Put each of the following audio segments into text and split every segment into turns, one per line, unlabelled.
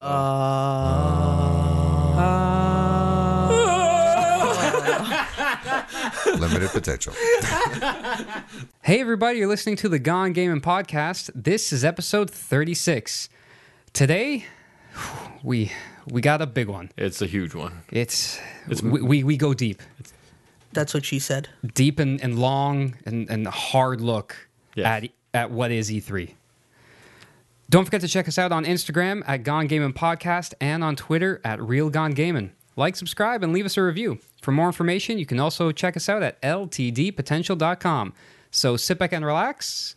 Uh,
Limited potential.
Hey, everybody, you're listening to the Gone Gaming Podcast. This is episode 36. Today, we we got a big one.
It's a huge one.
It's, we, we, we go deep,
That's what she said.
deep and, and long and, and hard look
Yes.
at, at what is E3. Don't forget to check us out on Instagram at Gone Gaming Podcast and on Twitter at Real Gone Gaming. Like, subscribe, and leave us a review. For more information, you can also check us out at ltdpotential.com. So sit back and relax,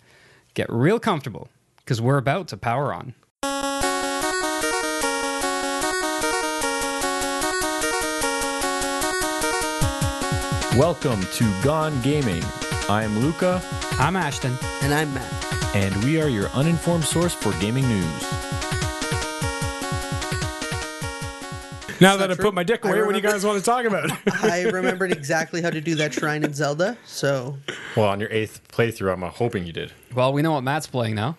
get real comfortable, because we're about to power on.
Welcome to Gone Gaming. I'm Luca,
I'm Ashton.
And I'm Matt.
and we are your uninformed source for gaming news.
Now
that
that
I
I
true?
put my dick
I
away, what do you
remember-
guys want to talk about?
I remembered exactly how to do that shrine in Zelda, so
Well, on your eighth playthrough, I'm hoping you did.
Well, we know what Matt's playing now.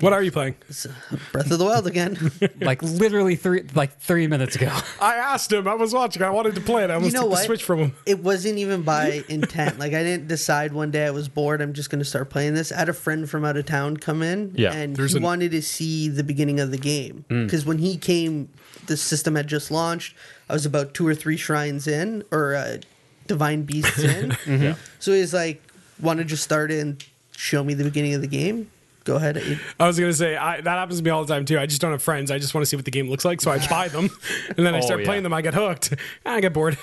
what are you playing?
it's Breath of the Wild again.
Like literally three, like three minutes ago.
I asked him. I was watching. I wanted to play it. I
You
almost
know
took the
what?
switch from him.
It wasn't even by intent. Like I didn't decide one day I was bored. I'm just going to start playing this. I had a friend from out of town come in,
Yeah,
and
there's
he
an- Hmm.
wanted to see the beginning of the game because when he came, the system had just launched. I was about two or three shrines in, or uh, divine beasts in. So he's like, "Want to just start it and show me the beginning of the game? Go ahead." It-
I was gonna say I, that happens to me all the time too. I just don't have friends. I just want to see what the game looks like, so I buy them, and then I
Oh,
start
yeah.
playing them. I get hooked. I get bored.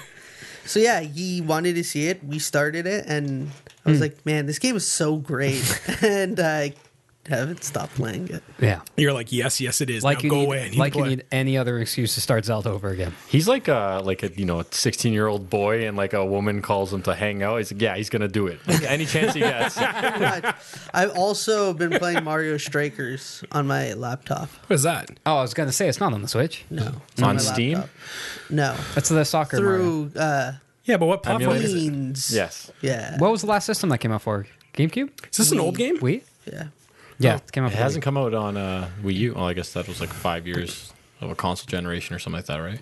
So yeah, he wanted to see it. We started it, and I
Hmm.
was like, "Man, this game is so great!" and I haven't stopped playing it.
Yeah.
You're like, yes, yes, it is.
Like
now
you
go
need,
away. I need to
like you
play.
need any other excuse to start Zelda over again.
He's like a like a you know 16 year old boy, and like a woman calls him to hang out. He's like, yeah, he's gonna do it. Like, any chance he gets.
I've also been playing Mario Strikers on my laptop.
What is that?
Oh, I was gonna say it's not on the Switch.
No, it's
On
my
Steam?
laptop. No,
That's the soccer. Mario.
through uh,
Yeah, but what platform
Emulator.
is it?
Queens.
Yes.
Yeah.
What was the last system that came out for? GameCube?
Is this an old game?
Wii?
Yeah.
Yeah, it came out.
It
for
hasn't
Wii.
come out on uh, Wii U. Well, I guess that was like five years of a console generation or something like that, right?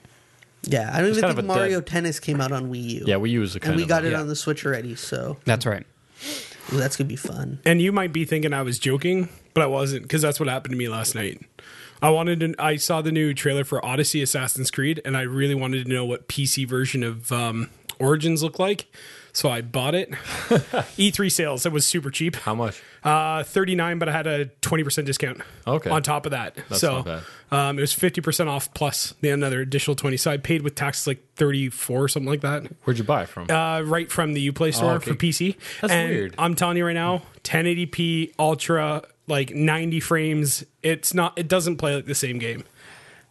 Yeah. I don't even
kind of
think
a dead-
Mario Tennis came out on Wii U.
Yeah, Wii U was the kind
and we
of
got
a-
it
yeah.
on the Switch already, so
That's right.
ooh, that's gonna be fun.
And you might be thinking I was joking, but I wasn't because that's what happened to me last night. I wanted to, I saw the new trailer for Odyssey Assassin's Creed, and I really wanted to know what PC version of um, Origins looked like. So I bought it. E3 sales, that was super cheap.
How much?
Uh, 39, but I had a 20% discount
Okay.
on top of that.
That's
so
not bad.
Um, it was 50% off plus the another additional 20. So I paid with taxes like 34 or something like that
Where'd you buy it from?
uh, right from the Uplay store
Oh, okay.
for PC.
That's
and
weird.
I'm telling you right now, 1080p ultra, like 90 frames. It's not. It doesn't play like the same game.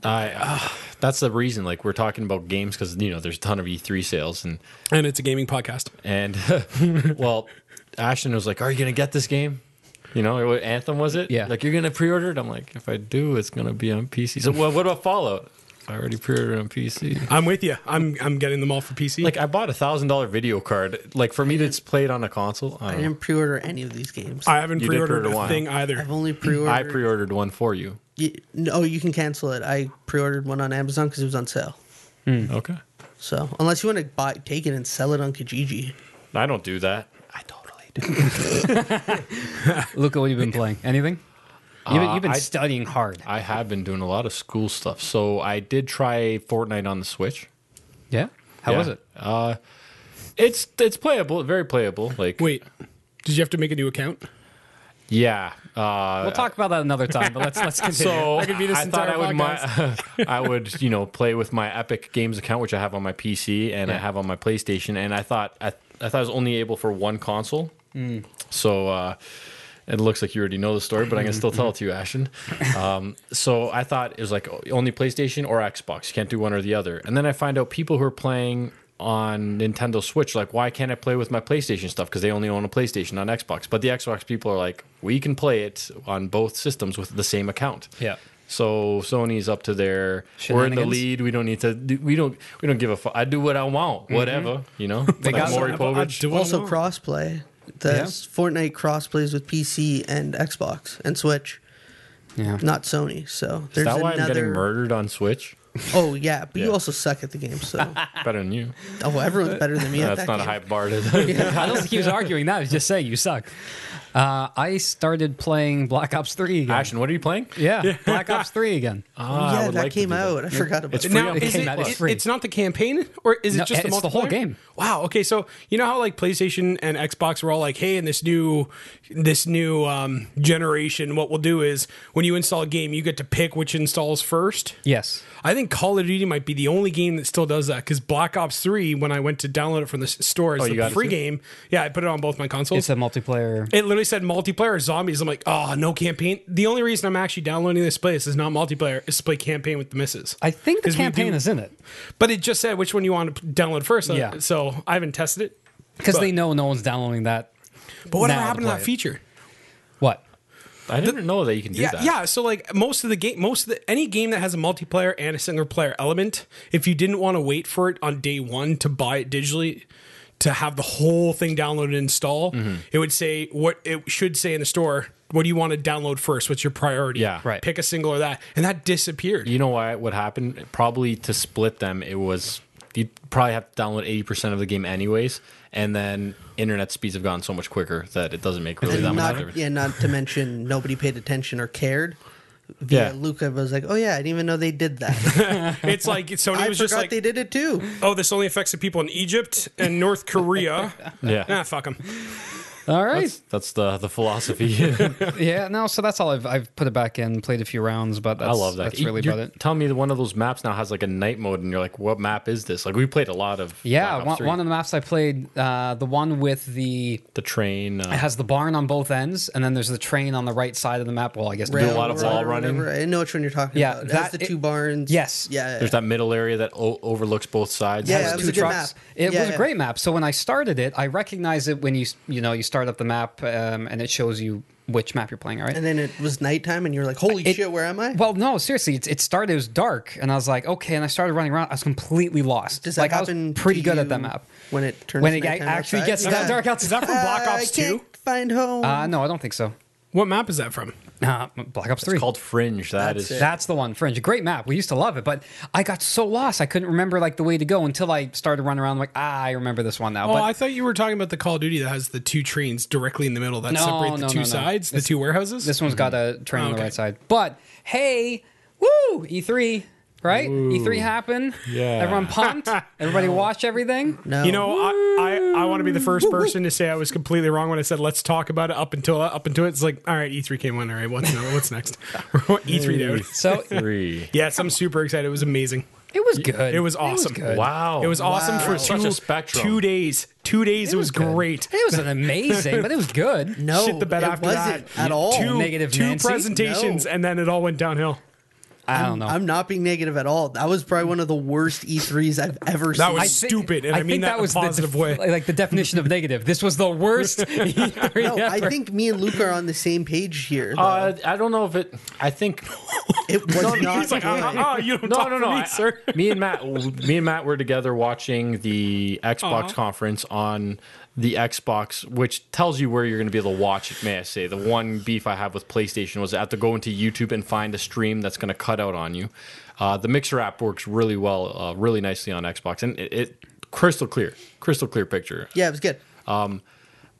I, uh, that's the reason. Like we're talking about games because you know there's a ton of E3 sales and
And it's a gaming podcast.
and well, Ashton was like, "Are you gonna get this game?" You know, what Anthem was it?
Yeah.
Like you're gonna pre-order it. I'm like, if I do, it's gonna be on PC. So well, what about Fallout? I already pre-ordered on PC.
I'm with you. I'm I'm getting them all for PC.
Like I bought a thousand dollar video card. Like for me to s- play it on a console, I,
I
don't know.
didn't pre-order any of these games.
I haven't
you did
pre-ordered
pre-order
a
one.
thing either.
I've only pre-ordered.
I pre-ordered one for you.
Y- no, oh, you can cancel it. I pre-ordered one on Amazon because it was on sale.
Mm-hmm.
Okay.
So unless you want to buy, take it and sell it on Kijiji.
I don't do that. I totally do.
Luca, what have you been playing? Anything? You've been,
Uh,
you've been
I-
studying hard.
I have been doing a lot of school stuff. So I did try Fortnite on the Switch.
yeah. How
Yeah.
was it?
Uh, it's it's playable, very playable. Like
Wait, did you have to make a new account?
yeah. Uh,
We'll talk about that another time. But let's let's continue.
so
I could be this
I thought I
entire
would, mi- I would, you know, play with my Epic Games account, which I have on my PC and I
Yeah.
have on my PlayStation, and I thought I, I thought I was only able for one console. So uh, it looks like you already know the story, but I can still tell it to you, Ashton. Um, so I thought it was like only PlayStation or Xbox. You can't do one or the other. And then I find out people who are playing on Nintendo Switch, like, why can't I play with my PlayStation stuff? Because they only own a PlayStation on Xbox. But the Xbox people are like, we can play it on both systems with the same account.
Yeah.
So Sony's up to their we're in the
Shenanigans?
lead. We don't need to. do- We don't. We don't give a fuck. I do what I want. Whatever. You know. They
Mm-hmm. got-
Maury
I- I
Povich.
do it
Also
alone.
crossplay. The
Yeah.
Fortnite crossplays with PC and Xbox and Switch.
Yeah.
not Sony. So
Is
there's
that why
another.
I'm getting murdered on Switch?
Oh yeah, but you
Yeah.
also suck at the game. So
Better than you.
oh, everyone's better than me. at
That's
that
not a
game.
high bar. To
I don't think he was arguing that. He was just saying you suck. Uh, I started playing Black Ops 3 again.
Ashton, what are you playing?
Yeah, Black Ops 3 again.
Ah, I
Oh, yeah,
would
that
like to
came
do that.
out. I forgot about
It's
it.
free
Now,
on
is
came
it,
out, it's
it-
free.
it's not the campaign, or is it
No,
just the
it's the whole
multiplayer?
game.
Wow. Okay, so you know how like PlayStation and Xbox were all like, "Hey, in this new, this new um, generation, what we'll do is when you install a game, you get to pick which installs first.
Yes.
I think Call of Duty might be the only game that still does that because Black Ops Three, when I went to download it from the s- store, it's
Oh, you
the
got it
free
too?
game. Yeah, I put it on both my consoles.
It's a multiplayer.
It literally said multiplayer zombies. I'm like, oh, no campaign. The only reason I'm actually downloading this place is not multiplayer, is to play campaign with the misses.
I think the
'Cause we
campaign
do-
is in it
But it just said which one you want to p- download first.
Yeah.
Yeah. So I haven't tested it.
because
But-
they know no one's downloading that.
But what
Now to
happened to
play
that
it.
feature?
What?
I didn't know that you can do
yeah,
that.
yeah. So like most of the game, most of the, any game that has a multiplayer and a single player element, if you didn't want to wait for it on day one to buy it digitally, to have the whole thing downloaded and install, it would say what it should say in the store. What do you want to download first? What's your priority?
Yeah.
Right.
Pick a single or that, and that disappeared.
You know why it would happen? Probably to split them. It was you'd probably have to download eighty percent of the game anyways, and then internet speeds have gone so much quicker that it doesn't make really that
And
much
not,
difference.
yeah, not to mention nobody paid attention or cared.
Yeah.
Via Luca was like, oh yeah, I didn't even know they did that.
It's like Sony
I
was
forgot
just like,
they did it too.
oh, this only affects the people in Egypt and North Korea.
Yeah.
Nah, fuck them.
All right.
That's, that's the the philosophy.
yeah. No. So that's all I've I've put it back in. Played a few rounds, but that's,
I love that.
That's
You-
really
you're
about it.
Telling me that one of those maps now has like a night mode, and you're like, "What map is this?" Like we played a lot of
Yeah.
Black Ops
One,
3.
one of the maps I played, uh, the one with the
the train.
it
Uh,
has the barn on both ends, and then there's the train on the right side of the map. Well, I guess the
Rail
blue-
lot of
or
wall running.
whatever. I know which one you're talking
Yeah,
about.
that-
That's the two
it-
barns.
Yes.
Yeah.
there's that middle area that o- overlooks both sides.
Yeah,
has
it was
two
a good
trucks.
map.
It
Yeah,
was a
yeah.
great map. So when I started it, I recognized it when you s- you know you start up the map um, and it shows you which map you're playing. All right.
And then it was nighttime, and you're like, holy
It-
shit, where am I?
Well, no, seriously, it, it started. It was dark, and I was like, okay. And I started running around. I was completely lost.
Does that
like I
happen?
was pretty
to
good
you
at that map.
when it turns
When it
nighttime
actually
outside?
gets that dark out,
Is that from Black
Uh,
Ops
I can't
2?
Find home.
Uh, no, I don't think so.
What map is that from?
Uh, Black Ops Three.
It's called Fringe. That
That's
is
it.
That's the one, Fringe. Great map. We used to love it, but I got so lost. I couldn't remember like the way to go until I started running around. like, ah, I remember this one now.
Oh,
but
I thought you were talking about the Call of Duty that has the two trains directly in the middle that
No,
separate the
no,
two
no, no.
sides,
This-
the two warehouses.
this one's got a train on
Hmm.
the
Okay.
right side. But hey, woo, E3, right? E3 happened.
Yeah.
Everyone pumped. Everybody watched everything.
no.
you know, I, I, I want to be the first person to say I was completely wrong when I said let's talk about it up until up until it's like all right, E3 came on. All right, what's no, what's next? E3 dude.
So
three.
Yes, I'm super excited. It was amazing.
it was good.
It was awesome.
good.
Wow.
It was awesome
Wow.
for
Such
a
two-
spectrum.
Two days. Two days. It, was,
good.
great.
It was an amazing, but it was good.
no,
shit the bed
it
after
wasn't
that.
at all.
Two,
Negative
two
Nancy?
presentations,
No.
and then it all went downhill.
I don't know.
I'm not being negative at all. That was probably one of the worst E3s I've ever
That
seen.
was
I thi-
stupid, and I, mean that, in a
the
positive
def-
way.
Like the definition of negative. This was the worst E3
no, I
ever.
think me and Luke are on the same page here. though.
Uh, I don't know if it. I think
it was not
He's like,
good.
oh, you don't
no,
talk
no,
to
no.
me,
I-
sir.
Me and Matt, me and Matt were together watching the
Aw.
Xbox conference on the Xbox, which tells you where you're going to be able to watch it. May I say, the one beef I have with PlayStation was I have to go into YouTube and find a stream that's going to cut out on you. Uh, the Mixer app works really well, uh, really nicely on Xbox, and it, it crystal clear, crystal clear picture.
Yeah, it was good.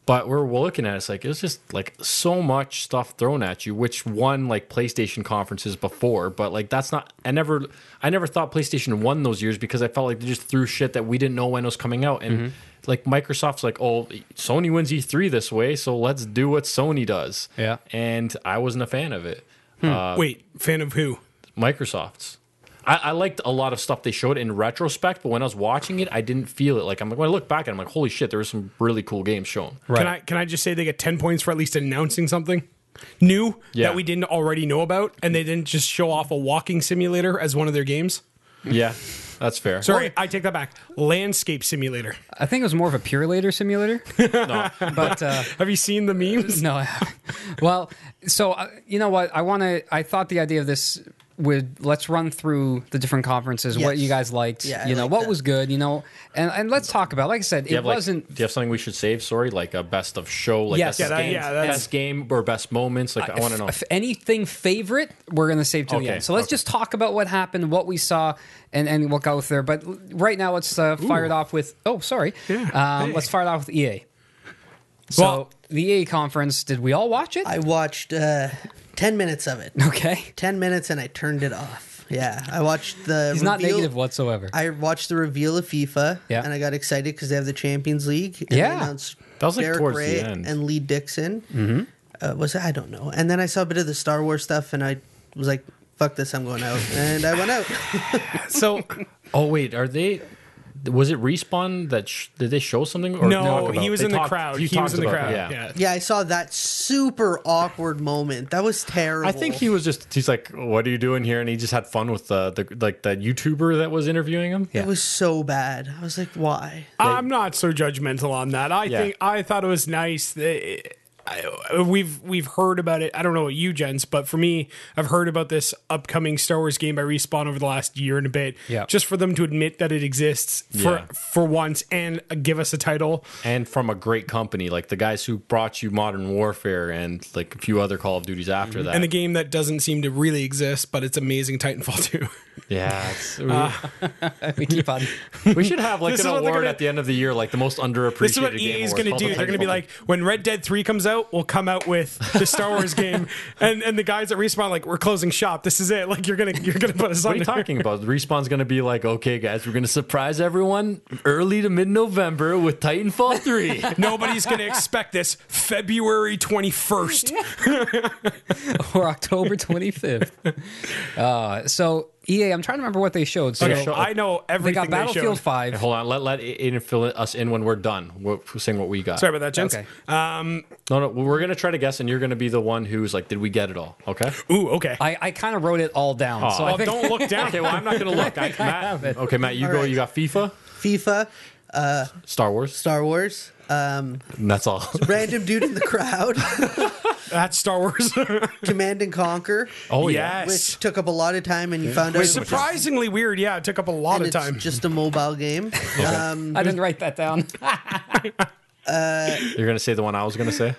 But we're looking at it, it's like it's just like so much stuff thrown at you, which won like PlayStation conferences before, but like that's not I never I never thought PlayStation won those years because I felt like they just threw shit that we didn't know when it was coming out. And like Microsoft's like, oh Sony wins E three this way, so let's do what Sony does.
Yeah.
And I wasn't a fan of it.
Wait, fan of who?
Microsoft's. I, I liked a lot of stuff they showed in retrospect, but when I was watching it, I didn't feel it. Like I'm like when I look back at it, I'm like, holy shit, there were some really cool games shown.
Can I can I just say they get ten points for at least announcing something new
Yeah.
that we didn't already know about, and they didn't just show off a walking simulator as one of their games?
Yeah. That's fair.
Sorry, I take that back. Landscape simulator.
I think it was more of a pure later simulator. but uh,
Have you seen the memes?
no. Well, so uh, you know what? I want to. I thought the idea of this would let's run through the different conferences, what
Yes.
you guys liked,
Yeah, I
you know,
like
what
that.
was good, you know, and and let's talk about. it. Like I said,
Do you
it
have like,
wasn't.
do you have something we should save? Sorry, like a best of show, like
Yes.
best,
Yeah,
that-
game,
yeah, that's-
best game or best moments. Like I, want to know.
If anything favorite, we're going to save to the
Okay,
end. So let's
okay.
just talk about what happened, what we saw, and, and we'll go there. But l- right now, let's uh, fire it off with. Oh, sorry.
Yeah,
um,
hey.
Let's fire it off with EA. So
Well-
the EA conference, did we all watch it?
I watched uh, 10 minutes of it.
okay.
10 minutes and I turned it off. Yeah, I watched the.
He's not
reveal-
negative whatsoever.
I watched the reveal of FIFA,
Yeah.
and I got excited because they have the Champions League. and they
Yeah.
announced
That was, like,
Derek
towards the
Ray
end.
and Lee Dixon. Mm-hmm. Uh, was it? I don't know. And then I saw a bit of the Star Wars stuff, and I was like, "Fuck this, I'm going out," and I went out.
So
oh wait, are they? Was it respawn that sh- did they show something? Or talk
no,
about-
he was
they
in the
talked-
crowd.
you
He was in
talked
the
about
crowd.
it,
yeah.
yeah, I saw that super awkward moment. That was terrible.
I think he was just he's like, what are you doing here? And he just had fun with the, the like the YouTuber that was interviewing him.
Yeah.
It was so bad. I was like, "Why?"
I'm not so judgmental on that. I
Yeah.
think I thought it was nice that I, we've we've heard about it. I don't know about you gents, but for me, I've heard about this upcoming Star Wars game by Respawn over the last year and a bit.
Yeah.
Just for them to admit that it exists for
Yeah.
for once and give us a title.
And from a great company, like the guys who brought you Modern Warfare and like a few other Call of Duties after that.
And the game that doesn't seem to really exist, but it's amazing Titanfall 2.
yeah, it's- we-
we keep on.
we should have like
this
an
is what they're
award
gonna-
at the end of the year, like the most underappreciated.
This is what
game
EA is going
award.
to do.
It's called
They're going to be
Titanfall.
like, when Red Dead 3 comes out, we'll come out with the Star Wars game. And and the guys at Respawn are like, we're closing shop. This is it. Like you're going to you're going to put us
What
on
are you
there.
talking about? Respawn's going to be like, okay, guys, we're going to surprise everyone early to mid November with Titanfall 3.
Nobody's going to expect this February 21st.
or October 25th. Uh, so EA, I'm trying to remember what they showed. So
Okay, I know
they
everything
got
they
Battlefield
showed.
5.
Hold on, let, let Aiden fill us in when we're done. We're saying what we got.
Sorry about that, gents.
Okay.
Um,
No, no, we're going to try to guess, and you're going to be the one who's like, did we get it all? Okay.
ooh, okay.
I, I kind of wrote it all down. so I
oh,
think
don't look down.
Okay, well, I'm not going to look. I, Matt, okay, Matt, you go.
right.
You got FIFA,
FIFA, uh,
Star Wars,
Star Wars, um,
and that's all.
random dude in the crowd,
That's Star Wars.
Command and Conquer,
Oh, yeah.
yes.
which took up a lot of time, and you found out
Which, surprisingly weird. Yeah, it took up a lot
and
of
it's
time.
just a mobile game. um,
I didn't write that down.
You're going to say the one I was going to say?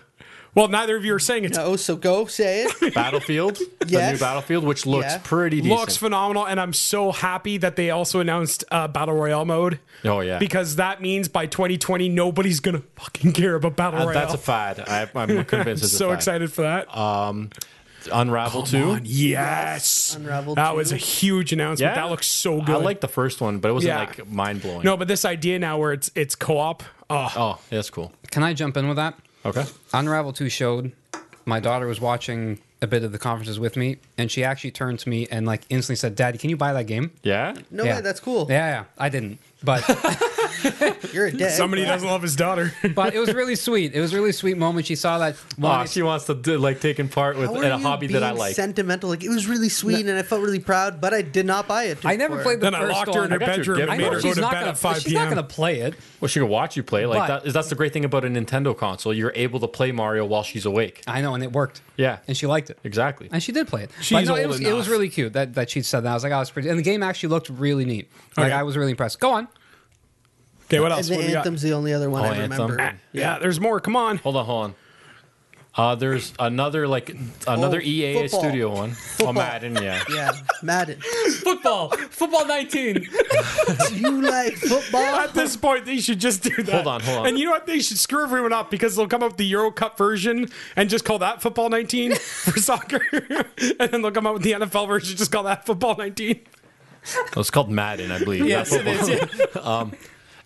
well, neither of you are saying it's
no, oh, so go say it.
Battlefield, the new
Yes.
Battlefield, which looks
Yeah.
pretty decent.
looks phenomenal and i'm so happy that they also announced uh, battle royale mode
Oh, yeah.
because that means by 2020 nobody's gonna fucking care about battle
Uh,
royale
that's a fad. I, I'm convinced it's a
so
fad.
excited for that
Unravel 2.
yes
Unravel
that
2.
was a huge announcement that looks so good
I like the first one, but it wasn't
Yeah.
like mind blowing.
no but this idea now where it's it's co-op oh
Oh, yeah, that's cool.
Can I jump in with that?
Okay.
Unravel 2 showed. My daughter was watching a bit of the conferences with me, and she actually turned to me and like instantly said, "Daddy, can you buy that game?"
Yeah.
No way, that's cool.
Yeah, yeah. I didn't, but
You're a dick.
somebody doesn't love his daughter
but it was really sweet. It was a really sweet moment. She saw that.
Wow,
one.
she wants to do, like taking part with
How
in
are
a
you
hobby that I
being
like.
Sentimental, like it was really sweet, and I felt really proud, but I did not buy it.
I never played the
then i
first
locked her
one.
in her
I got your
bedroom and
gift
I
made
know
her go
she's
to
not
bed
gonna.
at 5
she's not
p.m
gonna play it.
well, she can watch you play. Like
But-
that, that's the great thing about a Nintendo console. You're able to play Mario while she's awake.
I know, and it worked.
Yeah.
and she liked it.
Exactly.
And she did play it.
She's
it
old
was it was
enough.
really cute that, that she said that. I was like, oh, it's pretty. And the game actually looked really neat. Like
Okay.
I was really impressed. Go on.
okay what
and
else
the
What do we got?
anthem's the only other one
Oh,
I
Anthem.
remember.
Ah.
yeah there's more come on
Hold on, hold on. Uh, there's another like another
Oh,
EA
football.
studio one. Oh, Madden, yeah.
Yeah, Madden.
Football. Football 19.
Do you like football?
At this point, they should just do that.
Hold on, hold on.
And you know what? They should screw everyone up because they'll come up with the Euro Cup version and just call that football 19 for soccer, and then they'll come out with the NFL version, just call that football 19.
Oh, it's called Madden, I believe.
Yes,
Not football. um,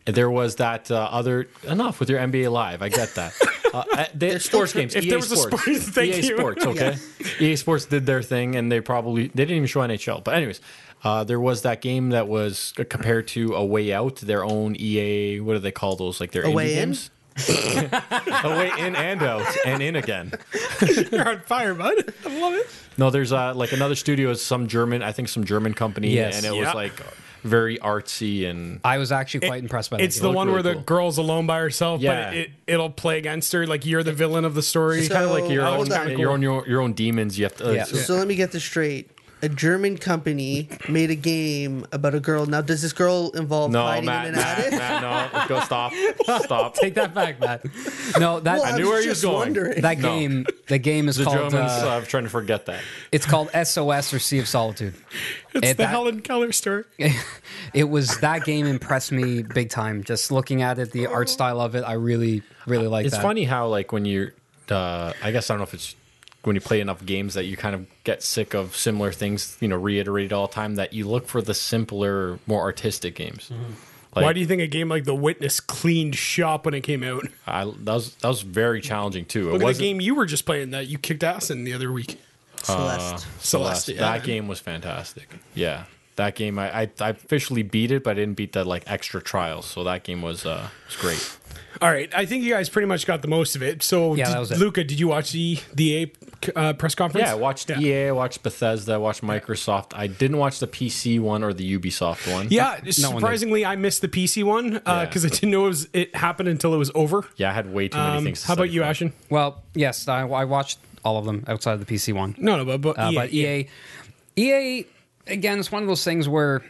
there was that uh, other enough with your NBA Live. I get that. Uh, uh, they- sports games.
If
EA
there was a
Sports.
sport- thank
EA
you.
Sports. Okay. EA Sports did their thing, and they probably they didn't even show NHL. But anyways, uh, there was that game that was compared to A Way Out, their own EA. What do they call those? Like their indie
Way In?
games. Away in and out and in again.
You're on fire, bud. I love it.
No, there's uh, like another studio is some German, I think some German company,
Yes.
and it
Yeah.
was like very artsy and
I was actually quite impressed by that.
It's
game.
the
looked
one
really
where the
cool.
girl's alone by herself,
Yeah.
but it, it'll play against her. Like you're the villain of the story.
So-
kind of like your
Oh,
own,
that was kinda
your own your, your own demons. You have to. uh,
Yeah.
so-
So let me get this straight. a German company made a game about a girl. Now, does this girl involve
No,
hiding
Matt,
in an attic?
Matt, Matt, no, go stop, stop.
Take that back, Matt. No, that
Well,
I knew
was
where you was
just
going.
wondering.
that
no.
game. The game is
The
called.
Germans,
uh,
I'm trying to forget that.
it's called SOS or Sea of Solitude.
It's
It-
the
that-
Helen Keller story.
it was that game impressed me big time. Just looking at it, the art style of it, I really, really like.
It's
that.
funny how like when you're, uh, I guess I don't know if it's when you play enough games that you kind of get sick of similar things, you know, reiterated all the time. That you look for the simpler, more artistic games. Like,
Why do you think a game like The Witness cleaned shop when it came out?
I, that was that was very challenging too.
Look
it
at
was
the game you were just playing that you kicked ass in the other week.
Celeste.
Celeste. yeah.
That game was fantastic. Yeah. That game, I, I, I officially beat it, but I didn't beat the like extra trials. So that game was uh was great.
All right, I think you guys pretty much got the most of it. So,
Yeah,
did-
that was it.
Luca, did you watch the the Ape uh, press conference?
Yeah, I watched E.
Yeah.
EA, I watched Bethesda, I watched Microsoft. I didn't watch the PC one or the Ubisoft one.
Yeah,
No one
surprisingly, I missed the PC one because
Yeah.
I didn't know it, was, it happened until it was over.
yeah, I had way too many
Um,
things. To
how about
study
you,
for.
Ashen?
Well, yes, I, I watched all of them outside of the PC one.
No, no, but, but, E
Uh,
EA,
but EA, EA, again, it's one of those things where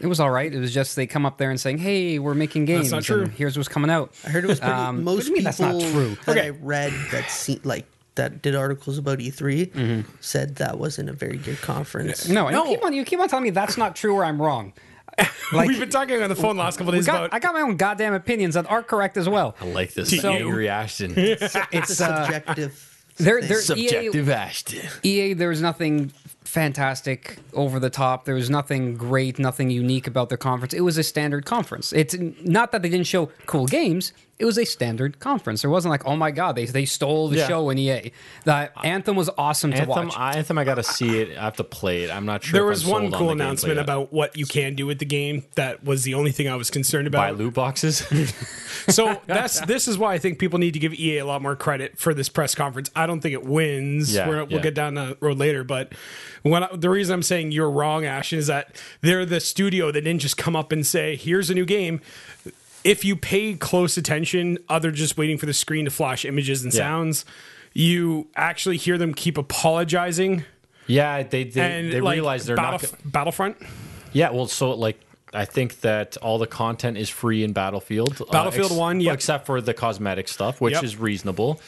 it was all right. It was just they come up there and saying, "Hey, we're making games.
not true.
and here's what's coming out."
I heard it was pretty.
Um, what
most
do you mean
people
that's not true?
that
Okay.
I read that se- like that did articles about E3 said that wasn't a very good conference.
Mm-hmm. No,
No.
And you keep on you keep on telling me that's not true or I'm wrong. Like
We've been talking on the phone last couple
we
days
got-
about.
I got my own goddamn opinions that are correct as well.
I like this
So-
angry Ashton.
It's a
It's uh,
subjective.
they're,
thing.
they're EA,
Subjective Ashton.
EA, E there was nothing fantastic over the top. There was nothing great, nothing unique about their conference. It was a standard conference. It's n- not that they didn't show cool games. It was a standard conference. There wasn't like, oh my god, they they stole the
Yeah.
show in EA. The Anthem was awesome to
Anthem,
uh,
watch.
I, Anthem, I gotta see it. I have to play it. I'm not sure.
there
if
was
I'm
one
sold on
cool
the gameplay
announcement
yet.
about what you can do with the game that was the only thing I was concerned
buy
about.
loot boxes.
so that's this is why I think people need to give EA a lot more credit for this press conference. I don't think it wins.
Yeah,
We're, We'll
yeah.
get down that road later, but when I, the reason I'm saying you're wrong, Ash, is that they're the studio that didn't just come up and say, "Here's a new game." If you pay close attention, other than just waiting for the screen to flash images and
Yeah.
sounds, you actually hear them keep apologizing.
yeah, they they,
And
they
like,
realize they're not.
Battlef- Battlefront.
Yeah, well, so like I think that all the content is free in Battlefield. uh,
Battlefield
ex-
1, yep.
except for the cosmetic stuff, which
Yep.
is reasonable.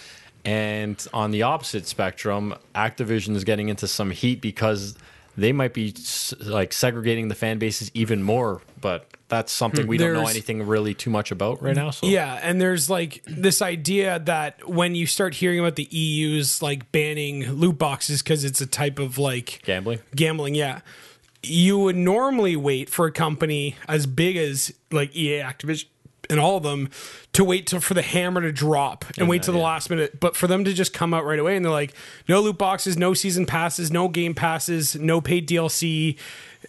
And on the opposite spectrum, Activision is getting into some heat because they might be s- like segregating the fan bases even more. But that's something we don't know
There's-
anything really too much about right now. So
Yeah, and there's like this idea that when you start hearing about the EU's like banning loot boxes because it's a type of like
Gambling?
gambling, yeah. You would normally wait for a company as big as like EA, Activision, and all of them to wait till for the hammer to drop and wait till the last minute. But for them to just come out right away and they're like, no loot boxes, no season passes, no game passes, no paid DLC.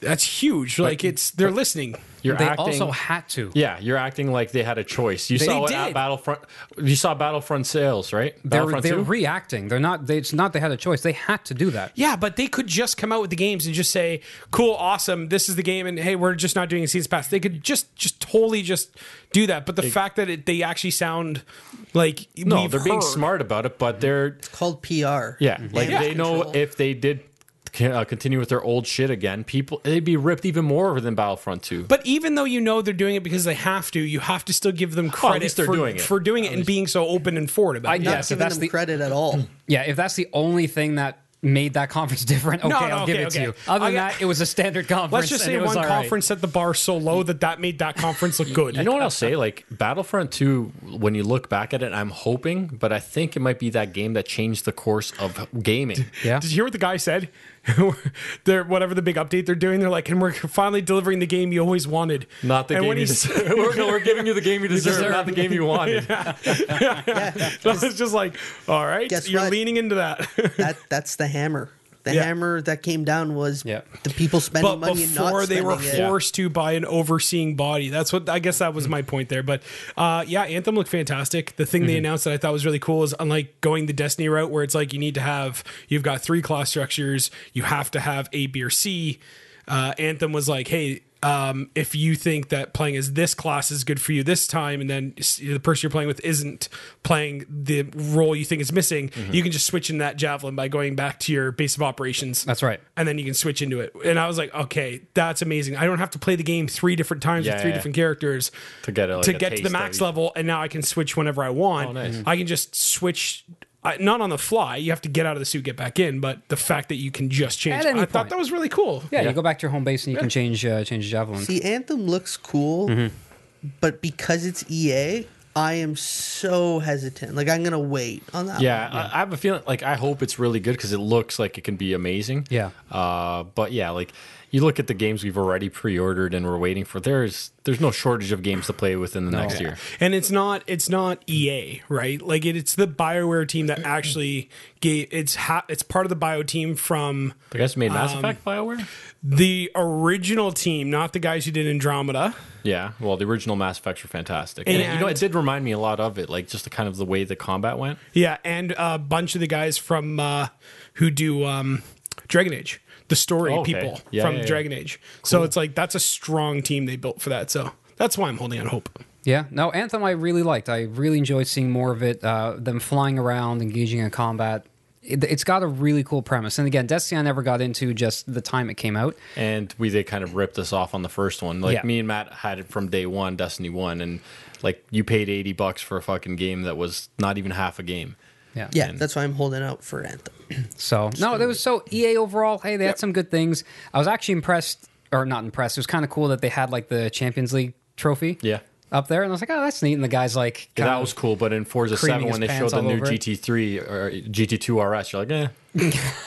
That's huge. like it's they're listening.
you're
they
acting.
also had to.
yeah, you're acting like they had a choice. You saw it at
did.
Battlefront. You saw Battlefront sales, right?
They're,
Battlefront
they're
2?
reacting. They're not. They, it's not. They had a choice. They had to do that.
Yeah, but they could just come out with the games and just say, "Cool, awesome, this is the game," and hey, we're just not doing a season pass. They could just just totally just do that. But the fact that it, they actually sound like
no,
we've
they're being
heard-
smart about it, but they're
called PR.
Yeah, like
Damage
they know
control.
if they did c- uh, continue with their old shit again, people they'd be ripped even more over than Battlefront Two.
But even though you know they're doing it because they have to, you have to still give them
Oh, at
credit
least they're
for,
doing it.
for doing it and being so open and forward about it.
Not
Yeah, so
giving
that's
them
the-
credit at all.
Yeah, if that's the only thing that made that conference different, okay,
No, no,
I'll give
okay,
it to
okay.
you. Other than
I-
that, it was a standard conference.
Let's just
and
say
it was
one
all right.
conference set the bar so low that that made that conference look good.
you know what I'll say? Like Battlefront Two, when you look back at it, I'm hoping, but I think it might be that game that changed the course of gaming.
Yeah.
Did you hear what the guy said? they're whatever the big update they're doing. They're like, and we're finally delivering the game you always wanted.
Not the
and
game
when
you
he's-
deserve. we're, no, we're giving you the game you deserve,
deserve.
not the game you wanted.
Yeah,
I was just like, all right,
Guess
you're
what?
leaning into that.
that that's the hammer. The
Yeah.
hammer that came down was
Yeah.
the people
but
spending money and not
before they were
spending it.
forced to by an overseeing body. That's what I guess that
Hmm.
was my point there. But uh, yeah, Anthem looked fantastic. The thing they
Hmm.
announced that I thought was really cool is unlike going the Destiny route where it's like you need to have you've got three class structures, you have to have A, B, or C. uh, Anthem was like, hey, um, if you think that playing as this class is good for you this time, and then s- the person you're playing with isn't playing the role you think is missing,
Mm-hmm.
you can just switch in that javelin by going back to your base of operations.
That's right.
And then you can switch into it. And I was like, okay, that's amazing. I don't have to play the game three different times
Yeah,
with three
yeah.
different characters
To get a- like
to
a
get to
taste
the
of
max
each.
level, and now I can switch whenever I want.
Oh, nice. Mhm.
I can just switch. I, not on the fly. You have to get out of the suit, get back in. But the fact that you can just change,
At any
I
point.
thought that was really cool.
Yeah, you go back to your home base and you can change uh, change the javelin.
See, Anthem looks cool,
Mm-hmm.
but because it's EA, I am so hesitant. Like I'm gonna wait on that.
Yeah, I, I have a feeling like I hope it's really good because it looks like it can be amazing.
Yeah.
Uh, but yeah, like you look at the games we've already pre-ordered and we're waiting for. There's there's no shortage of games to play within the next year.
and it's not it's not EA, right? Like it, it's the Bioware team that actually gave it's ha- it's part of the Bio team from
The guys who made Mass Effect, Bioware.
the original team, not the guys who did Andromeda.
Yeah, well, the original Mass Effects were fantastic, and, you know it
And-
did remind me a lot of it, like just the kind of the way the combat went.
Yeah, and a bunch of the guys from uh, who do um, Dragon Age, the story
Oh, okay.
people
Yeah,
from
yeah, yeah.
Dragon Age. So it's like that's a strong team they built for that. So that's why I'm holding on hope.
Yeah, no, Anthem I really liked. I really enjoyed seeing more of it, uh, them flying around, engaging in combat. It, it's got a really cool premise. And again, Destiny I never got into just the time it came out.
and we they kind of ripped us off on the first one. Like
Yeah.
me and Matt had it from day one, Destiny One, and like you paid eighty bucks for a fucking game that was not even half a game.
Yeah.
yeah, that's why I'm holding out for Anthem.
So, no, it was so EA overall, hey, they had some good things. I was actually impressed, or not impressed. It was kind of cool that they had like the Champions League trophy
Yeah.
up there. And I was like, oh, that's neat. And the guy's like,
Yeah, that
kinda-
was cool, but in Forza
creaming
Seven, when
his
they showed
pants
the
all
new
over it.
GT3 or GT2 RS, you're like, eh,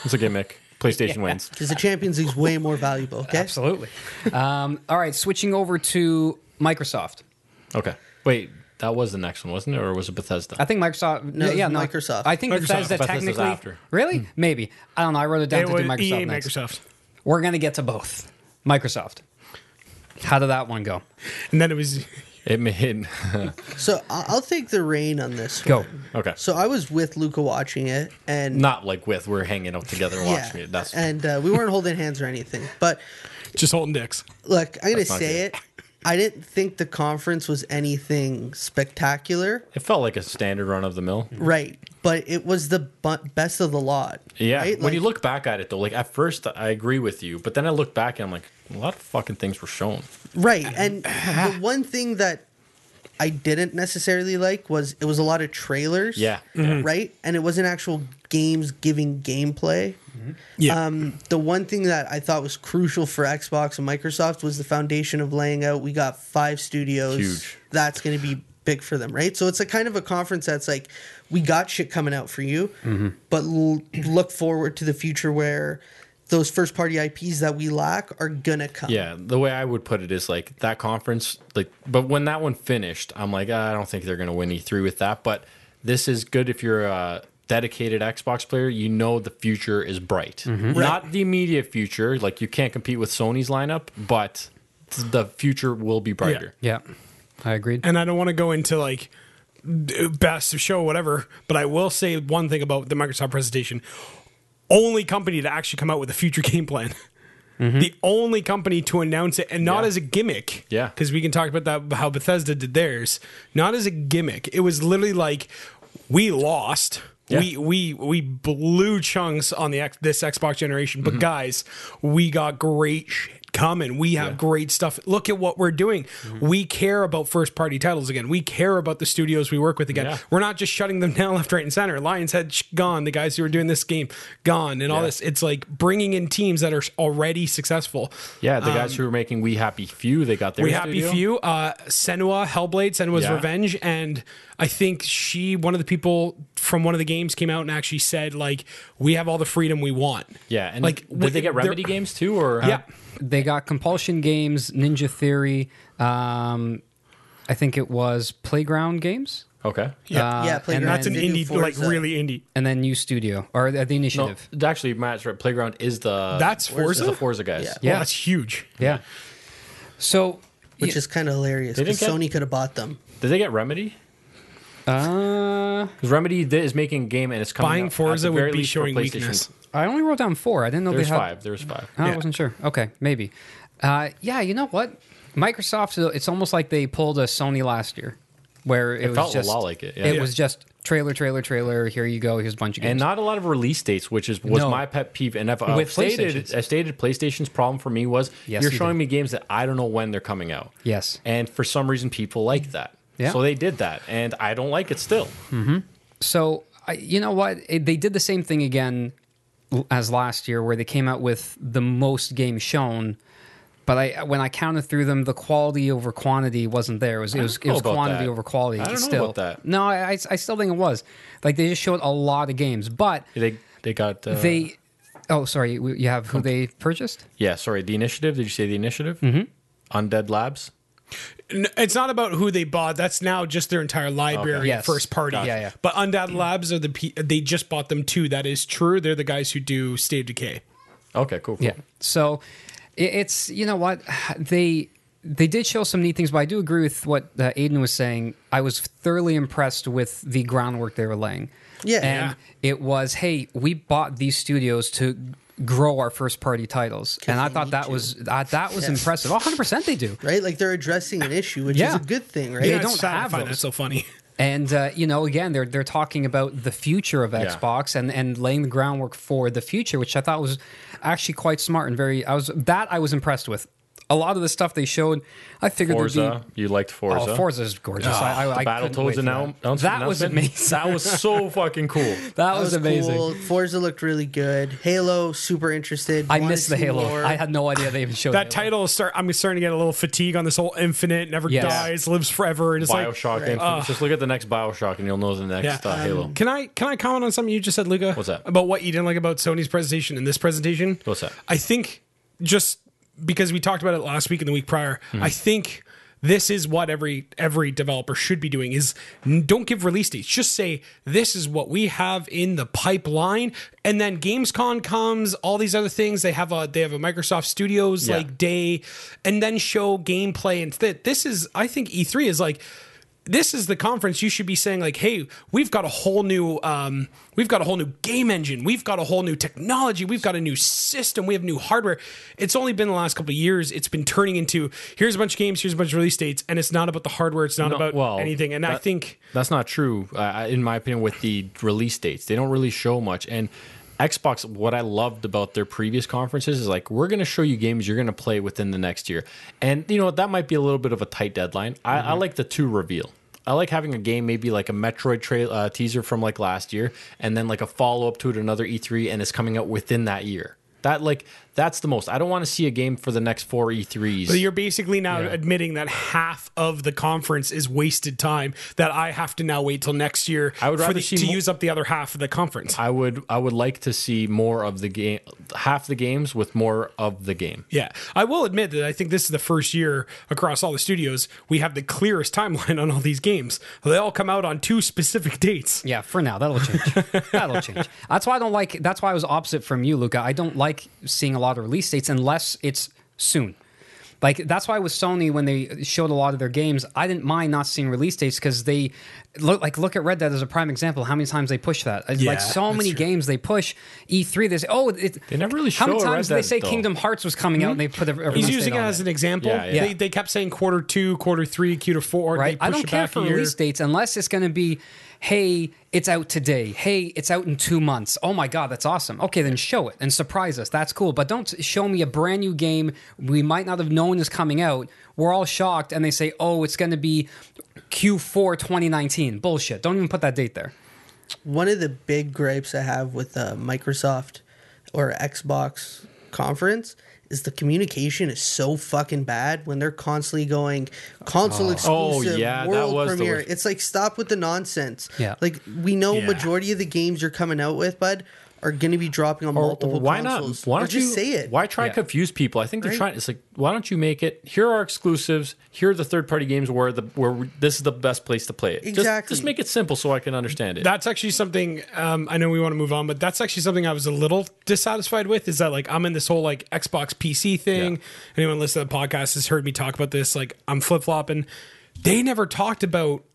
it's a gimmick. PlayStation wins.
Because the Champions League's way more valuable. Okay.
Absolutely. um, all right, switching over to Microsoft.
Okay, wait, that was the next one, wasn't it, or was it Bethesda?
I think Microsoft.
No,
No, yeah,
it's
no.
Microsoft. Hmm.
I think
Microsoft.
Bethesda
Bethesda's
technically.
after.
Really? Maybe. I don't know. I wrote it down
It
to
was
do Microsoft.
EA
next.
Microsoft,
We're gonna get to both. Microsoft. How did that one go?
and then it was
It made
So I- I'll take the reign on this.
Go.
one.
okay,
So I was with Luca watching it, and
not like with we're hanging out together watching it. That's
and uh, we weren't holding hands or anything. But
just holding dicks.
look, I'm gonna
not
say it. I didn't think the conference was anything spectacular,
it felt like a standard run of the mill.
right? But it was the bu- best of the lot.
Yeah.
right?
When you
Like,
look back at it, though, like at first I agree with you, but then I look back and I'm like, a lot of fucking things were shown.
right, and the one thing that I didn't necessarily like was it was a lot of trailers.
Yeah.
right? And it wasn't actual games giving gameplay.
Yeah,
Um, the one thing that I thought was crucial for Xbox and Microsoft was the foundation of laying out. We got five studios.
Huge.
That's going to be big for them, right? So it's a kind of a conference that's like, we got shit coming out for you,
Mm-hmm.
but l- look forward to the future where those first party IPs that we lack are gonna come.
Yeah. The way I would put it is like that conference, like, but when that one finished, I'm like, "Ah, I don't think they're going to win E3 with that. But this is good if you're a dedicated Xbox player. You know the future is bright. Not the immediate future. Like, you can't compete with Sony's lineup, but the future will be brighter.
Yeah, I agreed.
and I don't want to go into like d- best of show, whatever. But I will say one thing about the Microsoft presentation: only company to actually come out with a future game plan. The only company to announce it, and not
Mm-hmm. Yeah.
as a gimmick.
Yeah.
because we can talk about that how Bethesda did theirs. Not as a gimmick. It was literally like we lost.
Yeah.
We we we blew chunks on the X, this Xbox generation,
Mm-hmm.
but guys, we got great shit coming. We have great stuff. Look at what we're doing.
Mm-hmm.
We care about first party titles again. We care about the studios we work with again.
Yeah.
We're not just shutting them down left, right, and center. Lionshead sh- gone. The guys who are doing this game gone, and all
Yeah.
this. It's like bringing in teams that are already successful.
Yeah. The guys who were making We Happy Few, they got their
We Happy
studio.
Few, uh, Senua, Hellblade, Senua's
Yeah.
Revenge, and I think she, one of the people from one of the games, came out and actually said, like, we have all the freedom we want.
Yeah. And
Like,
like,
we-
did they get
they're-
Remedy games too? Or
Yeah.
They got Compulsion Games, Ninja Theory. Um, I think it was Playground Games,
Okay.
Yeah.
yeah.
Uh, and
Playground,
that's an
they do
indie, like
Forza.
really indie.
and then New Studio or the, the
No,
Initiative.
actually, Matt's right. Playground is the
That's
is
Forza.
the Forza guys.
Yeah.
Yeah,
Yeah.
that's huge.
Yeah. So,
which is kind of hilarious
They didn't
because
get-
Sony could have bought them.
Did they get Remedy?
uh,
Because Remedy th- is making a game and it's coming
Buying
out at
Forza
the
would
very
be
least for
showing
PlayStation
weakness.
I only wrote down four. I didn't know
There's
they had
five. There's five.
Oh, I
Yeah.
wasn't sure. Okay, maybe. Uh, yeah, you know what? Microsoft. uh, It's almost like they pulled a Sony last year, where it, was
felt a
just
lot like it, yeah.
It
Yeah.
was just trailer, trailer, trailer. Here you go. Here's a bunch of games.
and not a lot of release dates, which is was
No.
my pet peeve. And I've, I've
With
stated,
PlayStation's.
I stated PlayStation's problem for me was
Yes,
you're
you
showing
did.
me games that I don't know when they're coming out.
Yes.
and for some reason people like that.
Yeah.
So they did that, and I don't like it still.
So I, you know what? It, they did the same thing again l- as last year, where they came out with the most games shown. But I, when I counted through them, the quality over quantity wasn't there. It was it was,
know
it was
about
quantity
that.
over quality.
I don't know
still.
about that.
No, I, I, I still think it was. Like they just showed a lot of games, but
They they got uh,
they. Oh, sorry. we- You have who they purchased?
yeah. Sorry, the initiative. Did you say the initiative? Mm-hmm. Undead Labs.
N- It's not about who they bought. That's now just their entire library
Okay. Yes.
first party.
Gotcha. Yeah, yeah.
But Undead Labs are the pe- they just bought them too. That is true. They're the guys who do State of Decay.
Okay, cool. cool.
Yeah. So it, it's you know what they they did show some neat things, but I do agree with what uh, Aiden was saying. I was thoroughly impressed with the groundwork they were laying.
Yeah.
and it was hey, we bought these studios to grow our first party titles, and I
they
thought
need
that
to.
was uh, that was
Yeah.
impressive. 100 percent they do.
right? Like they're addressing an issue, which
Yeah.
is a good thing, right?
They
Yeah, it's
don't
sad. I
have
find that
those.
so funny.
And uh, you know, again, they're they're talking about the future of Xbox and and laying the groundwork for the future, which I thought was actually quite smart and very. I was that I was impressed with. A lot of the stuff they showed, I figured
Forza.
would be.
You liked Forza.
Oh, Forza is gorgeous. I, I,
The
I couldn't wait
Battletoads
for that.
annou- announcement.
That was amazing.
That was so fucking cool.
That
That
was amazing.
Cool. Forza looked really good. Halo, super interested.
I
Wanna
missed the
see
Halo.
more.
I had no idea they even showed
That
Halo.
title start. I'm starting to get a little fatigue on this whole infinite, never
Yes.
dies, lives forever, and it's like
Bioshock. Infinite. Just look at the next Bioshock, and you'll know the next
Yeah. Um,
uh, Halo.
Can I can I comment on something you just said, Luca?
What's that?
About what you didn't like about Sony's presentation and this presentation?
What's that?
I think just because we talked about it last week and the week prior,
Hmm.
I think this is what every every developer should be doing is n- don't give release dates just say this is what we have in the pipeline and then gamescon comes all these other things they have a they have a microsoft studios
Yeah.
like day and then show gameplay and th- this is i think e3 is like this is the conference you should be saying like hey we've got a whole new um, we've got a whole new game engine we've got a whole new technology we've got a new system we have new hardware it's only been the last couple of years it's been turning into here's a bunch of games here's a bunch of release dates and it's not about the hardware it's not
No,
about
well,
anything and i
that-
think
That's not true, uh, I- in my opinion, with the release dates. They don't really show much. And Xbox, what I loved about their previous conferences is like, we're going to show you games you're going to play within the next year. And, you know, that might be a little bit of a tight deadline. I, I like the two reveal. I like having a game, maybe like a Metroid tra- uh, teaser from like last year, and then like a follow up to it, another E3, and it's coming out within that year. That like that's the most. I don't want to see a game for the next four E E3s.
So you're basically now admitting that half of the conference is wasted time that I have to now wait till next year
I would
for
rather
the,
see
to
mo-
use up the other half of the conference.
I would I would like to see more of the game, half the games with more of the game.
Yeah, I will admit that I think this is the first year across all the studios we have the clearest timeline on all these games. They all come out on two specific dates.
Yeah, for now that'll change. that'll change. That's why I don't like. That's why I was opposite from you, Luca. I don't like seeing a lot of release dates unless it's soon. Like that's why with Sony when they showed a lot of their games, I didn't mind not seeing release dates because they look like look at Red Dead as a prime example. How many times they push that? It's
Yeah,
like so
that's
many
true.
games they push. E3 they say, oh, it,
They never really
How many
show a Red
times did they
Dead,
say
though.
Kingdom Hearts was coming out and they put a, a
He's
release date
using it
on
as
it?
an example.
Yeah, yeah.
They, they kept saying quarter two, quarter three, quarter four.
right?
They
I
push
don't
it
care
back
for
a year.
release dates unless it's going to be, hey, it's out today. Hey, it's out in two months. Oh my god, that's awesome. Okay, then show it and surprise us. That's cool. But don't show me a brand new game we might not have known is coming out. We're all shocked, and they say, oh, it's going to be Q4 2019. Bullshit. Don't even put that date there.
one of the big gripes I have with the Microsoft or Xbox conference is the communication is so fucking bad when they're constantly going console exclusive
Oh, yeah, that
world
was the
premiere.
worst.
It's like stop with the nonsense.
Yeah.
Like we know
Yeah.
majority of the games you're coming out with, bud, are gonna be dropping on
Or- or
multiple
why
consoles.
not? Why
Or
don't
just
you
say it?
Why try
Yeah.
and confuse people? I think they're trying. It's like why don't you make it? Here are exclusives. Here are the third party games where the where we- this is the best place to play it. Just- Just,
Exactly.
make it simple so I can understand it.
That's actually something um, I know we want to move on, but that's actually something I was a little dissatisfied with. Is that like I'm in this whole like Xbox PC thing?
Yeah.
Anyone listen to the podcast has heard me talk about this. Like I'm flip flopping. They never talked about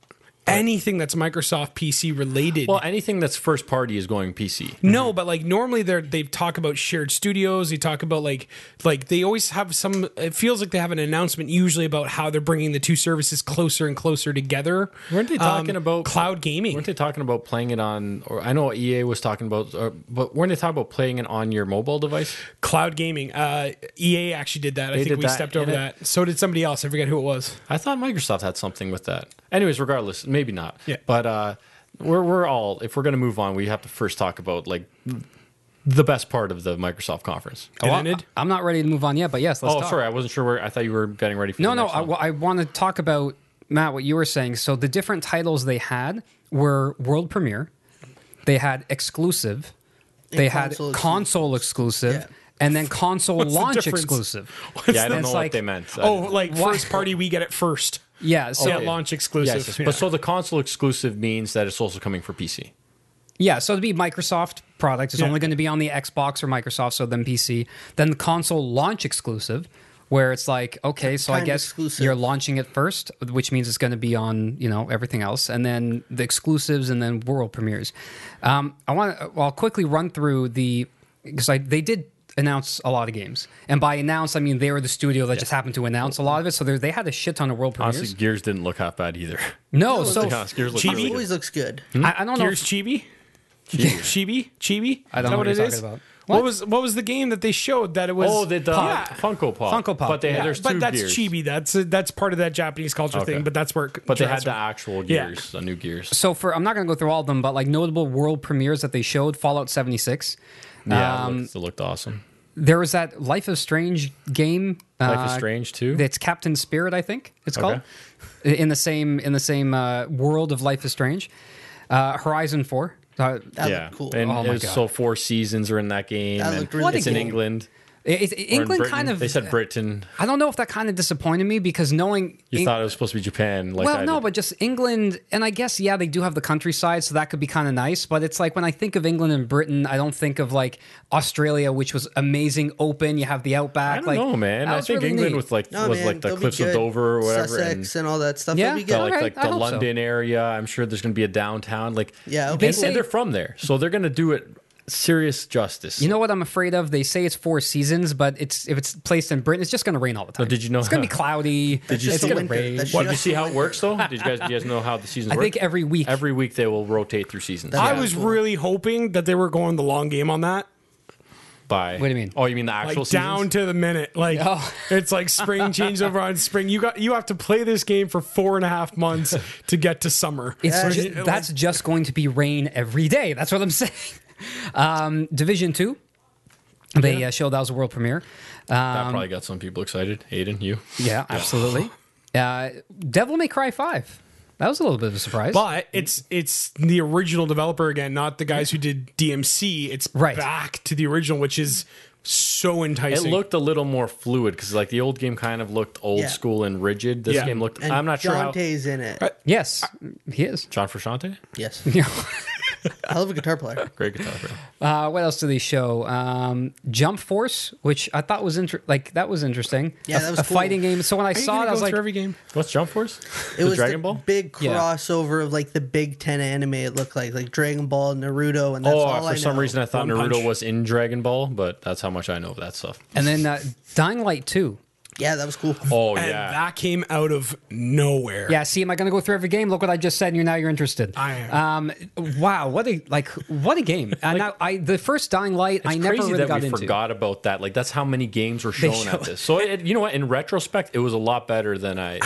anything that's Microsoft PC related.
Well, anything that's first party is going PC.
no, but like normally they're they talk about shared studios. They talk about like like they always have some. It feels like they have an announcement usually about how they're bringing the two services closer and closer together. Um,
Weren't they talking about-
cloud gaming?
Weren't they talking about playing it on? Or I know EA was talking about, or, but weren't they talking about playing it on your mobile device?
cloud gaming. Uh, EA actually did that. I
They
think
did
we
that,
stepped over
and
that. So did somebody else. I forget who it was.
I thought Microsoft had something with that. Anyways, regardless, maybe not.
Yeah.
But uh, we're we're all if we're gonna move on, we have to first talk about like the best part of the Microsoft conference.
It
Oh, I,
ended?
I'm not ready to move on yet, but yes, let's
Oh,
talk.
sorry, I wasn't sure where. I thought you were getting ready for.
No,
the
no.
next
I,
one.
want to talk about Matt what you were saying. So the different titles they had were world premiere, they had exclusive, they had
console exclusive.
console exclusive,
Yeah.
and then console
the
launch
difference?
exclusive.
yeah, I don't
it's
know
like-
what they meant. I
Oh,
didn't-
like
Why-
first party, we get it first.
Yeah. So
Yeah, launch exclusive.
Yes, yes.
Yeah.
But so the console exclusive means that it's also coming for PC.
Yeah, so it'd be Microsoft product. It's
Yeah.
only going to be on the Xbox or Microsoft, so then PC. Then the console launch exclusive, where it's like, okay, so I
Time
guess
exclusive.
you're launching it first, which means it's going to be on you know everything else, and then the exclusives, and then world premieres. Um, I want to. Well, I'll quickly run through the because they did announce a lot of games, and by announce I mean they were the studio that just happened to announce a lot of it. So there- they had a shit ton of world premieres.
Honestly, Gears didn't look half bad either.
no, so
Yeah, Gears looked
Chibi?
really
It
good.
always looks good.
I, I don't know.
Gears
if-
Chibi? Chibi? Chibi?
I don't
Is that
know what
what
you're
it
talking
is?
about.
What?
What?
was what was the game that they showed that it was?
Oh, the, the
Yeah.
Funko Pop.
Funko Pop,
But they,
yeah.
there's two
but that's
Gears.
Chibi. That's that's part of that Japanese culture
Okay.
thing. But that's where. It
But they had
draws
the
from.
actual
Yeah.
Gears, the new Gears.
so for I'm not going to go through all of them, but like notable world premieres that they showed: Fallout 76.
Yeah, it,
Um,
looked, it looked awesome.
there was that Life is Strange game.
Life is
uh,
Strange too.
That's Captain Spirit, I think it's
Okay.
called. In the same in the same uh, world of Life is Strange, uh, Horizon Four. Uh,
That
yeah,
looked cool.
and
Oh
it
my
was-
God.
so four seasons are in that game.
That
and
looked really What a
it's in
cool.
England.
it- it-
or in
England
Britain.
kind of.
They said Britain.
I don't know if that kind of disappointed me because knowing
You
Eng-
thought it was supposed to be Japan. Like
well,
I
no,
did.
but just England, and I guess yeah, they do have the countryside, so that could be kind of nice. But it's like when I think of England and Britain, I don't think of like Australia, which was amazing, open. You have the outback.
I don't
like,
know, man.
that
I
was
think
really
England
neat.
was like
No,
was
Oh, man,
like the
they'll be
Cliffs of
good.
Dover or whatever. and-
Sussex and, all that stuff.
Yeah.
They'll be
Yeah, like,
good.
Alright,
like
I
the
hope so.
London area. I'm sure there's going to be a downtown. Like
Yeah,
and,
okay.
and they're from there, so they're going to do it serious justice.
You know what I'm afraid of? They say it's four seasons, but it's if it's placed in Britain, it's just going to rain all the time.
Oh, did you know-
it's going to be cloudy?
Did you
it's
see-
going to
Winter.
rain?
That's
What, did you
just
see how it works though? Did you guys, do you guys know how the seasons
I
work?
think every week.
Every week they will rotate through seasons.
That's-
I
Yeah,
was
cool.
really hoping that they were going the long game on that.
By
What do you mean?
Oh, you mean the actual
like
seasons?
down to the minute. Like
Oh.
it's like spring changes over on spring. You got you have to play this game for four and a half months to get to summer.
It's
Yeah,
just,
it-
that's just going to be rain every day. That's what I'm saying. Um, Division two, they uh, showed that was a world premiere.
that probably got some people excited. Aiden, you.
Yeah, absolutely. uh, Devil May Cry five. That was a little bit of a surprise.
but it's it's the original developer again, not the guys who did DMC. It's
Right.
back to the original, which is so
It
enticing.
looked a little more fluid because like the old game kind of looked old
Yeah.
school and rigid. This
Yeah.
game looked.
And
I'm not sure how.
Dante's in it.
yes, he is.
John Frusciante,
Yes.
Yeah.
Hell of a guitar player.
great guitar player.
Uh, what else do they show? Um, Jump Force, which I thought was inter- like that was interesting.
Yeah,
A-
that was
a
cool.
fighting game. So when I
Are you
saw
gonna
it, I
go
was like,
through every game.
What's Jump Force?
It was
Dragon
the
Ball.
big
Yeah.
crossover of like the big ten anime. It looked like like Dragon Ball, Naruto, and that's
Oh,
all I
for some
know.
reason I thought
One
Naruto
Punch.
was in Dragon Ball, but that's how much I know of that stuff.
and then uh, Dying Light two.
yeah, that was cool.
Oh
and
yeah,
that came out of nowhere.
Yeah, see, am I going to go through every game? Look what I just said, and you're now you're interested.
I am.
Um, wow, what a like, what a game! And now I the first Dying Light, I
It's
never
crazy
really
that
got
we
into.
forgot about that. Like that's how many games were shown
show-
at this. So it, you know what? In retrospect, it was a lot better than I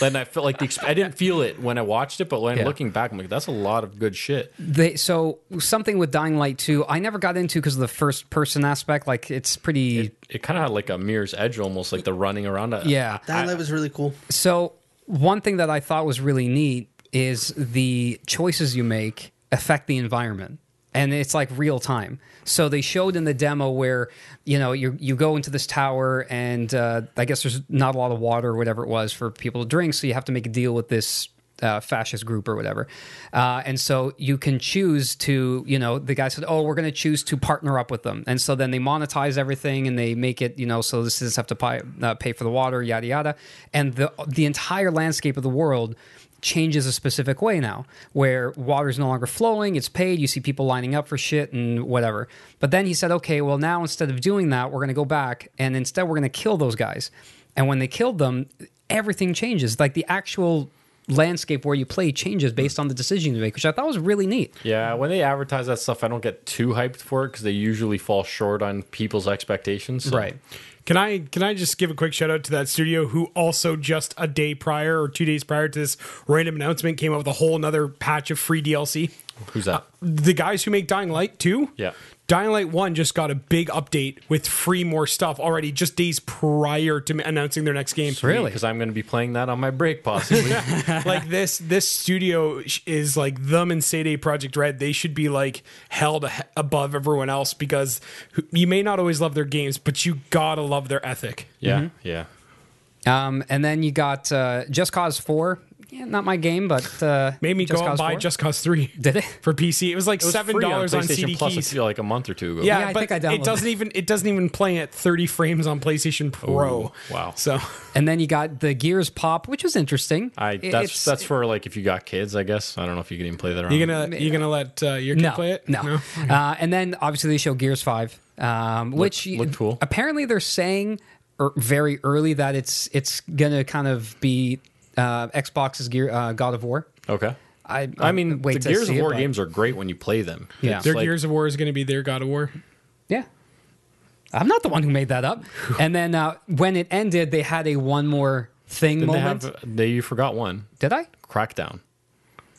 than I felt like the. exp- I didn't feel it when I watched it, but when
Yeah.
looking back, I'm like, that's a lot of good shit.
They, so something with Dying Light two, I never got into because of the first person aspect. Like it's pretty.
It kind of had like a mirror's edge, almost like the running around. I-
yeah.
That was really cool.
So one thing that I thought was really neat is the choices you make affect the environment. And it's like real time. So they showed in the demo where you know you you go into this tower, and uh, I guess there's not a lot of water or whatever it was for people to drink, so you have to make a deal with this uh, fascist group or whatever. Uh, and so you can choose to, you know, the guy said, oh, we're going to choose to partner up with them. And so then they monetize everything and they make it, you know, so the citizens have to pay, uh, pay for the water, yada, yada. And the, the entire landscape of the world changes a specific way now, where water's no longer flowing, it's paid, you see people lining up for shit and whatever. But then he said, okay, well, now instead of doing that, we're going to go back and instead we're going to kill those guys. And when they killed them, everything changes. Like the actual landscape where you play changes based on the decision you make, which I thought was really neat.
Yeah, when they advertise that stuff, I don't get too hyped for it because they usually fall short on people's expectations. so-
Can I can I just give a quick shout out to that studio who also just a day prior or two days prior to this random announcement came out with a whole another patch of free DLC.
Who's that?
Uh,
The guys who make Dying Light 2?
Yeah.
Dying Light 1 just got a big update with free more stuff already just days prior to me- announcing their next game.
Really?
Because I'm going to be playing that on my break, possibly.
like this this studio sh- is like them and Sade Project Red. They should be like held a- above everyone else because who- you may not always love their games, but you gotta love their ethic.
yeah,
Mm-hmm.
yeah.
Um, and then you got uh, Just Cause 4. Yeah, not my game, but. Uh,
Made me go out and
Cause
buy
4.
Just Cause Three
Did it?
for PC. It was like
It was
seven
free
dollars on,
PlayStation
CD
Plus, I
keys.
feel like a month or two ago.
Yeah,
Yeah, I
but
think I
it doesn't
downloaded it.
even it doesn't even play at 30 frames on PlayStation Pro.
Ooh, wow.
So
And then you got the Gears Pop, which was interesting.
I
It-
that's
it's-
that's for like if you got kids, I guess. I don't know if you can even play that. Around.
you're gonna you're gonna let uh, your kid
no,
play it?
no. Uh, and then obviously they show Gears Five, um, which
looked cool.
apparently they're saying er, very early that it's it's gonna kind of be uh, Xbox's Gear uh, God of War.
Okay.
I
I mean,
wait
the
to
Gears
see
of
it,
War
but-
games are great when you play them.
Yeah.
It's
Their
like-
Gears of War is gonna be their God of War.
Yeah. I'm not the one who made that up. And then uh, when it ended, they had a one more thing
Didn't
moment.
They have, they, you forgot one.
Did I?
Crackdown.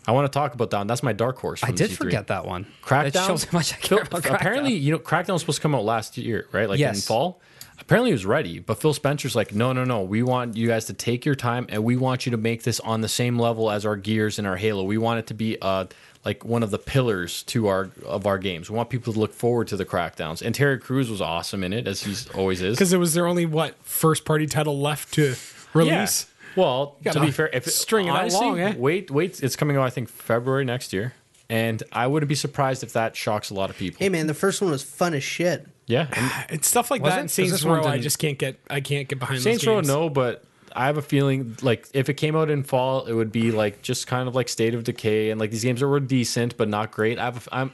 I want to talk about that. That's my dark horse.
I
from
did
G3.
forget that one. That
Crackdown.
shows how much I care
Phil-
about Crackdown.
Apparently, you know, Crackdown was supposed to come out last year, right? Like in
Yes.
fall. Apparently, it was ready, but Phil Spencer's like, no, no, no. We want you guys to take your time, and we want you to make this on the same level as our Gears and our Halo. We want it to be uh like one of the pillars to our of our games. We want people to look forward to the Crackdowns. And Terry Crews was awesome in it, as he's always is.
Because it was their only what first party title left to release.
Yeah. Well, to
gotta
be fair, if
string it out
honestly,
long, eh?
wait, wait, it's coming out I think February next year, and I wouldn't be surprised if that shocks a lot of people.
Hey man, the first one was fun as shit.
Yeah, and
It's stuff like
Was
that
it?
in
'Cause
Saints
this one
Row. I
didn't-
just can't get I can't get behind
Saints
those
Row,
games.
no, but I have a feeling like if it came out in fall, it would be like just kind of like State of Decay, and like these games that were decent but not great. I've, I'm,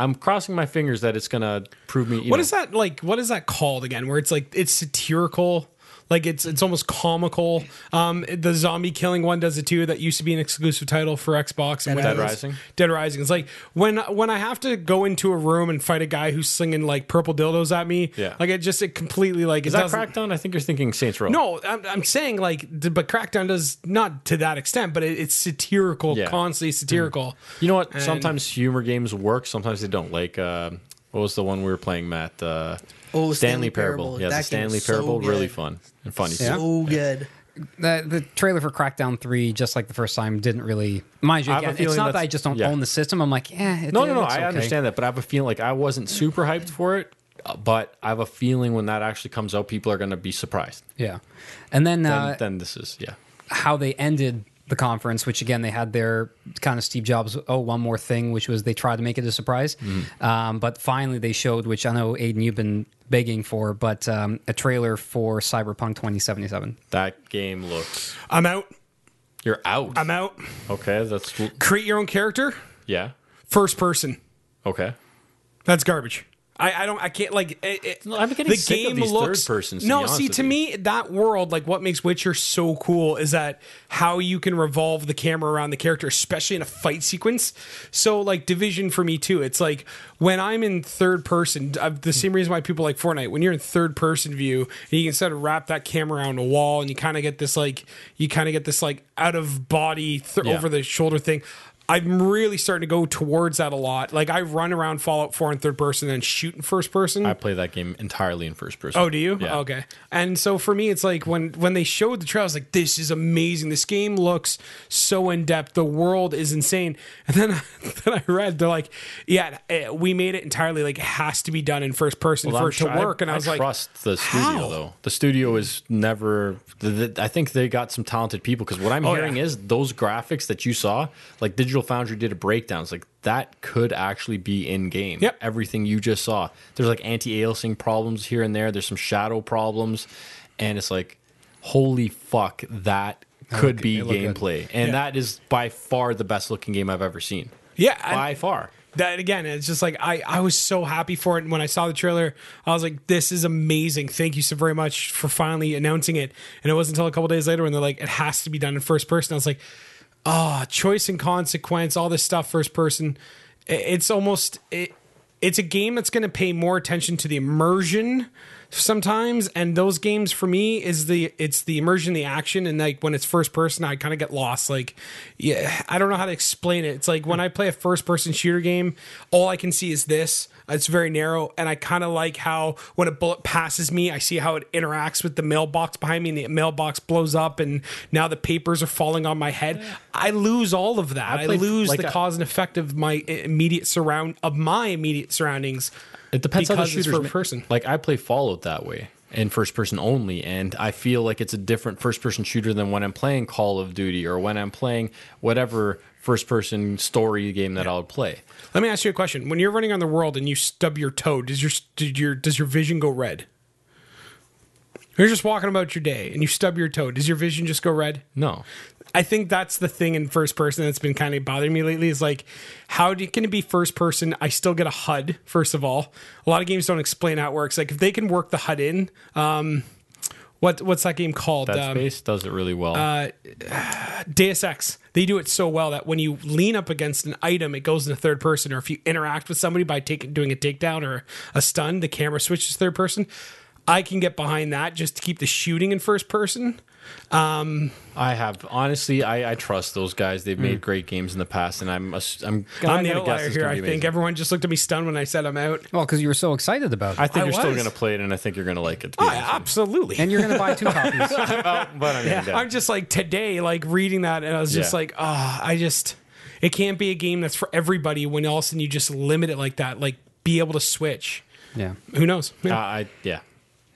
I'm crossing my fingers that it's gonna prove me. You
What
know,
is that like? What is that called again? Where it's like it's satirical, like it's it's almost comical. Um, the zombie killing one does it too. That used to be an exclusive title for Xbox and
Dead
Windows.
Rising.
Dead Rising. It's like when when I have to go into a room and fight a guy who's slinging like purple dildos at me.
Yeah.
like it just it completely like
Is
it
that
doesn't-
Crackdown? I think you're thinking Saints Row.
No, I'm, I'm saying like, d- but Crackdown does not to that extent, but it, it's satirical,
Yeah. Mm.
constantly satirical.
You know what?
And-
sometimes humor games work. Sometimes they don't. Like uh, what was the one we were playing, Matt? Uh,
Oh, Stanley
Parable.
Parable.
Yeah,
That
the
game
Stanley
was so
Parable. really
good.
fun and funny. too.
So good.
the, the trailer for Crackdown Three, just like the first time, didn't really mind you.
I have a
Again, it's
feeling
not that
that's-
I just don't
yeah.
own the system. I'm like, yeah, it,
No,
it
no, no.
looks
I
okay.
understand that, but I have a feeling like I wasn't super hyped for it. uh, But I have a feeling when that actually comes out, people are going to be surprised.
Yeah, and then,
Then,
uh,
then this is yeah.
how they ended the conference, which again they had their kind of Steve Jobs. Oh, one more thing, which was they tried to make it a surprise,
Mm-hmm.
um, but finally they showed, which I know Aiden you've been begging for, but um, a trailer for Cyberpunk 2077.
That game looks.
I'm out.
You're out.
I'm out.
Okay, that's
Create your own character.
yeah.
First person.
Okay.
That's garbage. I, I don't. I can't like. It, it-
No, I'm getting
the
sick of
game
these
looks
third persons, to be
no,
honest
see,
with
to
you.
me, that world, like what makes Witcher so cool, is that how you can revolve the camera around the character, especially in a fight sequence. So, like Division for me too, it's like when I'm in third person. i the same reason why people like Fortnite. When you're in third person view, and you can sort of wrap that camera around a wall, and you kind of get this like you kind of get this like out of body th-
Yeah.
over the shoulder thing. I'm really starting to go towards that a lot. Like I run around Fallout 4 in third person and shoot in first person.
I play that game entirely in first person.
oh, do you?
Yeah.
Okay. And so for me, it's like when when they showed the trailer, I was like, "This is amazing. This game looks so in depth. The world is insane." And then then I read they're like, "Yeah, eh, we made it entirely like it has to be done in first person
Well,
for
I'm
it to
tr- I-
work." and I was like,
trust the studio
"How?"
though. The studio is never. The, the, I think they got some talented people because what I'm
Oh,
hearing
yeah.
is those graphics that you saw, like Digital Foundry did a breakdown. It's like that could actually be in game.
Yep.
everything you just saw. There's like anti-aliasing problems here and there. There's some shadow problems, and it's like, holy fuck, that could
looked-
be
it looked good.
gameplay, and
Yeah.
that is by far the best looking game I've ever seen.
Yeah, I-
by far.
that again it's just like I, I was so happy for it and when i saw the trailer i was like this is amazing thank you so very much for finally announcing it and it wasn't until a couple days later when they're like it has to be done in first person i was like ah choice and consequence all this stuff first person I- it's almost it, it's a game that's going to pay more attention to the immersion sometimes and those games for me is the it's the immersion the action and like when it's first person i kind of get lost like yeah i don't know how to explain it it's like when i play a first person shooter game all i can see is this it's very narrow and i kind of like how when a bullet passes me i see how it interacts with the mailbox behind me and the mailbox blows up and now the papers are falling on my head i lose all of that i,
played,
lose
like,
the
a-
cause and effect of my i- immediate surround of my immediate surroundings
It depends on how the
Because it's
shooter's
first
ma-
person.
Like I play Fallout that way in first person only, and I feel like it's a different first person shooter than when I'm playing Call of Duty or when I'm playing whatever first person story game that I'll play.
Let me ask you a question. When you're running on the world and you stub your toe, does your did your does your vision go red? You're just walking about your day and you stub your toe. Does your vision just go red?
No,
I think that's the thing in first person that's been kind of bothering me lately is like, how do, can it be first person? I still get a HUD, first of all. A lot of games don't explain how it works. Like, if they can work the HUD in, um, what, what's that game called?
that
Um, uh,
space does it really well.
Deus Ex. They do it so well that when you lean up against an item, it goes into third person. Or if you interact with somebody by taking doing a takedown or a stun, the camera switches third person. I can get behind that just to keep the shooting in first person.
I have honestly, I, I trust those guys. They've made great games in the past, and I'm ass- I'm
I'm,
I'm
the
gonna guess
outlier
it's
here.
gonna
Mm. I
be
think
amazing.
everyone just looked at me stunned when I said I'm out.
Well, because you were so excited about it.
I think
I
you're still
was.
gonna play it, and I think you're gonna like it. to be
Oh,
honest with you.
absolutely.
and you're going to buy two copies.
but I mean, yeah.
I'm just like today, like reading that, and I was just
Yeah.
like, ah, I just it can't be a game that's for everybody when all of a sudden you just limit it like that. Like be able to switch.
Yeah.
Who knows?
Uh,
Yeah.
I yeah.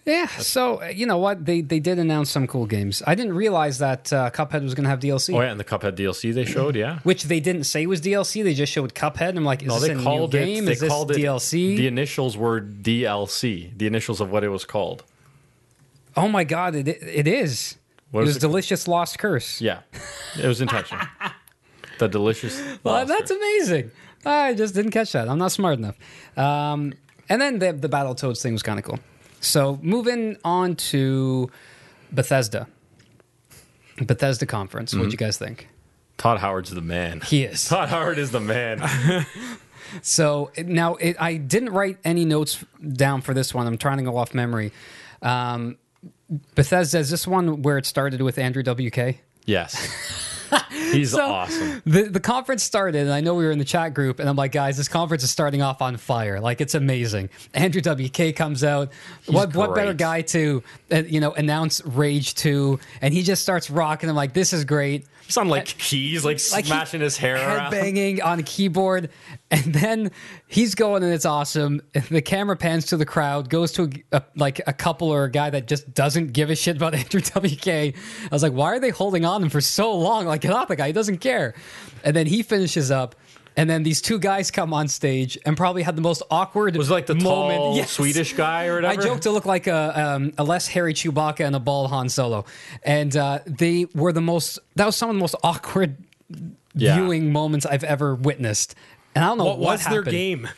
Yeah, so uh, you know what they they did announce some cool games. I didn't realize that uh, Cuphead was going to have DLC,
Oh yeah, and the Cuphead DLC they showed, yeah.
which they didn't say was DLC. They just showed Cuphead. And I'm like, is
No,
this
they
a new
called it.
game?
They
Is this
called it
DLC?
The initials were DLC. The initials of what it was called.
oh my god, it it is.
What
it was
is it called?
Delicious Lost Curse.
Yeah, it was intentional. the delicious.
Well,
lobster.
that's amazing. I just didn't catch that. I'm not smart enough. Um, and then the, the Battletoads thing was kind of cool. So moving on to Bethesda, Bethesda conference.
Mm-hmm.
What'd you guys think?
Todd Howard's the man.
He is.
Todd Howard is the man.
So it- now it, I didn't write any notes down for this one. I'm trying to go off memory. Um, Bethesda is this one where it started with Andrew WK.
yes, he's
So-
awesome.
The the conference started, and I know we were in the chat group, and I'm like, guys, this conference is starting off on fire. Like it's amazing. Andrew WK comes out. what what better
great.
guy to uh, you know announce Rage Two, and he just starts rocking. I'm like, this is great.
He's on like keys, like,
Like he-
smashing his hair around.
headbanging on a keyboard, and then he's going and it's awesome. The camera pans to the crowd, goes to a, a- like a couple or a guy that just doesn't give a shit about Andrew WK. I was like, why are they holding on him for so long? Like, get off the guy; he doesn't care. And then he finishes up. And then these two guys come on stage and probably had the most awkward
Was it, like the
moment.
tall
Yes.
Swedish guy or
I
whatever.
joked to look like a, um, a less hairy Chewbacca and a bald Han Solo, and uh, they were the most. That was some of the most awkward
Yeah.
viewing moments I've ever witnessed. And I don't know
what
what,
was
happened.
their game?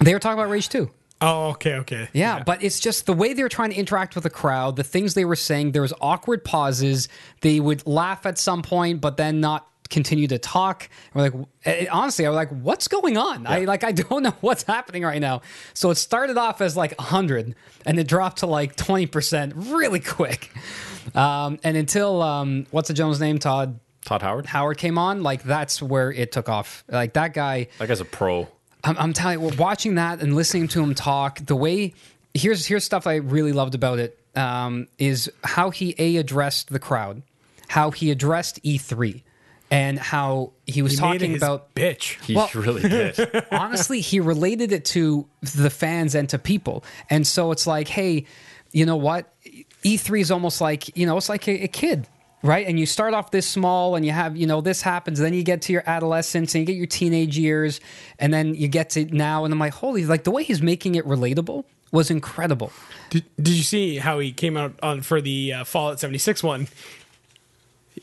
They were talking about Rage Two.
Oh, okay, okay.
Yeah, but it's just the way they were trying to interact with the crowd, the things they were saying. There was awkward pauses. They would laugh at some point, but then not continue to talk. And we're like, eh, honestly, I was like, what's going on? I like, I don't know what's happening right now. So it started off as like hundred, and it dropped to like twenty percent really quick. Um, and until um, what's the gentleman's name, Todd
Todd Howard.
Howard came on, like that's where it took off. Like that guy.
That guy's a pro.
I'm, I'm telling you, well, watching that and listening to him talk, the way here's here's stuff I really loved about it um, is how he a addressed the crowd, how he addressed E3, and how he was
He made
talking
his
about
bitch.
He
Well-
really did.
honestly, he related it to the fans and to people. And so it's like, hey, you know what? E3 is almost like, you know, it's like a, a kid, right? And you start off this small and you have, you know, this happens. Then you get to your adolescence and you get your teenage years. And then you get to now. And I'm like, holy, like the way he's making it relatable was incredible.
Did, did you see how he came out on for the uh, Fallout 76 one?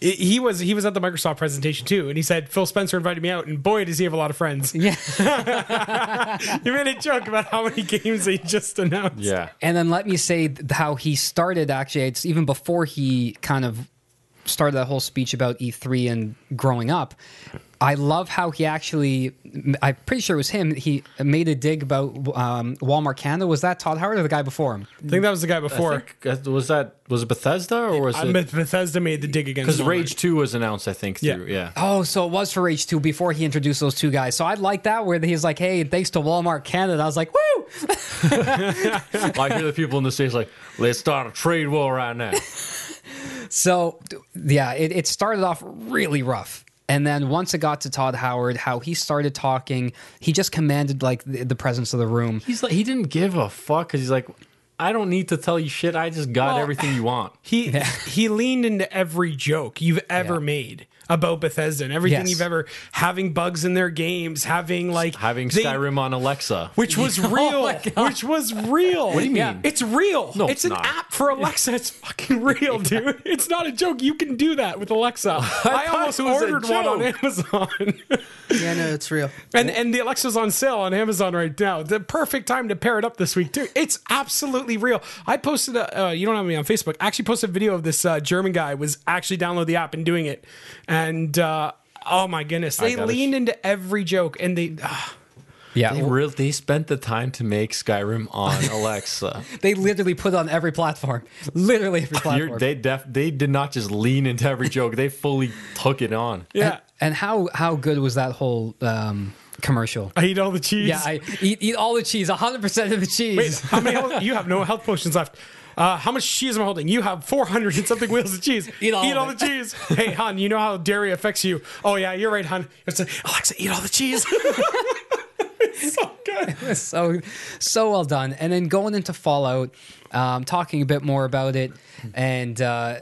i- he was he was at the Microsoft presentation too, and he said Phil Spencer invited me out, and boy does he have a lot of friends.
Yeah.
you made a joke about how many games they just announced.
Yeah.
And then let me say th- how he started. Actually, it's even before he kind of started that whole speech about E3 and growing up. I love how he actually. I'm pretty sure it was him. He made a dig about um, Walmart Canada. Was that Todd Howard or the guy before him?
I think that was the guy
I
before.
think, uh, was that was it Bethesda or was
Uh,
it
Bethesda made the dig against
because
Walmart.
Rage Two was announced? I think
Yeah.
through yeah.
Oh, so it was for Rage 2 before he introduced those two guys. So I like that where he's like, hey, thanks to Walmart Canada. I was like, woo!
I hear the people in the states like, let's start a trade war right now.
So, d- yeah, it, it started off really rough. And then once it got to Todd Howard, how he started talking, he just commanded like the, the presence of the room.
He's like, he didn't give a fuck because he's like, I don't need to tell you shit. I just got everything you want.
He he leaned into every joke you've ever
Yeah.
made about Bethesda and everything
Yes.
you've ever having bugs in their games, having like
Having
they-
Skyrim on Alexa.
which was real, which was real. What do
you mean?
It's real.
No,
it's
it's
an
not.
app for Alexa. It's fucking real, dude. It's not a joke. You can do that with Alexa. I,
thought
almost
it was a
ordered one on Amazon,
Yeah, no, it's real.
and and the Alexa's on sale on Amazon right now. The perfect time to pair it up this week too. It's absolutely real. I posted a uh, you don't have me on Facebook. I actually posted a video of this uh, German guy was actually download the app and doing it, and. uh Oh my goodness! They
gotta sh-
leaned into every joke, and they ah,
Yeah.
They
w-
really they spent the time to make Skyrim on Alexa.
They literally put it on every platform. Literally every platform.
You're, they def, they did not just lean into every joke. They fully took it on.
yeah.
and how, how good was that whole um, commercial?
I eat all the cheese.
Yeah, I eat, eat all the cheese, 100% of the cheese.
Wait, how many health, you have no health potions left. Uh, how much cheese am I holding? You have 400 and something wheels of cheese.
Eat all of
all
it.
the cheese. Hey, hon, you know how dairy affects you. Oh, yeah, you're right, hon. It's like, Alexa, eat all the cheese. It's so good.
so so well done. And then going into Fallout, um, talking a bit more about it, and uh,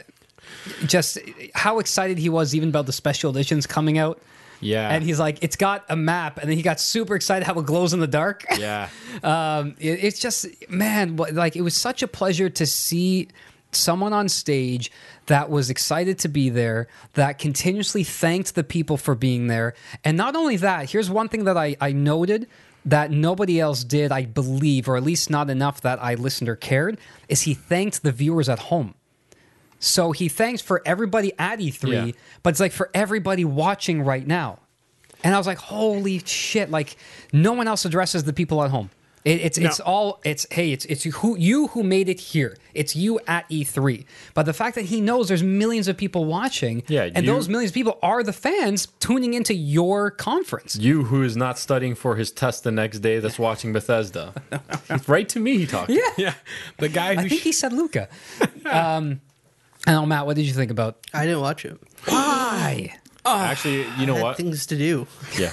just how excited he was even about the special editions coming out.
Yeah.
And he's like, it's got a map, and then he got super excited how it glows in the dark.
yeah.
um, it, it's just man, what- like it was such a pleasure to see someone on stage that was excited to be there, that continuously thanked the people for being there, and not only that. Here's one thing that I, I noted that nobody else did, I believe, or at least not enough that I listened or cared, is he thanked the viewers at home. So he thanks for everybody at E3,
Yeah.
but it's like for everybody watching right now. And I was like, holy shit! Like no one else addresses the people at home. It, it's it's all it's hey it's it's who you who made it here. It's you at E3. But the fact that he knows there's millions of people watching,
Yeah,
and
you-
those millions of people are the fans tuning into your conference.
You who is not studying for his test the next day that's watching Bethesda. right to me he talked. Yeah.
Yeah. The guy who.
I think he said Luca. um, I don't know, Matt. What did you think about?
I didn't watch it.
Why?
Actually, you know
I had
what?
things to do.
Yeah.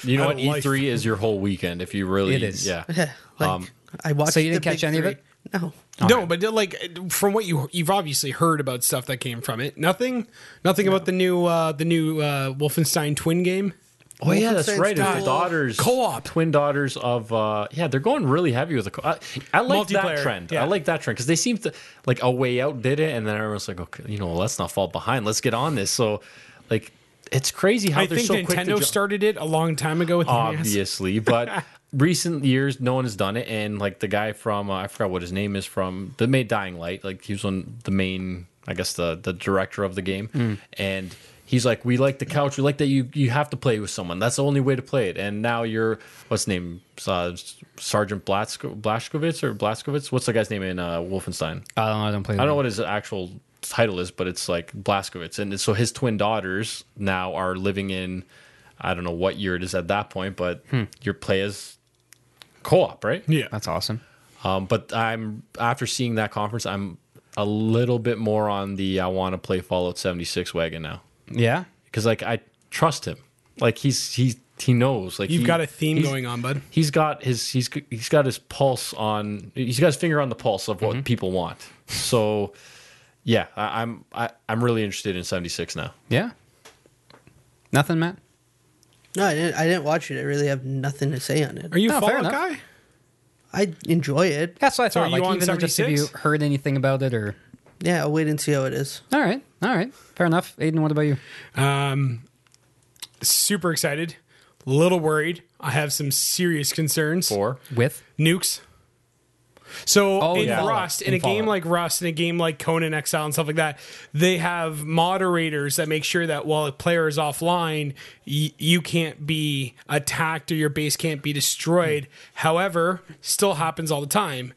You know what?
Out of life.
E3 is your whole weekend if you really
It is.
Yeah.
like,
Um,
I watched.
so you didn't
the
catch
big
any of
three.
it?
No.
no, but uh, like from what you you've obviously heard about stuff that came from it. Nothing, nothing about the new uh, the new uh, Wolfenstein twin game.
Oh yeah, that's
Wolfenstein's
right. It's
got
the daughters,
co-op.
twin daughters of. uh Yeah, they're going really heavy with the. Co- I, I like that
Multiplayer,
trend.
yeah.
I like that trend because they seem to like a way out did it, and then everyone's like, okay, you know, let's not fall behind. Let's get on this. So, like, it's crazy how
I
they're
think
so quick to
Nintendo
ju-
started it a long time ago with the E NES.
obviously, but recent years no one has done it, and like the guy from uh, I forgot what his name is from that made Dying Light, like he was on the main, I guess the the director of the game, and he's like, we like the couch, we like that you you have to play with someone. That's the only way to play it. And now you're what's his name uh, Sergeant Blasko, Blaskowitz or Blaskowitz? What's the guy's name in uh, Wolfenstein?
I don't know. I don't play.
I don't know what his actual title is, but it's like Blaskowitz. And so his twin daughters now are living in, I don't know what year it is at that point, but your play is co op, right?
Hmm. Yeah.
That's awesome.
Um, but I'm, after seeing that conference, I'm a little bit more on the I want to play Fallout 76 wagon now.
Yeah.
Because, like, I trust him. Like, he's, he's, he knows. Like,
You've
he-
got a theme
he's-
going on, bud.
He's got his he's he's got his pulse on he's got his finger on the pulse of what
Mm-hmm.
people want. So yeah, I, I'm I, I'm really interested in 76 now.
Yeah. Nothing, Matt.
No, I didn't. I didn't watch it. I really have nothing to say on it.
Are you
No,
a
fair
Fallout
enough.
guy?
I enjoy it.
That's what I
So
thought.
are
like,
you on
even just if you
76?
heard anything about it or
Yeah, I'll wait and see how it is.
All right. All right. Fair enough. Aiden, what about you?
Um, super excited, little worried. I have some serious concerns.
Four.
With?
nukes. So
Oh,
in
yeah.
Rust, in,
In
a game
Fallout.
like Rust, in a game like Conan Exile and stuff like that, they have moderators that make sure that while a player is offline, y- you can't be attacked or your base can't be
Hmm.
destroyed. However, still happens all the time.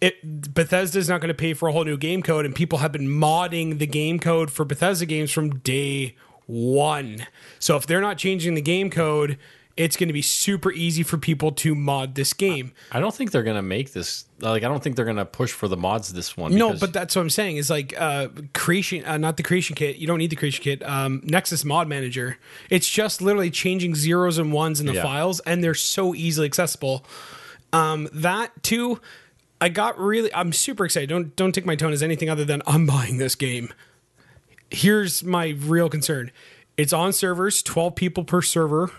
It, Bethesda's not going to pay for a whole new game code, and people have been modding the game code for Bethesda games from day one. So if they're not changing the game code, it's going to be super easy for people to mod this game.
I don't think they're gonna make this. Like, I don't think they're gonna push for the mods this one.
No,
because-
but that's what I'm saying is like uh, creation, uh, not the creation kit. You don't need the creation kit. Um, Nexus Mod Manager. It's just literally changing zeros and ones in the
Yeah.
files, and they're so easily accessible. Um, that too, I got really. I'm super excited. Don't don't take my tone as anything other than I'm buying this game. Here's my real concern. It's on servers, 12 people per server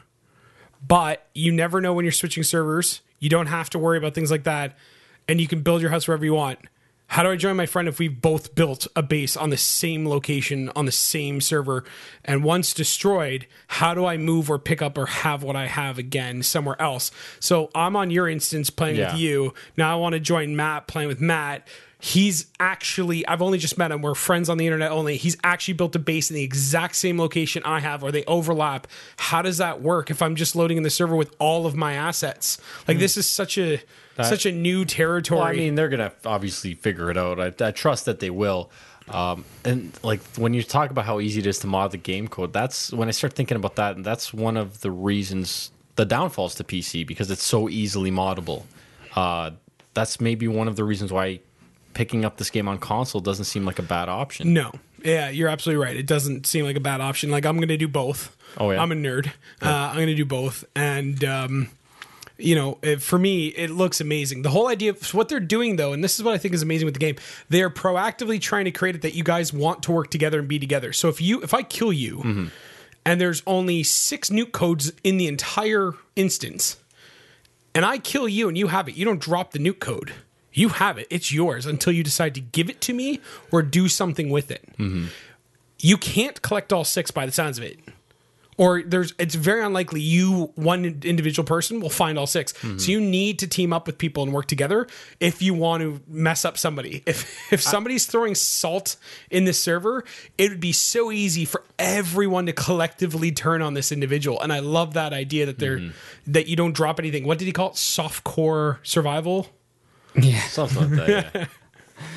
but you never know when you're switching servers. You don't have to worry about things like that, and you can build your house wherever you want. How do I join my friend if we've both built a base on the same location on the same server? And once destroyed, how do I move or pick up or have what I have again somewhere else? So I'm on your instance playing
Yeah.
with you. Now I want to join Matt playing with Matt. He's actually, I've only just met him. We're friends on the internet only. He's actually built a base in the exact same location I have, or they overlap. How does that work if I'm just loading in the server with all of my assets? Like, this is such a. Such a new territory.
Well, I mean, they're gonna obviously figure it out. I, I trust that they will. Um, and like when you talk about how easy it is to mod the game code, that's when I start thinking about that, and that's one of the reasons the downfalls to PC because it's so easily moddable. Uh, that's maybe one of the reasons why picking up this game on console doesn't seem like a bad option.
No. Yeah, you're absolutely right. It doesn't seem like a bad option. Like I'm going to do both.
Oh, yeah.
I'm a nerd. Uh, I'm going to do both, and um, you know, it, for me, it looks amazing. The whole idea of what they're doing, though, and this is what I think is amazing with the game. They are proactively trying to create it that you guys want to work together and be together. So if you, if I kill you,
Mm-hmm.
and there's only six nuke codes in the entire instance and I kill you and you have it, you don't drop the nuke code. You have it. It's yours until you decide to give it to me or do something with it.
Mm-hmm.
You can't collect all six by the sounds of it. Or there's it's very unlikely you one individual person will find all 6 So you need to team up with people and work together if you want to mess up somebody. If if somebody's throwing salt in the server, it would be so easy for everyone to collectively turn on this individual. And I love that idea that they're that you don't drop anything. What did he call it? Softcore survival?
Yeah.
Something like that. Yeah.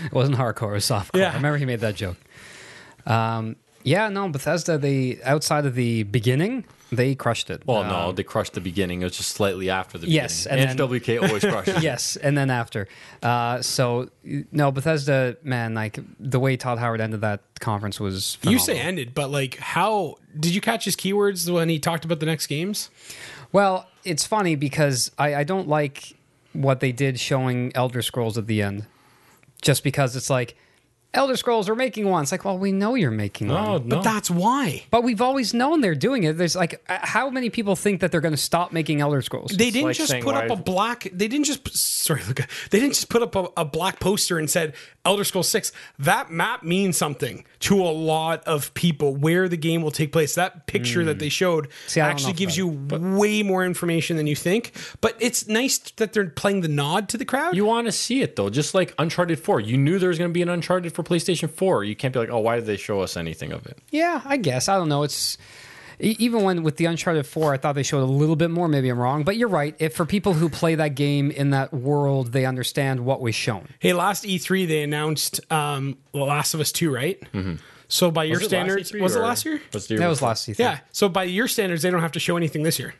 It wasn't hardcore, it was softcore.
Yeah.
I remember he made that joke. Um, yeah, no, Bethesda, they outside of the beginning, they crushed it.
Well,
Um,
no, they crushed the beginning. It was just slightly after the
Yes,
beginning.
and
HWK always crushes.
yes, and then after. Uh, so no, Bethesda, man, like the way Todd Howard ended that conference was.
You
phenomenal.
say ended, but like how did you catch his keywords when he talked about the next games?
Well, it's funny because I, I don't like what they did showing Elder Scrolls at the end, just because it's like Elder Scrolls are making one. It's like, well, we know you're making
No,
one.
no.
That's why.
But we've always known they're doing it. There's like, uh, how many people think that they're going to stop making Elder Scrolls?
They didn't
like
just
saying
put
why-
up a black. They didn't just sorry, Luca. They didn't just put up a, a black poster and said Elder Scrolls Six. That map means something to a lot of people. Where the game will take place. That picture
Hmm.
that they showed
See, I don't know
actually
if
gives
that-
you way more information than you think. But it's nice that they're playing the nod to the crowd.
You want to see it though, just like Uncharted 4. You knew there was going to be an Uncharted for PlayStation 4. You can't be like, oh, why did they show us anything of it?
Yeah, I guess. I don't know. It's e- even when with the Uncharted 4, I thought they showed a little bit more. Maybe I'm wrong, but you're right. If for people who play that game in that world, they understand what was shown.
hey, last E3 they announced um, Last of Us Two, right? So by your
Mm-hmm. Was it last
standards,
E3
was it
or-
last year?
Was the year
That was
before?
last season.
Yeah. So by your standards, they don't have to show anything this year.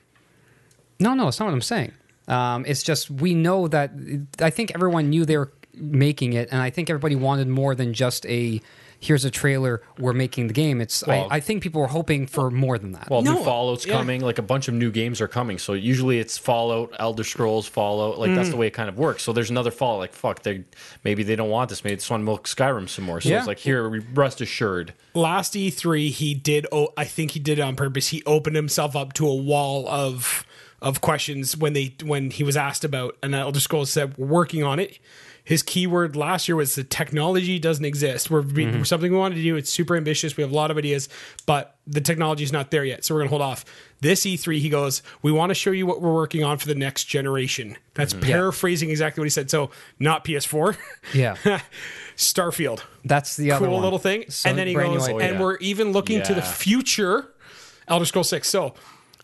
No, no, it's not what I'm saying. Um, it's just we know that I think everyone knew they were making it, and I think everybody wanted more than just a here's a trailer. We're making the game. It's
Well-
I, I think people were hoping for more than that.
Well,
No,
new Fallout's
yeah.
coming. Like a bunch of new games are coming. So usually it's Fallout, Elder Scrolls, Fallout. Like
Mm.
that's the way it kind of works. So there's another Fallout. Like fuck, they maybe they don't want this. Maybe this one milk Skyrim some more. So
Yeah.
it's like here, we- rest assured.
last E E3 he did oh I think he did it on purpose. He opened himself up to a wall of of questions when they when he was asked about, and Elder Scrolls said we're working on it. His keyword last year was the technology doesn't exist. We're be- something we wanted to do. It's super ambitious. We have a lot of ideas, but the technology's not there yet. So we're gonna hold off. This E3, he goes, we want to show you what we're working on for the next generation. That's paraphrasing exactly what he said. So not PS4,
Yeah,
Starfield
that's the other
cool
one.
little thing.
So
and then he
brand new
goes,
idea.
and we're even looking to the
Yeah.
future, Elder Scroll Six. So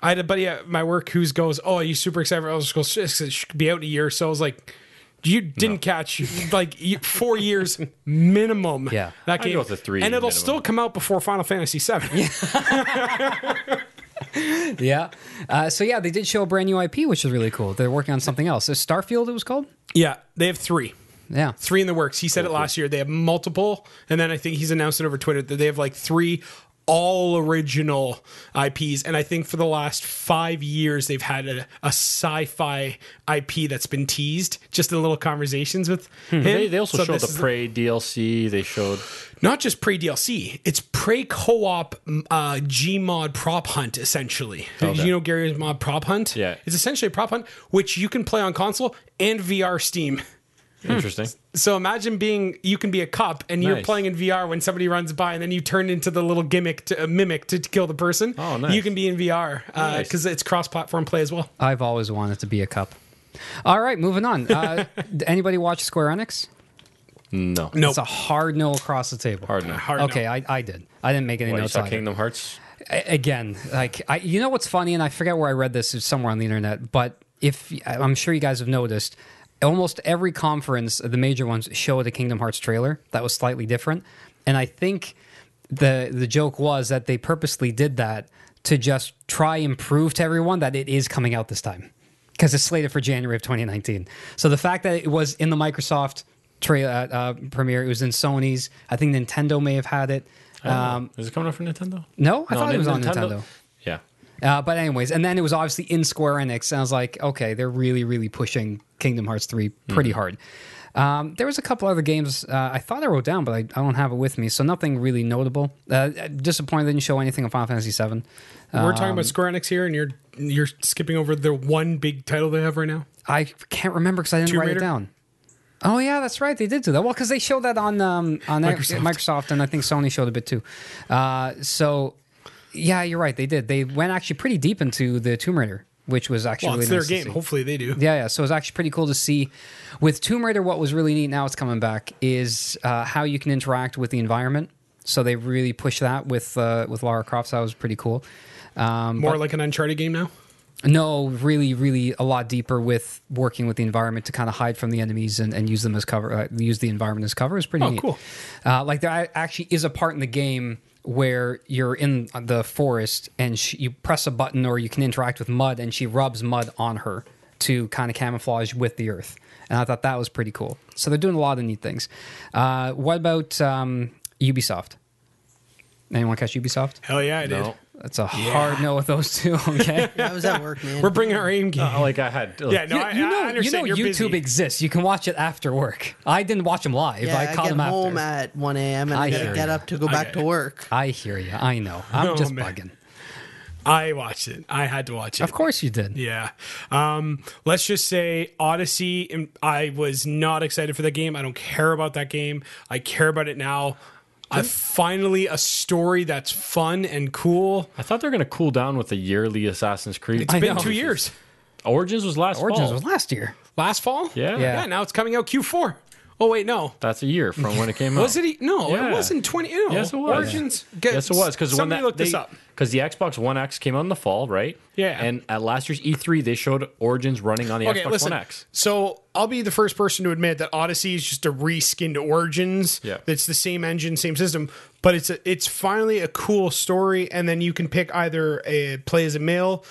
I had a buddy at my work who's goes, "Oh, are you super excited for Elder Scrolls Six? It should be out in a year." So I was like. You didn't catch like y- four years minimum.
Yeah.
that
I'd
game
go with the three
and it'll
minimum.
still come out before Final Fantasy VII.
yeah. Uh, so yeah, they did show a brand new IP, which is really cool. They're working on something else. Is Starfield it was called?
yeah, they have three.
Yeah.
three in the works. He said it last year. They have multiple, and then I think he's announced it over Twitter that they have like three all original IPs. And I think for the last five years, they've had a, a sci-fi IP that's been teased just in little conversations with him.
Hmm. They, they also
So
showed
this
the
is
Prey DLC. They showed
not just pre DLC. It's pre co-op m- uh, Gmod prop hunt essentially. Did You know Gary's mod prop hunt.
Yeah.
it's essentially a prop hunt which you can play on console and VR Steam. Hmm.
interesting.
So imagine being you can be a cop and you're
Nice.
playing in VR when somebody runs by and then you turn into the little gimmick to uh, mimic to, to kill the person.
Oh, nice.
You can be in VR
Nice.
because it's cross-platform play as well.
I've always wanted to be a cup. All right, moving on. Uh, did anybody watch Square Enix?
No,
No,
It's a hard no across the table.
hard no.
hard. no.
Okay, I, I did. I didn't make any
What, you
notes
saw
on it.
Kingdom Hearts.
Again, like I, you know what's funny, and I forget where I read this it's somewhere on the internet, but if I'm sure you guys have noticed, almost every conference, the major ones, showed a Kingdom Hearts trailer that was slightly different, and I think the the joke was that they purposely did that to just try and prove to everyone that it is coming out this time because it's slated for January of 2019. So the fact that it was in the Microsoft tra- uh, uh, premiere, it was in Sony's. I think Nintendo may have had it. Um,
Is it coming out for Nintendo?
no, I thought it was on Nintendo.
Yeah.
Uh, but anyways, and then it was obviously in Square Enix, and I was like, okay, they're really, really pushing Kingdom Hearts three pretty
Hmm.
hard. Um, there was a couple other games uh, I thought I wrote down, but I, I don't have it with me, so nothing really notable. Uh, disappointed they didn't show anything on Final Fantasy seven.
We're
um,
talking about Square Enix here, and you're you're skipping over the one big title they have right now.
I can't remember because I didn't
Tomb
write
Raider?
it down. Oh yeah, that's right. They did do that. Well, because they showed that on um, on Microsoft.
Microsoft.
Microsoft, and I think Sony showed a bit too. Uh, so yeah, you're right. They did. They went actually pretty deep into the Tomb Raider, which was actually
Well,
really
it's their
nice to
game.
see.
Hopefully, they do.
Yeah, yeah. So it's actually pretty cool to see. With Tomb Raider, what was really neat now it's coming back is uh, how you can interact with the environment. So they really pushed that with uh, with Lara Croft. So that was pretty cool. Um,
More like an Uncharted game now.
no, really, really a lot deeper with working with the environment to kind of hide from the enemies and, and use them as cover. Uh, use the environment as cover is pretty
Oh,
neat.
cool.
Uh, like there a- actually is a part in the game where you're in uh, the forest and she, you press a button or you can interact with mud and she rubs mud on her to kind of camouflage with the earth. And I thought that was pretty cool. So they're doing a lot of neat things. Uh, what about um, Ubisoft? Anyone catch Ubisoft?
Hell yeah, I did.
No.
That's a hard no with those two. Okay.
I was at work, man.
We're bringing our aim game.
Uh, like I had.
yeah, no, I,
you know,
I understand.
you know
are
YouTube
busy.
exists. You can watch it after work. I didn't watch them live.
yeah,
I
I,
caught
get
them after.
home at 1 a.m. and I,
I hear
gotta get
ya.
up to go back to work.
I hear you. I know. I'm
Oh,
just
man.
bugging.
I watched it. I had to watch it.
Of course you did.
Yeah. Um, let's just say Odyssey. um, I was not excited for that game. I don't care about that game. I care about it now. I finally a story that's fun and cool.
I thought they were gonna cool down with the yearly Assassin's Creed.
It's
I
been
know.
two years.
Origins was last.
Origins
Oh.
fall.
was last year.
Last fall.
Yeah.
Yeah.
Yeah. Now it's coming out Q4. Oh wait, no.
That's a year from when it came out.
Was it? E- no,
Yeah.
it wasn't twenty. No.
Yes, it was.
Origins.
Yeah. Yes, it was. Because when
somebody
that
looked this up.
because the Xbox One X came out in the fall, right?
Yeah.
And at last year's E3, they showed Origins running on the
Okay,
Xbox
listen.
One X.
So I'll be the first person to admit that Odyssey is just a reskin to Origins.
Yeah.
It's the same engine, same system, but it's a, it's finally a cool story, and then you can pick either a play as a male,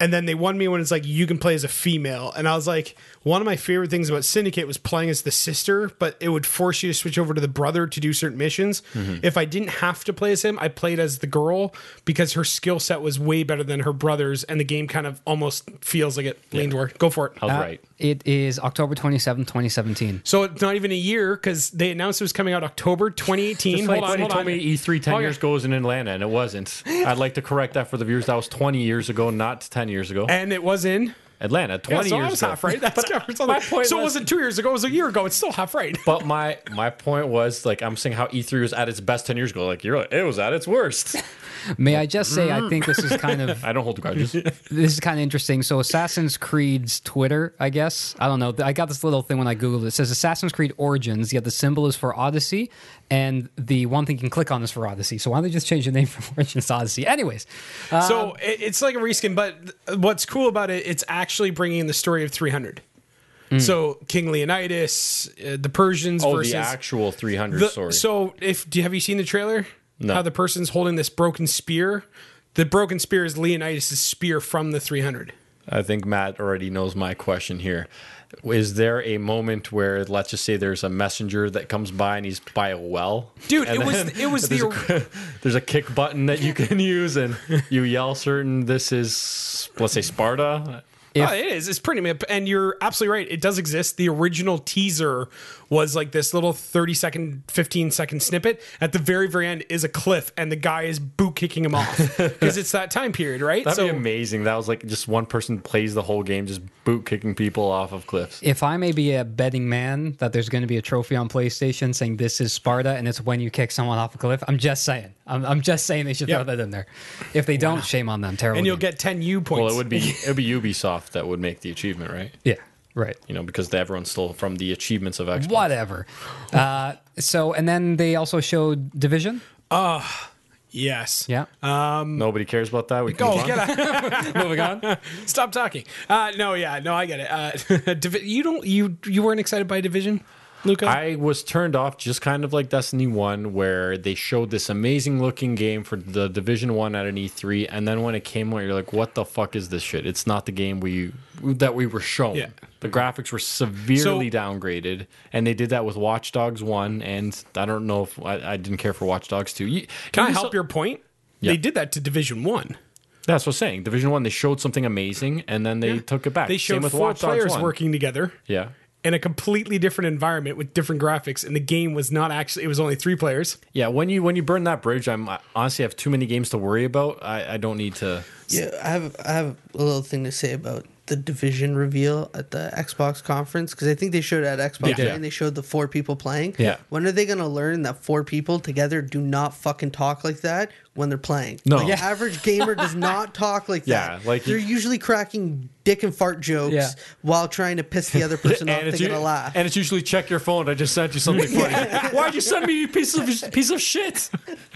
and then they won me when it's like you can play as a female, and I was like, one of my favorite things about Syndicate was playing as the sister, but it would force you to switch over to the brother to do certain missions. If I didn't have to play as him, I played as the girl because her skill set was way better than her brother's, and the game kind of almost feels like it leaned toward. Go for it.
I was
Uh,
right.
It is October twenty seventh, 2017.
So it's not even a year because they announced it was coming out October 2018.
Just
hold on,
like Oh, when you
hold
told
on.
me E3 10
Hold on.
E years ago was in Atlanta, and it wasn't. I'd like to correct that for the viewers. That was 20 years ago, not 10 years ago.
And it was in
Atlanta, 20
yeah, so I
years
was
ago.
half right. That's covered something.
my point
so it
was-
wasn't two years ago. It was a year ago. It's still half right.
But my my point was like I'm saying how E3 was at its best 10 years ago. Like you're, it was at its worst.
May I just say, I think this is kind of
I don't hold grudges.
this is kind of interesting. So Assassin's Creed's Twitter, I guess. I don't know. I got this little thing when I googled it. It says Assassin's Creed Origins, yet the symbol is for Odyssey, and the one thing you can click on is for Odyssey. So why don't they just change the name from Origins to Odyssey? Anyways,
Uh-huh.
so it, it's like a reskin. But th- what's cool about it? It's actually bringing in the story of 300. So King Leonidas, uh, the Persians
Hmm. oh,
versus
the actual 300
the-
story.
So if do you, have you seen the trailer?
No.
How the person's holding this broken spear. The broken spear is Leonidas' spear from the 300.
I think Matt already knows my question here. Is there a moment where, let's just say, there's a messenger that comes by and he's by a well,
Dude,
and
it was-
then
it was
there's
the-
a, there's a kick button that you can use, and you yell certain this is let's say Sparta.
If-
oh, it is. It's pretty much, and you're absolutely right. It does exist. The original teaser was like this little 30 second, 15 second snippet. At the very, very end is a cliff, and the guy is boot kicking him off because it's that time period, right?
That'd
so,
be amazing. That was like just one person plays the whole game, just boot kicking people off of cliffs.
if I may be a betting man that there's going to be a trophy on PlayStation saying this is Sparta and it's when you kick someone off a cliff, I'm just saying. I'm, I'm just saying they should
Yeah.
throw that in there. If they don't, shame on them. Terrible.
and you'll
game.
get 10 U points.
Well, it would be it would be Ubisoft that would make the achievement, right?
yeah, right.
You know, because everyone's still from the achievements of Xbox.
Whatever. Uh, so and then they also showed Division.
Yes.
Yeah.
Nobody cares about that. We can
Go
move on.
get out.
Moving on.
Stop talking. Uh, no, yeah, no, I get it. Uh, Divi- you don't, you, you weren't excited by Division, Luca?
I was turned off just kind of like Destiny 1, where they showed this amazing looking game for the Division 1 at an E3. And then when it came out, you're like, what the fuck is this shit? It's not the game we that we were shown.
Yeah.
The graphics were severely downgraded. And they did that with Watch Dogs 1. And I don't know if I, I didn't care for Watch Dogs 2. You-
Can I
Ubisoft-
help your point?
Yeah.
They did that to Division 1.
That's what I'm saying. Division 1, they showed something amazing and then they took it back.
They showed
Same with
four
Watch Dogs
players
1.
working together.
Yeah.
in a completely different environment with different graphics, and the game was not actually it was only three players.
Yeah, when you when you burn that bridge, I'm I honestly have too many games to worry about. I, I don't need to
Yeah, I have I have a little thing to say about the division reveal at the Xbox conference because I think they showed it at Xbox
Yeah.
and they showed the four people playing.
Yeah.
When are they gonna learn that four people together do not fucking talk like that when they're playing?
No.
Like,
Yeah.
average gamer does not talk like
Yeah,
that.
like-
they're usually cracking dick and fart jokes
Yeah.
while trying to piss the other person off
it's
thinking a
u-
laugh.
and it's usually check your phone. I just sent you something funny. Why'd you send me a piece of piece of shit?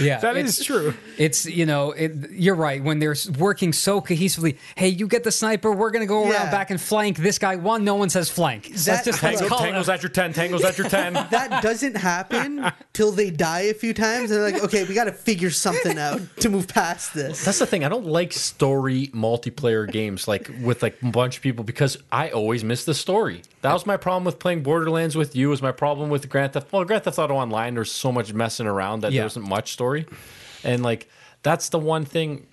Yeah.
That
it's-
is true.
It's you know it, you're right when they're working so cohesively. Hey, you get the sniper. We're gonna go around
Yeah.
back and flank this guy. One, no one says flank. Let's
That-
just let's
Tango,
call it.
tango's at your ten. Tango's at your ten.
that doesn't happen till they die a few times and they're like, okay, we gotta figure something out to move past this.
That's the thing. I don't like story multiplayer games like with like a bunch of people because I always miss the story. That was my problem with playing Borderlands with you. Was my problem with Grand Theft. Well, Grand Theft Auto Online. There's so much messing around that
Yeah.
there isn't much story, and like that's the one thing.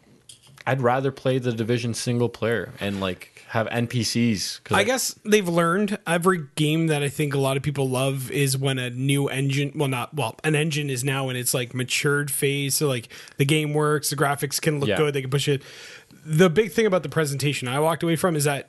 I'd rather play the Division single player and like have NPCs. 'cause
I guess they've learned every game that I think a lot of people love is when a new engine, well, not well, an engine is now in its like matured phase. So like the game works, the graphics can look
Yeah.
good, they can push it. The big thing about the presentation I walked away from is that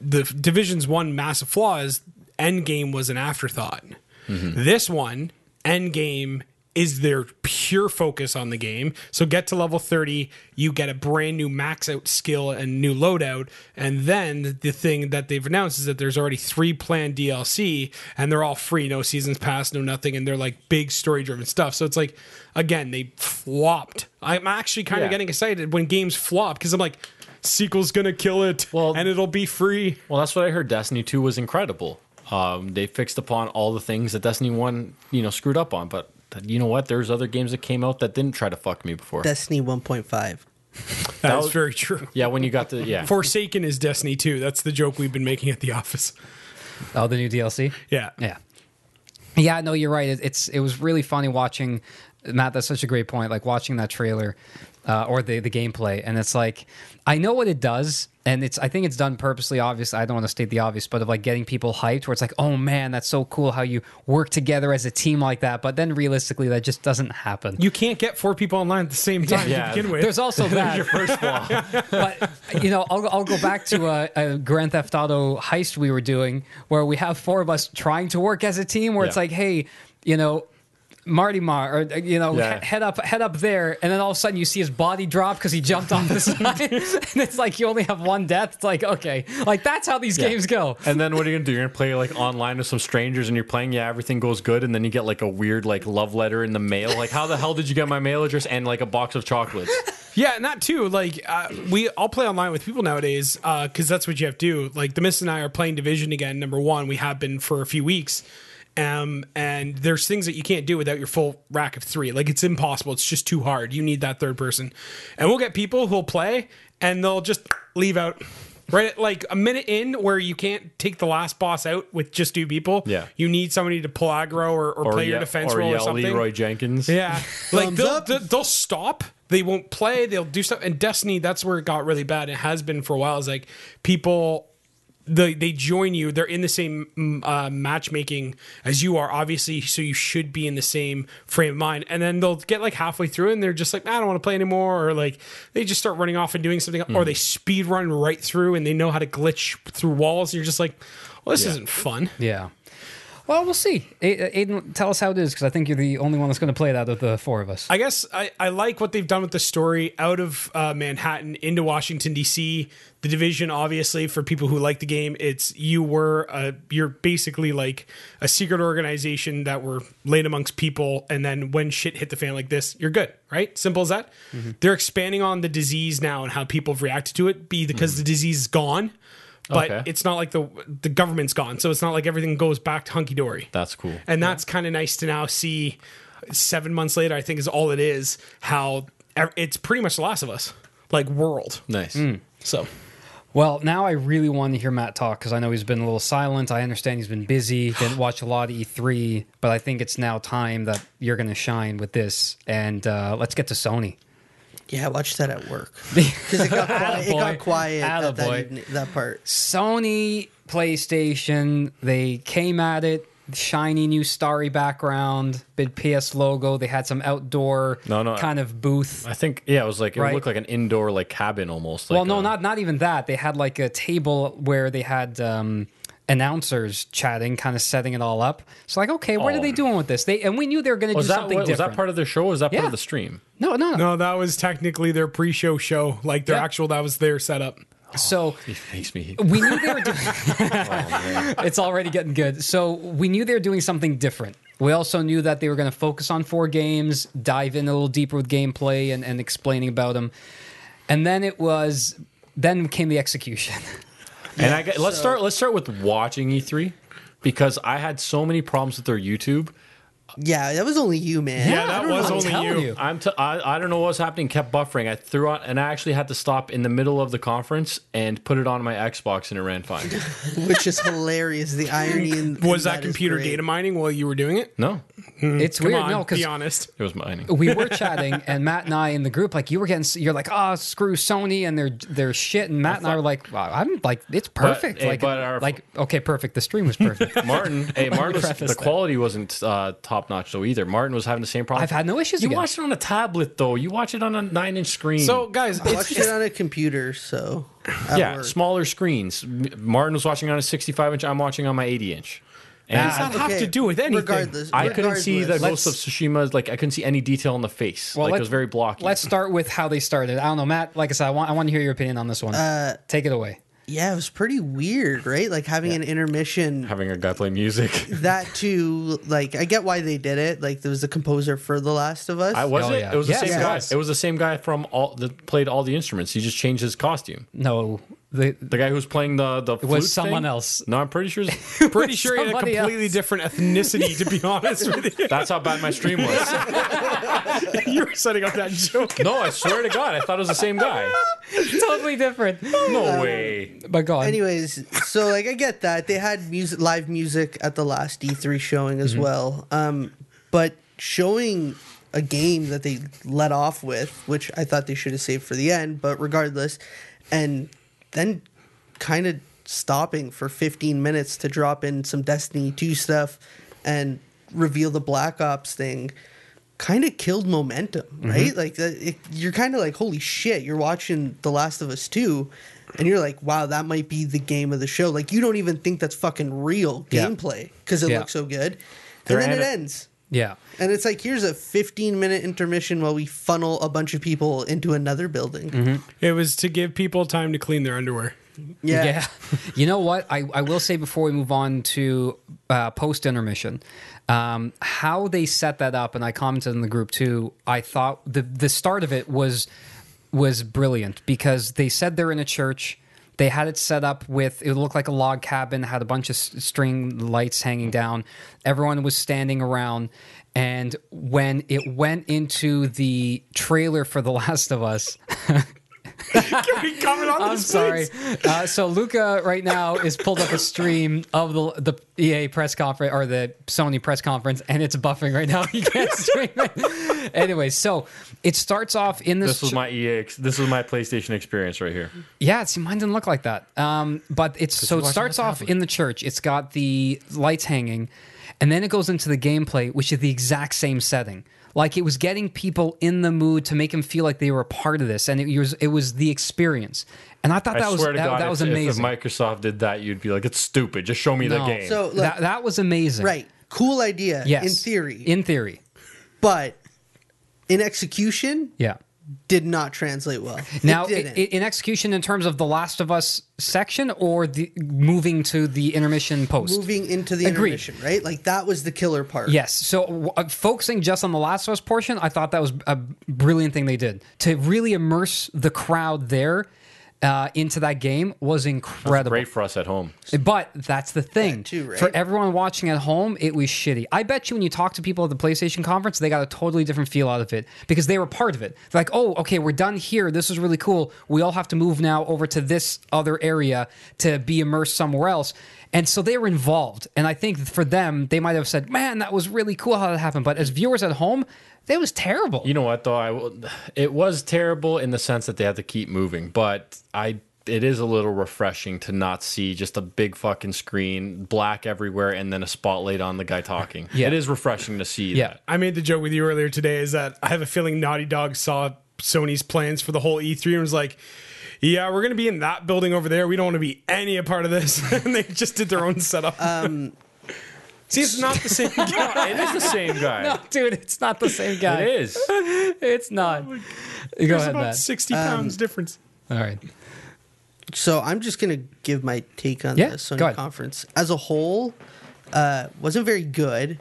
the division's one massive flaw is Endgame was an afterthought. This one, Endgame, is their pure focus on the game. So get to level 30, you get a brand new max out skill and new loadout. And then the thing that they've announced is that there's already three planned DLC and they're all free, no seasons pass, no nothing. And they're like big story driven stuff. So it's like, again, they flopped. I'm actually kind
Yeah.
of getting excited when games flop because I'm like, sequel's gonna kill it
Well-
and it'll be free
Well, that's what I heard. Destiny Two was incredible. Um, they fixed upon all the things that Destiny One, you know, screwed up on. But th- you know what? There's other games that came out that didn't try to fuck me before.
Destiny 1.5.
That
That
is
was-
very true.
yeah, when you got the yeah,
Forsaken is Destiny 2. That's the joke we've been making at the office.
Oh, the new DLC.
Yeah.
Yeah. Yeah, no, you're right. It, it's it was really funny watching Matt, that's such a great point. Like watching that trailer uh, or the the gameplay, and it's like I know what it does, and it's I think it's done purposely. Obviously, I don't want to state the obvious, but of like getting people hyped, where it's like, oh man, that's so cool how you work together as a team like that. But then realistically, that just doesn't happen.
You can't get four people online at the same time
Yeah.
to begin with.
There's also that.
Your first flaw.
but you know, I'll, I'll go back to a, a Grand Theft Auto heist we were doing, where we have four of us trying to work as a team. Where it's
Yeah.
like, hey, you know, Marty Mar, or uh, you know,
Yeah.
he- head up, head up there, and then all of a sudden you see his body drop because he jumped off the side, and it's like you only have one death. It's like okay, like that's how these
Yeah.
games go.
And then what are you gonna do? You're gonna play like online with some strangers, and you're playing. Yeah, everything goes good, and then you get like a weird like love letter in the mail. Like, how the hell did you get my mail address and like a box of chocolates?
Yeah, and that too. Like uh, we, I'll play online with people nowadays because that's what you have to do. Like the Miss and I are playing Division again. Number one, we have been for a few weeks. Um, and there's things that you can't do without your full rack of three. Like it's impossible. It's just too hard. You need that third person. And we'll get people who'll play and they'll just leave out right at like a minute in where you can't take the last boss out with just two people.
Yeah.
You need somebody to pull aggro or, or, play your
ye-
defense
or
role
yell
or something.
Leroy Jenkins.
Yeah, like
Thumbs
they'll,
up.
they'll they'll stop. They won't play. They'll do stuff. And Destiny, that's where it got really bad. It has been for a while. Is like people. They, they join you. They're in the same mm, uh, matchmaking as you are, obviously. So you should be in the same frame of mind. And then they'll get like halfway through, and they're just like, "I don't want to play anymore," or like they just start running off and doing something,
Hmm.
or they speed run right through, and they know how to glitch through walls. And you're just like, "Well, this isn't fun."
Yeah. Well, we'll see. A- Aiden, tell us how it is because I think you're the only one that's going to play that of the four of us.
I guess I, I like what they've done with the story out of uh, Manhattan into Washington D.C. The division, obviously, for people who like the game, it's you were uh you're basically like a secret organization that were laid amongst people, and then when shit hit the fan like this, you're good, right? Simple as that. They're expanding on the disease now and how people have reacted to it, be because the disease is gone, but
Okay.
it's not like the the government's gone, so it's not like everything goes back to hunky dory.
That's cool.
And that's kind of nice to now see seven months later, I think is all it is, how ev- it's pretty much The Last of Us, like world.
Nice.
So,
Well, now I really want to hear Matt talk because I know he's been a little silent. I understand he's been busy, didn't watch a lot of E3, but I think it's now time that you're going to shine with this. And uh, let's get to Sony.
Yeah, I watched that at work because it got quiet. it
Attaboy.
got quiet at that,
Attaboy.
evening, that part.
Sony PlayStation, they came at it. Shiny new starry background, big PS logo. They had some outdoor
No, no,
kind of booth.
I think yeah, it was like it
Right.
looked like an indoor like cabin almost. Like
well, no,
a-
not not even that. They had like a table where they had um, announcers chatting, kind of setting it all up. So like, okay, what
Oh.
are they doing with this? They and we knew they were going to do
Was Oh, that
something
what, was
different.
that part of the show? Or was that part
Yeah.
of the stream?
no, no, no.
no, that was technically their pre show show. Like their
Yeah.
actual, that was their setup.
So
It makes me.
we knew they were doing. it's already getting good. So we knew they were doing something different. We also knew that they were going to focus on four games, dive in a little deeper with gameplay and, and explaining about them. And then it was, then came the execution.
and I got, let's start. Let's start with watching E3 because I had so many problems with their YouTube.
Yeah, that was only you, man.
Yeah, that was
I'm
only
telling
you.
you.
I'm t- I, I don't know what was happening. Kept buffering. I threw on, and I actually had to stop in the middle of the conference and put it on my Xbox, and it ran fine.
which is hilarious. The irony in, in
Was that,
is
computer
great.
data mining while you were doing it?
No,
It's
Come
weird,
on,
no, because
be honest.
it was mining.
we were chatting, and Matt and I in the group, like you were getting, you're like, oh, screw Sony and their their shit, and Matt and I were like, wow, I'm like, it's perfect,
hey,
like,
but our-
like okay, perfect. The stream was perfect.
Martin, hey, Martin, was, the quality wasn't uh, top notch though either. Martin was having the same problem.
I've had no issues
You
again.
watched it on a tablet though. You watch it on a nine inch screen.
Hmm.
So, guys,
I
it's,
watched it on a computer, so at
yeah,
work.
smaller screens. M- Martin was watching on a 65 inch. I'm watching on my 80 inch. And
That's not
I,
have to do with anything.
Regardless,
I couldn't see the
regardless.
Ghost of Tsushima. Like I couldn't see any detail on the face. like it
let's-
was very blocky.
Let's start with how they started. I don't know, Matt. Like I said, I want I want to hear your opinion on this one. Take it away.
Yeah, it was pretty weird, right? Like having an intermission.
having a guy play music.
that too, like I get why they did it. Like there was the composer for The Last of Us.
I was
Oh,
it.
yeah.
It was
Yes,
the same
it
guy.
was.
It was the same guy from all that played all the instruments. He just changed his costume.
No, the,
The guy who was playing the the it
was someone else.
No, I'm pretty sure. it's-
pretty sure he had a
somebody
completely
else.
different ethnicity, to be honest with you.
That's how bad my stream was.
you were setting up that joke.
No, I swear to God, I thought it was the same guy.
totally different.
No
Uh,
way.
But God,
Anyways, so like I get that they had music, E live music at the last E3 showing as well. Um, but showing a game that they let off with, which I thought they should have saved for the end, but regardless, and then kind of stopping for 15 minutes to drop in some Destiny 2 stuff and reveal the Black Ops thing kind of killed momentum,
Mm-hmm.
right? Like the- it, you're kind of like holy shit, you're watching The Last of Us 2 and you're like wow, that might be the game of the show. Like you don't even think that's fucking real
Yeah.
gameplay cuz it
Yeah.
looks so good.
They're
and then
at
it
it.
ends.
Yeah.
And it's like here's a 15 minute intermission while we funnel a bunch of people into another building.
Mm-hmm.
It was to give people time to clean their underwear.
Yeah.
Yeah. You know what? I, I will say before we move on to uh, post intermission, um, how they set that up, and I commented in the group too. I thought the the start of it was was brilliant because they said they're in a church. They had it set up with it looked like a log cabin, had a bunch of s- string lights hanging down. Everyone was standing around, and when it went into the trailer for The Last of Us. I'm sorry. Uh, so Luca right now is pulled up a stream of the the EA press conference or the Sony press conference, and it's buffering right now. You can't stream it. Anyway, so it starts off in this.
This was my EA. ex- This was my PlayStation experience right here.
yeah, see, mine didn't look like that. Um, but it's so it starts off in the church. It's got the lights hanging, and then it goes into the gameplay, which is the exact same setting. Like it was getting people in the mood to make them feel like they were a part of this, and it was it was the experience. And I thought that
I
was
swear to
that,
God,
that was
if,
amazing.
if Microsoft did that, you'd be like, "It's stupid. Just show me the
No.
game."
So look,
that, that was amazing.
right. Cool idea
Yes.
in theory,
In theory.
but in execution
Yeah.
did not translate well. It
Now, i-
didn't.
i- in execution, in terms of the Last of Us section or the moving to the intermission post.
moving into the
Agreed.
intermission, right? Like that was the killer part.
Yes. So w- uh, focusing just on the Last of Us portion, I thought that was a brilliant thing they did to really immerse the crowd there uh, into that game was incredible.
Great for us at home.
But that's the thing.
too, right?
For everyone watching at home, it was shitty. I bet you when you talk to people at the PlayStation conference, they got a totally different feel out of it because they were part of it. They're like, oh, okay, we're done here. This is really cool. We all have to move now over to this other area to be immersed somewhere else. And so they were involved. And I think for them, they might have said, man, that was really cool how that happened. But as viewers at home, that was terrible.
You know what though? I will- it was terrible in the sense that they had to keep moving, but I it is a little refreshing to not see just a big fucking screen, black everywhere, and then a spotlight on the guy talking.
Yeah.
It is refreshing to see
yeah.
that.
I made the joke with you earlier today is that I have a feeling Naughty Dog saw Sony's plans for the whole E3 and was like, yeah, we're going to be in that building over there. We don't want to be any a part of this. and they just did their own setup.
Um,
See, it's not the same.
No, it is the same guy.
No, dude, it's not the same guy.
It is. Oh
It's not. Go
There's
ahead,
about
Matt.
60
Um,
pounds difference.
All right.
So I'm just gonna give my take on
Yeah,
the
go
Sony
ahead.
conference as a whole. Uh, wasn't very good,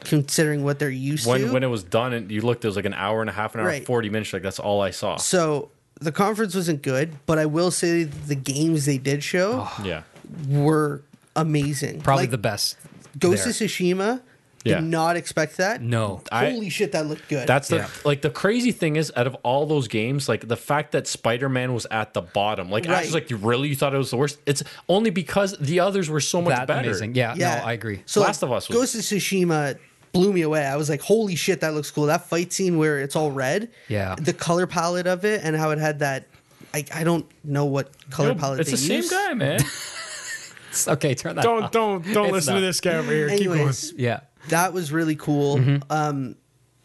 considering what they're used to.
When when it was done and you looked, it was like an hour and a half, an hour,
Right.
forty minutes. Like that's all I saw.
so the conference wasn't good, but I will say the games they did show
yeah.
were amazing.
Probably
Like,
the best.
Ghost
there.
of Tsushima. Did
Yeah.
not expect that.
No.
I-
Holy shit, that looked good.
That's the
Yeah.
like the crazy thing is out of all those games, like the fact that Spider Man was at the bottom, like I
Right.
was like, you really you thought it was the worst? It's only because the others were so much
that
better.
amazing. Yeah, no, I agree.
So
Last
like,
of Us was-
Ghost of Tsushima blew me away. I was like, holy shit, that looks cool. That fight scene where it's all red.
Yeah.
The color palette of it and how it had that. I, I don't know what color
Dude,
palette
it's
they
the same
use.
guy, man.
okay, turn that.
Don't
off.
don't don't
It's
listen
not.
to this guy over here.
Anyways,
Yeah,
that was really cool.
Mm-hmm.
Um,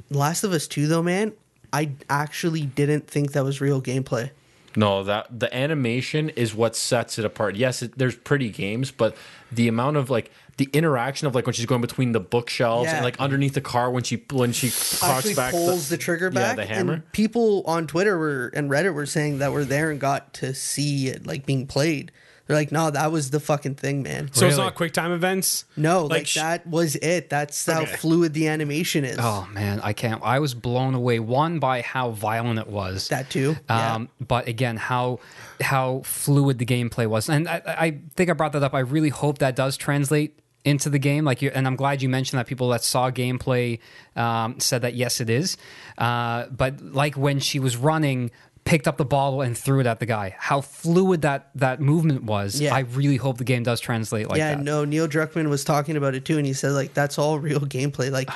Last of Us 2, though, man, I actually didn't think that was real gameplay.
no, that the animation is what sets it apart. Yes, it, there's pretty games, but the amount of like the interaction of like when she's going between the bookshelves
Yeah.
and like underneath the car when she when she cocks
Actually
back
pulls the, trigger back.
yeah, the hammer.
And people on Twitter were and Reddit were saying that were there and got to see it like being played. They're like, no, that was the fucking thing, man.
So it's not quick time events?
No, like,
sh-
that was it. That's how
Okay.
fluid the animation is.
Oh man, I can't. I was blown away one by how violent it was.
That too, yeah.
Um, But again, how how fluid the gameplay was, and I, I think I brought that up. I really hope that does translate into the game. Like, you, and I'm glad you mentioned that people that saw gameplay um, said that yes, it is. Uh, but like when she was running. Picked up the bottle and threw it at the guy. How fluid that that movement was!
Yeah.
I really hope the game does translate like
yeah,
that. Oh,
no, Neil Druckmann was talking about it too, and he said like that's all real gameplay. Like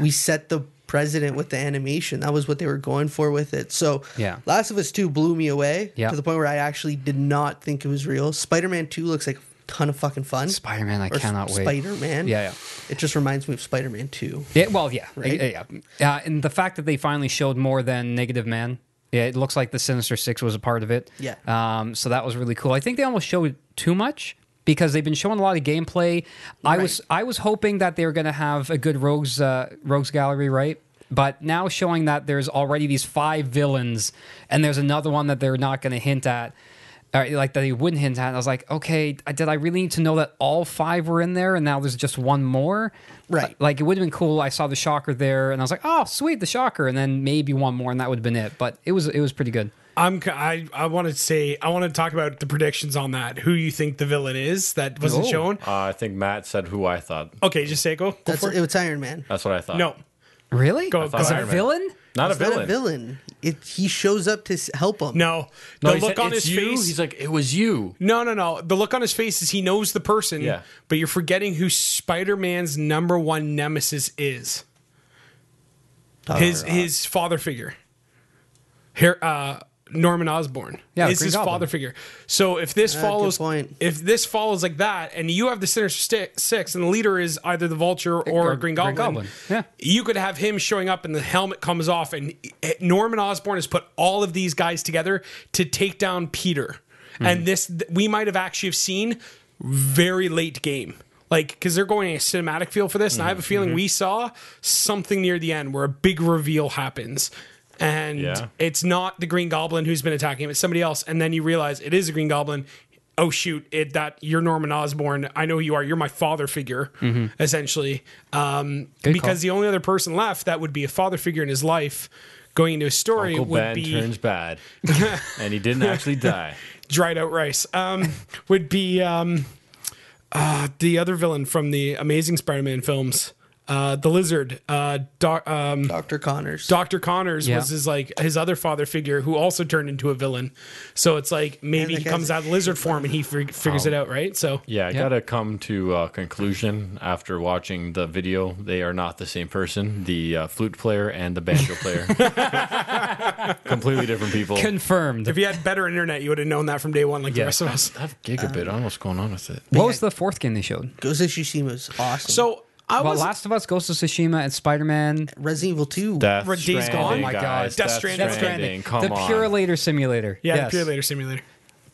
we set the precedent with the animation. That was what they were going for with it. So
Yeah.
Last of Us Two blew me away
Yeah.
to the point where I actually did not think it was real. Spider Man Two looks like a ton of fucking fun.
Spider Man, I cannot wait.
Spider Man.
Yeah, yeah.
It just reminds me of Spider Man Two.
Yeah, well, yeah,
Right?
yeah, yeah. Uh, and the fact that they finally showed more than Negative Man, yeah, it looks like the Sinister Six was a part of it.
Yeah.
Um, so that was really cool. I think they almost showed too much because they've been showing a lot of gameplay. I was I was hoping that they were going to have a good rogues uh, rogues gallery, right? But now showing that there's already these five villains, and there's another one that they're not going to hint at. Or like that they wouldn't hint at. And I was like, okay, did I really need to know that all five were in there, and now there's just one more?
Right.
Uh, like it would have been cool. I saw the shocker there, and I was like, "Oh, sweet, the shocker!" And then maybe one more, and that would have been it. But it was it was pretty good.
I'm. c- I. I want to say. I want to talk about the predictions on that. Who you think the villain is that wasn't
Oh.
shown?
Uh, I think Matt said who I thought.
Okay, just say go. go
That's
for it.
it's Iron Man.
That's what I thought.
No,
Really?
Go- go
As a
Iron
Man.
villain?
not a
He's not
villain.
a villain. It, he shows up to s- help him.
no.
No,
The
he
look
said,
on
"It's
his
you?"
face.
He's like, it was you.
No, no, no. The look on his face is he knows the person,
Yeah.
but you're forgetting who Spider Man's number one nemesis is.
Oh,
his his father figure. Her, uh, Norman Osborn
Yeah,
is
Green
his
Goblin.
father figure. So if this
Ah, good
follows,
point.
if this follows like that, and you have the Sinister Sti- Six, and the leader is either the Vulture or,
Or
Green Goblin,
Green Goblin, yeah.
you could have him showing up, and the helmet comes off, and eh, Norman Osborn has put all of these guys together to take down Peter. And this th- we might have actually have seen very late game. Like, because they're going a cinematic feel for this, and I have a feeling we saw something near the end where a big reveal happens. And
Yeah.
it's not the Green Goblin who's been attacking him; it's somebody else. And then you realize it is a Green Goblin. Oh shoot! It that you're Norman Osborn. I know who you are. You're my father figure,
Mm-hmm.
essentially. Um,
Good
because
call.
the only other person left that would be a father figure in his life going into a story
Uncle
would
Ben
be
turns bad, and he didn't actually die.
dried out rice. Um, would be um, uh, the other villain from the Amazing Spider-Man films, uh, the Lizard, uh, doc, um,
Doctor Connors.
Dr. Connors
Yeah.
was his like his other father figure who also turned into a villain. So it's like maybe
that
he
guy's
comes
a
out of lizard form and he fig- figures it out, right? So
Oh. Yeah, I gotta come to a conclusion after watching the video. They are not the same person. The uh, flute player and the banjo player, completely different people.
Confirmed.
if you had better internet, you would have known that from day one, like the
Yeah.
rest of us.
I have gigabit. I don't know what's going on with it.
what was the fourth game they showed?
Ghost of Tsushima is awesome.
So I
Well,
was
Last of Us, Ghost of Tsushima, and Spider Man.
Resident Evil Two.
Death
Red Day's
Stranding,
Gone. Oh my
God.
guys.
Death
Death
Stranding.
Stranding.
Death
Come
the
on.
Pure Later Simulator.
yeah,
Yes.
the Pure Later Simulator.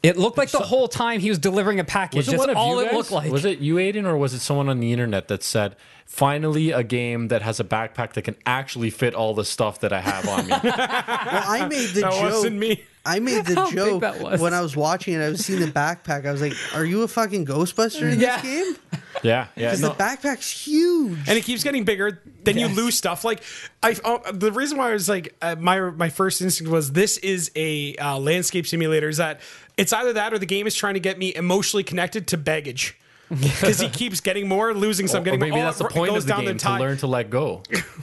It looked like the whole time he was delivering a package. That's all it looked like.
Was it you, Aiden, or was it someone on the internet that said, "Finally, a game that has a backpack that can actually fit all the stuff that I have on me"?
Well, I made the
That
joke.
wasn't me.
I made the
big
joke
that was.
when I was watching it. I was seeing the backpack. I was like, "Are you a fucking Ghostbuster in
Yeah.
this game?"
yeah, yeah.
Because
no.
the backpack's huge.
and it keeps getting bigger. Then you lose stuff. Like I, uh, the reason why I was like uh, my my first instinct was this is a uh, landscape simulator. Is that it's either that or the game is trying to get me emotionally connected to baggage because he keeps getting more, losing some,
Or
getting
maybe
more.
that's
Oh,
the
it
point
goes
of the
down
game to
tide.
learn to let go.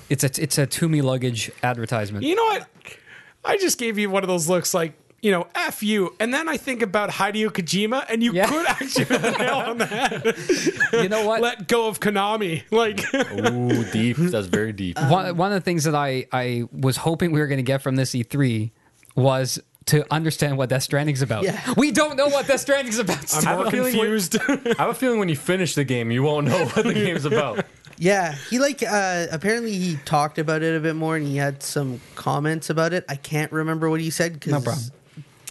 It's a it's a Toomey luggage advertisement.
You know what? I just gave you one of those looks like. You know, f you, and then I think about Hideo Kojima, and you
Yeah.
could actually hit the nail on the head.
You know what?
Let go of Konami, like
Ooh, deep. That's very deep.
one, one of the things that I, I was hoping we were going to get from this E3 was to understand what Death Stranding's about.
Yeah.
We don't know what Death Stranding's about.
I'm more confused.
I have a feeling when you finish the game, you won't know what the game's about.
Yeah, he like uh apparently he talked about it a bit more and he had some comments about it. I can't remember what he said cuz
No problem.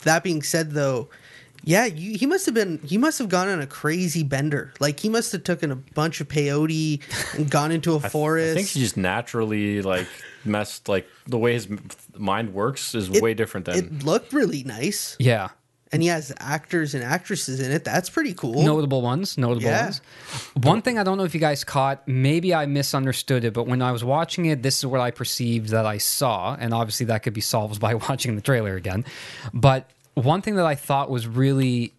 That being said though, yeah, you, he must have been he must have gone on a crazy bender. Like he must have taken a bunch of peyote and gone into a forest.
I think he just naturally like messed like the way his m- mind works is way different than
It looked really nice.
yeah.
And he has actors and actresses in it. That's pretty cool.
Notable ones, notable
Yeah.
ones. One thing I don't know if you guys caught, maybe I misunderstood it, but when I was watching it, this is what I perceived that I saw, and obviously that could be solved by watching the trailer again. But one thing that I thought was really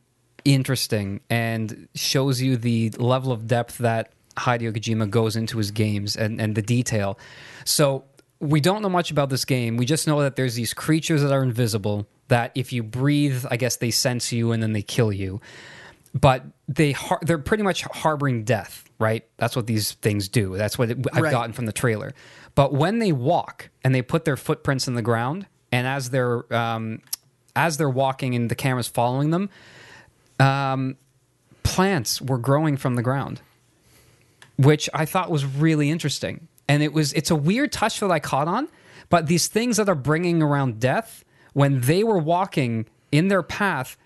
interesting and shows you the level of depth that Hideo Kojima goes into his games and, and the detail. So we don't know much about this game. We just know that there's these creatures that are invisible that if you breathe, I guess they sense you and then they kill you. but they har- they're pretty much harboring death, right? That's what these things do. That's what it, I've
Right.
gotten from the trailer. But when they walk and they put their footprints in the ground, and as they're um, as they're walking and the camera's following them, um, plants were growing from the ground, which I thought was really interesting. And it was it's a weird touch that I caught on, but these things that are bringing around death when they were walking in their path,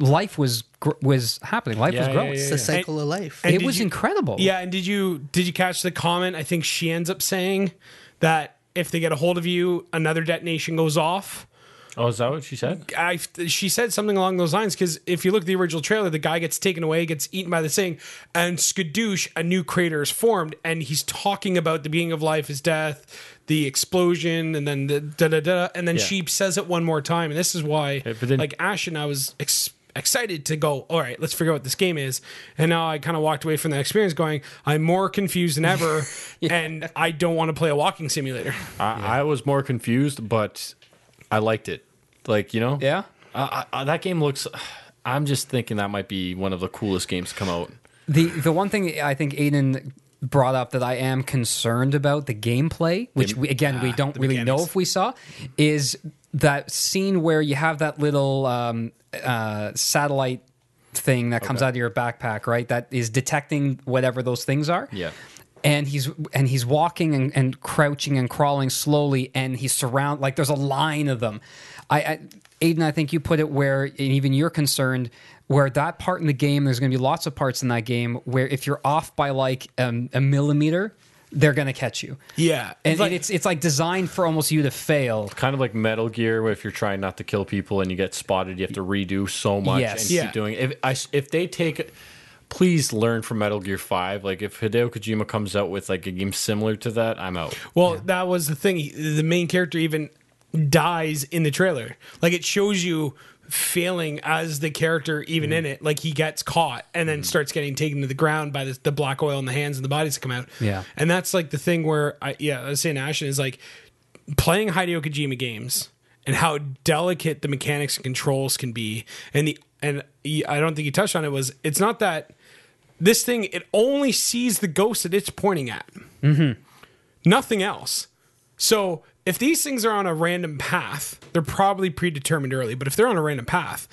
life was gr- was happening, life was
Yeah,
growing.
It's the cycle of life.
And
It
did
was
you-
incredible.
Yeah, and did you did you catch the comment? I think she ends up saying that if they get a hold of you, another detonation goes off.
Oh, is that what she said?
I she said something along those lines because if you look at the original trailer, the guy gets taken away, gets eaten by the thing, and skadoosh, a new crater is formed, and he's talking about the being of life is death, the explosion, and then the da da da, and then
Yeah.
she says it one more time, and this is why,
but then-
like Ash and I was ex- excited to go. All right, let's figure out what this game is, and now I kind of walked away from that experience going, I'm more confused than ever, and I don't want to play a walking simulator.
I, I was more confused, but I liked it. Like you know,
Yeah?
I, I, that game looks. I'm just thinking that might be one of the coolest games to come out.
The the one thing I think Aiden brought up that I am concerned about the gameplay, which we, again we don't really know if we saw, is that scene where you have that little um, uh, satellite thing that comes out of your backpack, right? That is detecting whatever those things are.
Yeah.
And he's and he's walking and, and crouching and crawling slowly, and he's surround like there's a line of them. I, I Aiden, I think you put it where and even you're concerned where that part in the game. There's going to be lots of parts in that game where if you're off by like um, a millimeter, they're going to catch you.
Yeah,
And, and it's it's like designed for almost you to fail.
Kind of like Metal Gear, where if you're trying not to kill people and you get spotted, you have to redo so much
Yes.
and
Yeah.
keep doing. It. If I, if they take, please learn from Metal Gear Five. Like if Hideo Kojima comes out with like a game similar to that, I'm out.
Well, that was the thing. He- The main character even dies in the trailer. Like it shows you failing as the character even in it. Like he gets caught and then starts getting taken to the ground by the, the black oil in the hands and the bodies that come out.
Yeah.
and that's like the thing where I yeah I was saying to Ashton is like playing Hideo Kojima games and how delicate the mechanics and controls can be. And the and he, I don't think he touched on it was it's not that this thing it only sees the ghost that it's pointing at nothing else. So if these things are on a random path, they're probably predetermined early. But if they're on a random path,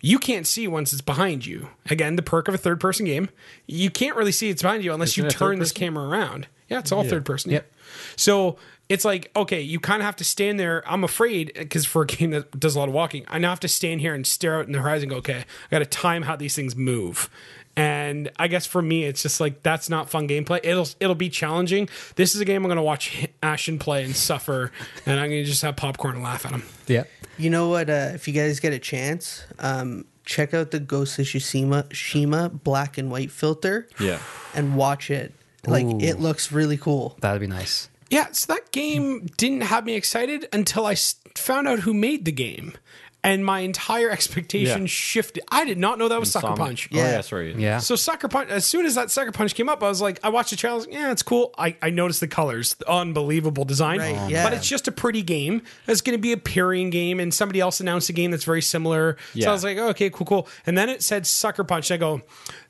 you can't see once it's behind you. Again, the perk of a third person game, you can't really see it's behind you unless you
it a
turn
third
this camera around. Yeah, it's all third person. Yep. So it's like, okay, you kind of have to stand there. I'm afraid because for a game that does a lot of walking, I now have to stand here and stare out in the horizon and go, okay, I got to time how these things move. And I guess for me, it's just like that's not fun gameplay. It'll it'll be challenging. This is a game I'm going to watch Ashen play and suffer, and I'm going to just have popcorn and laugh at him.
Yeah.
You know what? Uh, if you guys get a chance, um, check out the Ghost of Tsushima Shima black and white filter.
Yeah.
and watch it. Like
Ooh.
it looks really cool.
That'd be nice.
Yeah, so that game didn't have me excited until I s- found out who made the game, and my entire expectation
Yeah.
shifted. I did not know that was Sucker
Insomni-
Punch.
Oh,
Yeah.
yeah, sorry.
Yeah.
So Sucker Punch, as soon as that Sucker Punch came up, I was like, I watched the trailers. Yeah, it's cool. I, I noticed the colors, the unbelievable design.
Right, Oh, yeah.
But it's just a pretty game. It's going to be a pairing game, and somebody else announced a game that's very similar. So
Yeah.
I was like, "Oh, okay, cool, cool. And then it said Sucker Punch. And I go,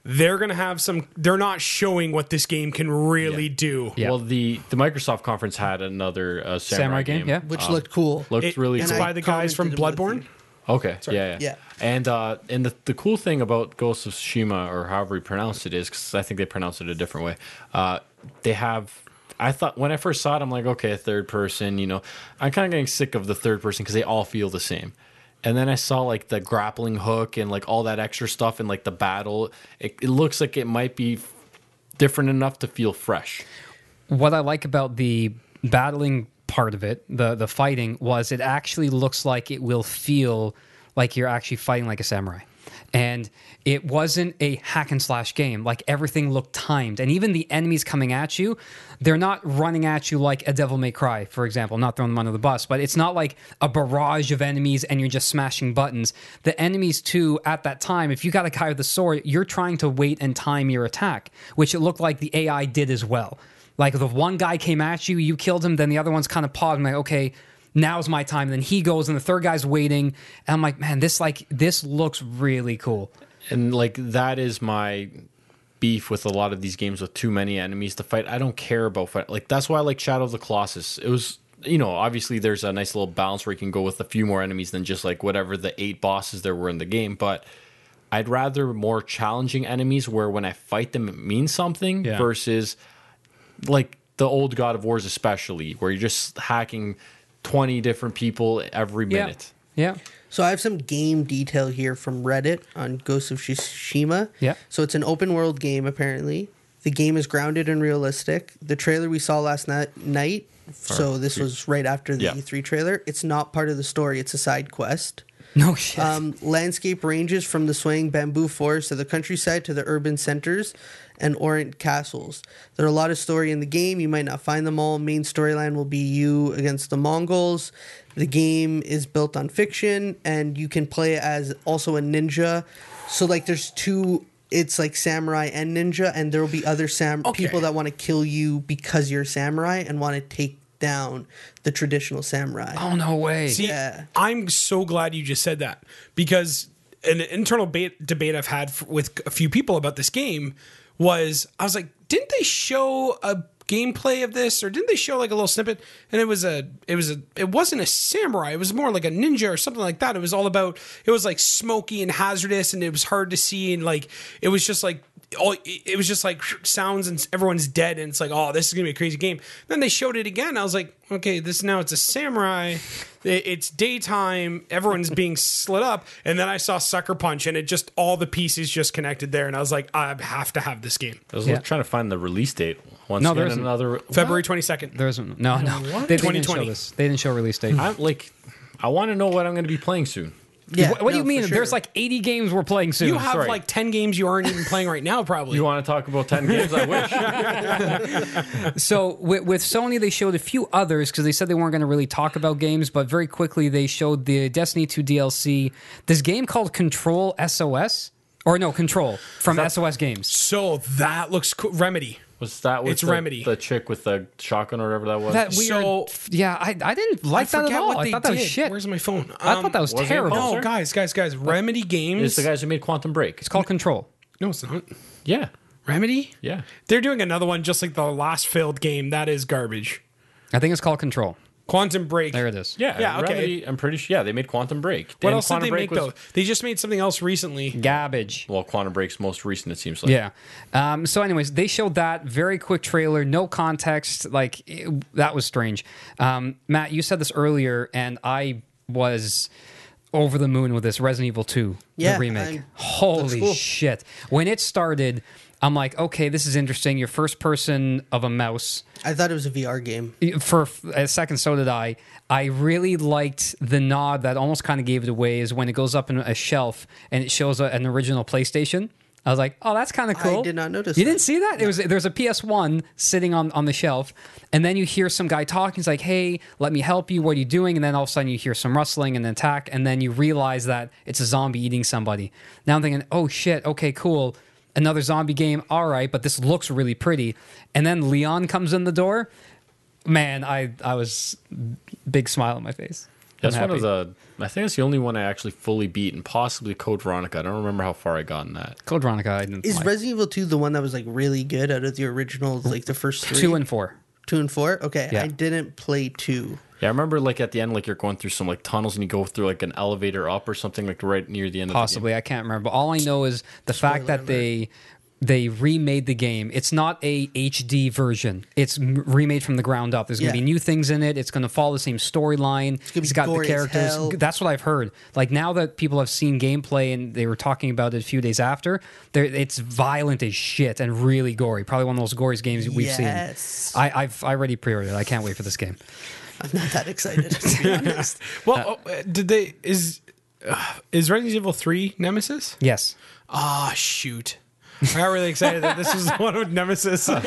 they're going to have some. They're not showing what this game can really do.
Yeah.
Well, the the Microsoft conference had another uh, samurai,
Samurai game,
game.
yeah.
Which looked cool.
Looked
It-
really
it's
cool.
I
by the guys from
commented about
Bloodborne.
it.
Okay. Yeah, yeah.
Yeah.
And uh, and the, the cool thing about Ghost of Tsushima, or however you pronounce it, is because I think they pronounce it a different way. Uh, they have. I thought when I first saw it, I'm like, okay, third person. You know, I'm kind of getting sick of the third person because they all feel the same. And then I saw like the grappling hook and like all that extra stuff and like the battle. It, it looks like it might be f- different enough to feel fresh.
what I like about the battling part of it, the the fighting, was it actually looks like it will feel like you're actually fighting like a samurai. And it wasn't a hack and slash game. Like everything looked timed. And even the enemies coming at you, they're not running at you like a Devil May Cry, for example, not throwing them under the bus, but it's not like a barrage of enemies and you're just smashing buttons. The enemies, too, at that time, if you got a guy with a sword, you're trying to wait and time your attack, which it looked like the AI did as well. Like the one guy came at you, you killed him, then the other one's kind of paused. I'm like, okay, now's my time. And then he goes, and the third guy's waiting. And I'm like, man, this like this looks really cool.
and like that is my beef with a lot of these games with too many enemies to fight. I don't care about fight. Like that's why I like Shadow of the Colossus. It was you know obviously there's a nice little balance where you can go with a few more enemies than just like whatever the eight bosses there were in the game, but. I'd rather more challenging enemies where when I fight them it means something
Yeah.
versus like the old God of Wars especially where you're just hacking 20 different people every minute.
Yeah. Yeah.
So I have some game detail here from Reddit on Ghost of Tsushima.
Yeah.
So it's an open world game apparently. The game is grounded and realistic. The trailer we saw last night, night so this was right after the
Yeah.
E3 trailer. It's not part of the story. It's a side quest.
No shit.
Um, landscape ranges from the swaying bamboo forests of the countryside to the urban centers and orient castles. There are a lot of story in the game. You might not find them all. Main storyline will be you against the Mongols. The game is built on fiction, and you can play as also a ninja. So like, there's two. It's like samurai and ninja, and there will be other sam
Okay.
people that want to kill you because you're a samurai and want to take down the traditional samurai.
oh no way.
See,
Yeah.
I'm so glad you just said that because an internal ba- debate I've had f- with a few people about this game was I was like, didn't they show a gameplay of this or didn't they show like a little snippet? And it was a, it was a, it wasn't a samurai. It was more like a ninja or something like that. It was all about, it was like smoky and hazardous and it was hard to see and like it was just like all it was just like sounds and everyone's dead and it's like oh this is gonna be a crazy game then they showed it again i was like okay this now it's a samurai It- it's daytime everyone's being slit up and then i saw sucker punch and it just all the pieces just connected there and i was like i have to have this game
I was
Yeah.
trying to find the release date once
No,
again.
there isn't.
Another
february 22nd
There isn't. No, no. They, they didn't show
2020.
this. They didn't show release date.
I'm like, I want to know what I'm going to be playing soon.
Yeah,
what what do
no,
you
for
mean?
sure.
There's like 80 games we're playing soon.
you have
sorry.
like 10 games you aren't even playing right now probably
You want to talk about ten games? I wish.
so with, with Sony, they showed a few others because they said they weren't going to really talk about games, but very quickly they showed the Destiny 2 DLC, this game called Control SOS, or no, Control from SOS Games.
so that looks cool remedy
Was that with
It's
the,
Remedy.
the chick with the shotgun or whatever that was?
That weird.
So-
yeah, I, I didn't like that at
forget
all.
what
I
they
thought that was
did.
shit.
where's my Um, phone
I thought that was
was it
terrible.
called-
no guys guys guys remedy games
it's the guys who made Quantum Break.
It's called Control.
no it's not
Yeah,
remedy
yeah.
They're doing another one just like the last failed game. That is garbage.
I think it's called Control.
Quantum Break.
There it is.
Yeah,
Yeah, okay.
Remedy, I'm pretty sure. Yeah, they made Quantum Break.
What
And
else
Quantum
did they
Break
make
was,
though? They just made something else recently.
Garbage.
Well, Quantum Break's most recent, it seems like.
Yeah. Um, so, anyways, they showed that very quick trailer, no context. Like it- that was strange. Um, Matt, you said this earlier, and I was over the moon with this Resident Evil Two,
Yeah,
the remake.
I'm-
Holy
looks cool.
shit! When it started, I'm like, okay, this is interesting. You're first person of a mouse
I thought it was a VR game.
for a second so did i i really liked the nod that almost kind of gave it away is when it goes up in a shelf and it shows a, an original playstation i was like oh that's kind of cool
did not notice
you
that.
didn't see that it was there's a ps1 sitting on on the shelf and then you hear some guy talking he's like hey let me help you what are you doing and then all of a sudden you hear some rustling and an attack and then you realize that it's a zombie eating somebody now i'm thinking oh shit okay cool another zombie game all right but this looks really pretty and then leon comes in the door man, I I was big smile on my face.
That's
I'm
one of
happy.
the. I think it's the only one I actually fully beat, and possibly Code Veronica. I don't remember how far I got in that.
Code Veronica. I didn't
Is
like.
Resident Evil 2 the one that was like really good out of the original, like the first three?
two and four.
two and four? Okay,
Yeah.
I didn't play two.
Yeah, I remember like at the end, like you're going through some like tunnels, and you go through like an elevator up or something, like right near the end. of the game.
Possibly, I can't remember. All I know is the fact that they they remade the game. It's not a HD version. It's m- remade from the ground up. There's going to
Yeah.
be new things in it. It's going to follow the same storyline.
gonna be
It's got the
gory as
characters.
hell.
That's what I've heard. Like now that people have seen gameplay and they were talking about it a few days after, they're- it's violent as shit and really gory. Probably one of the most goriest games we've
Yes.
seen. I, I've I already pre-ordered. it. I can't wait for this game.
I'm not that excited. to be honest.
Well, oh, uh, did they is uh, is Resident Evil 3 Nemesis?
Yes.
Ah, shoot. I got really excited that this was the one with Nemesis.
Uh,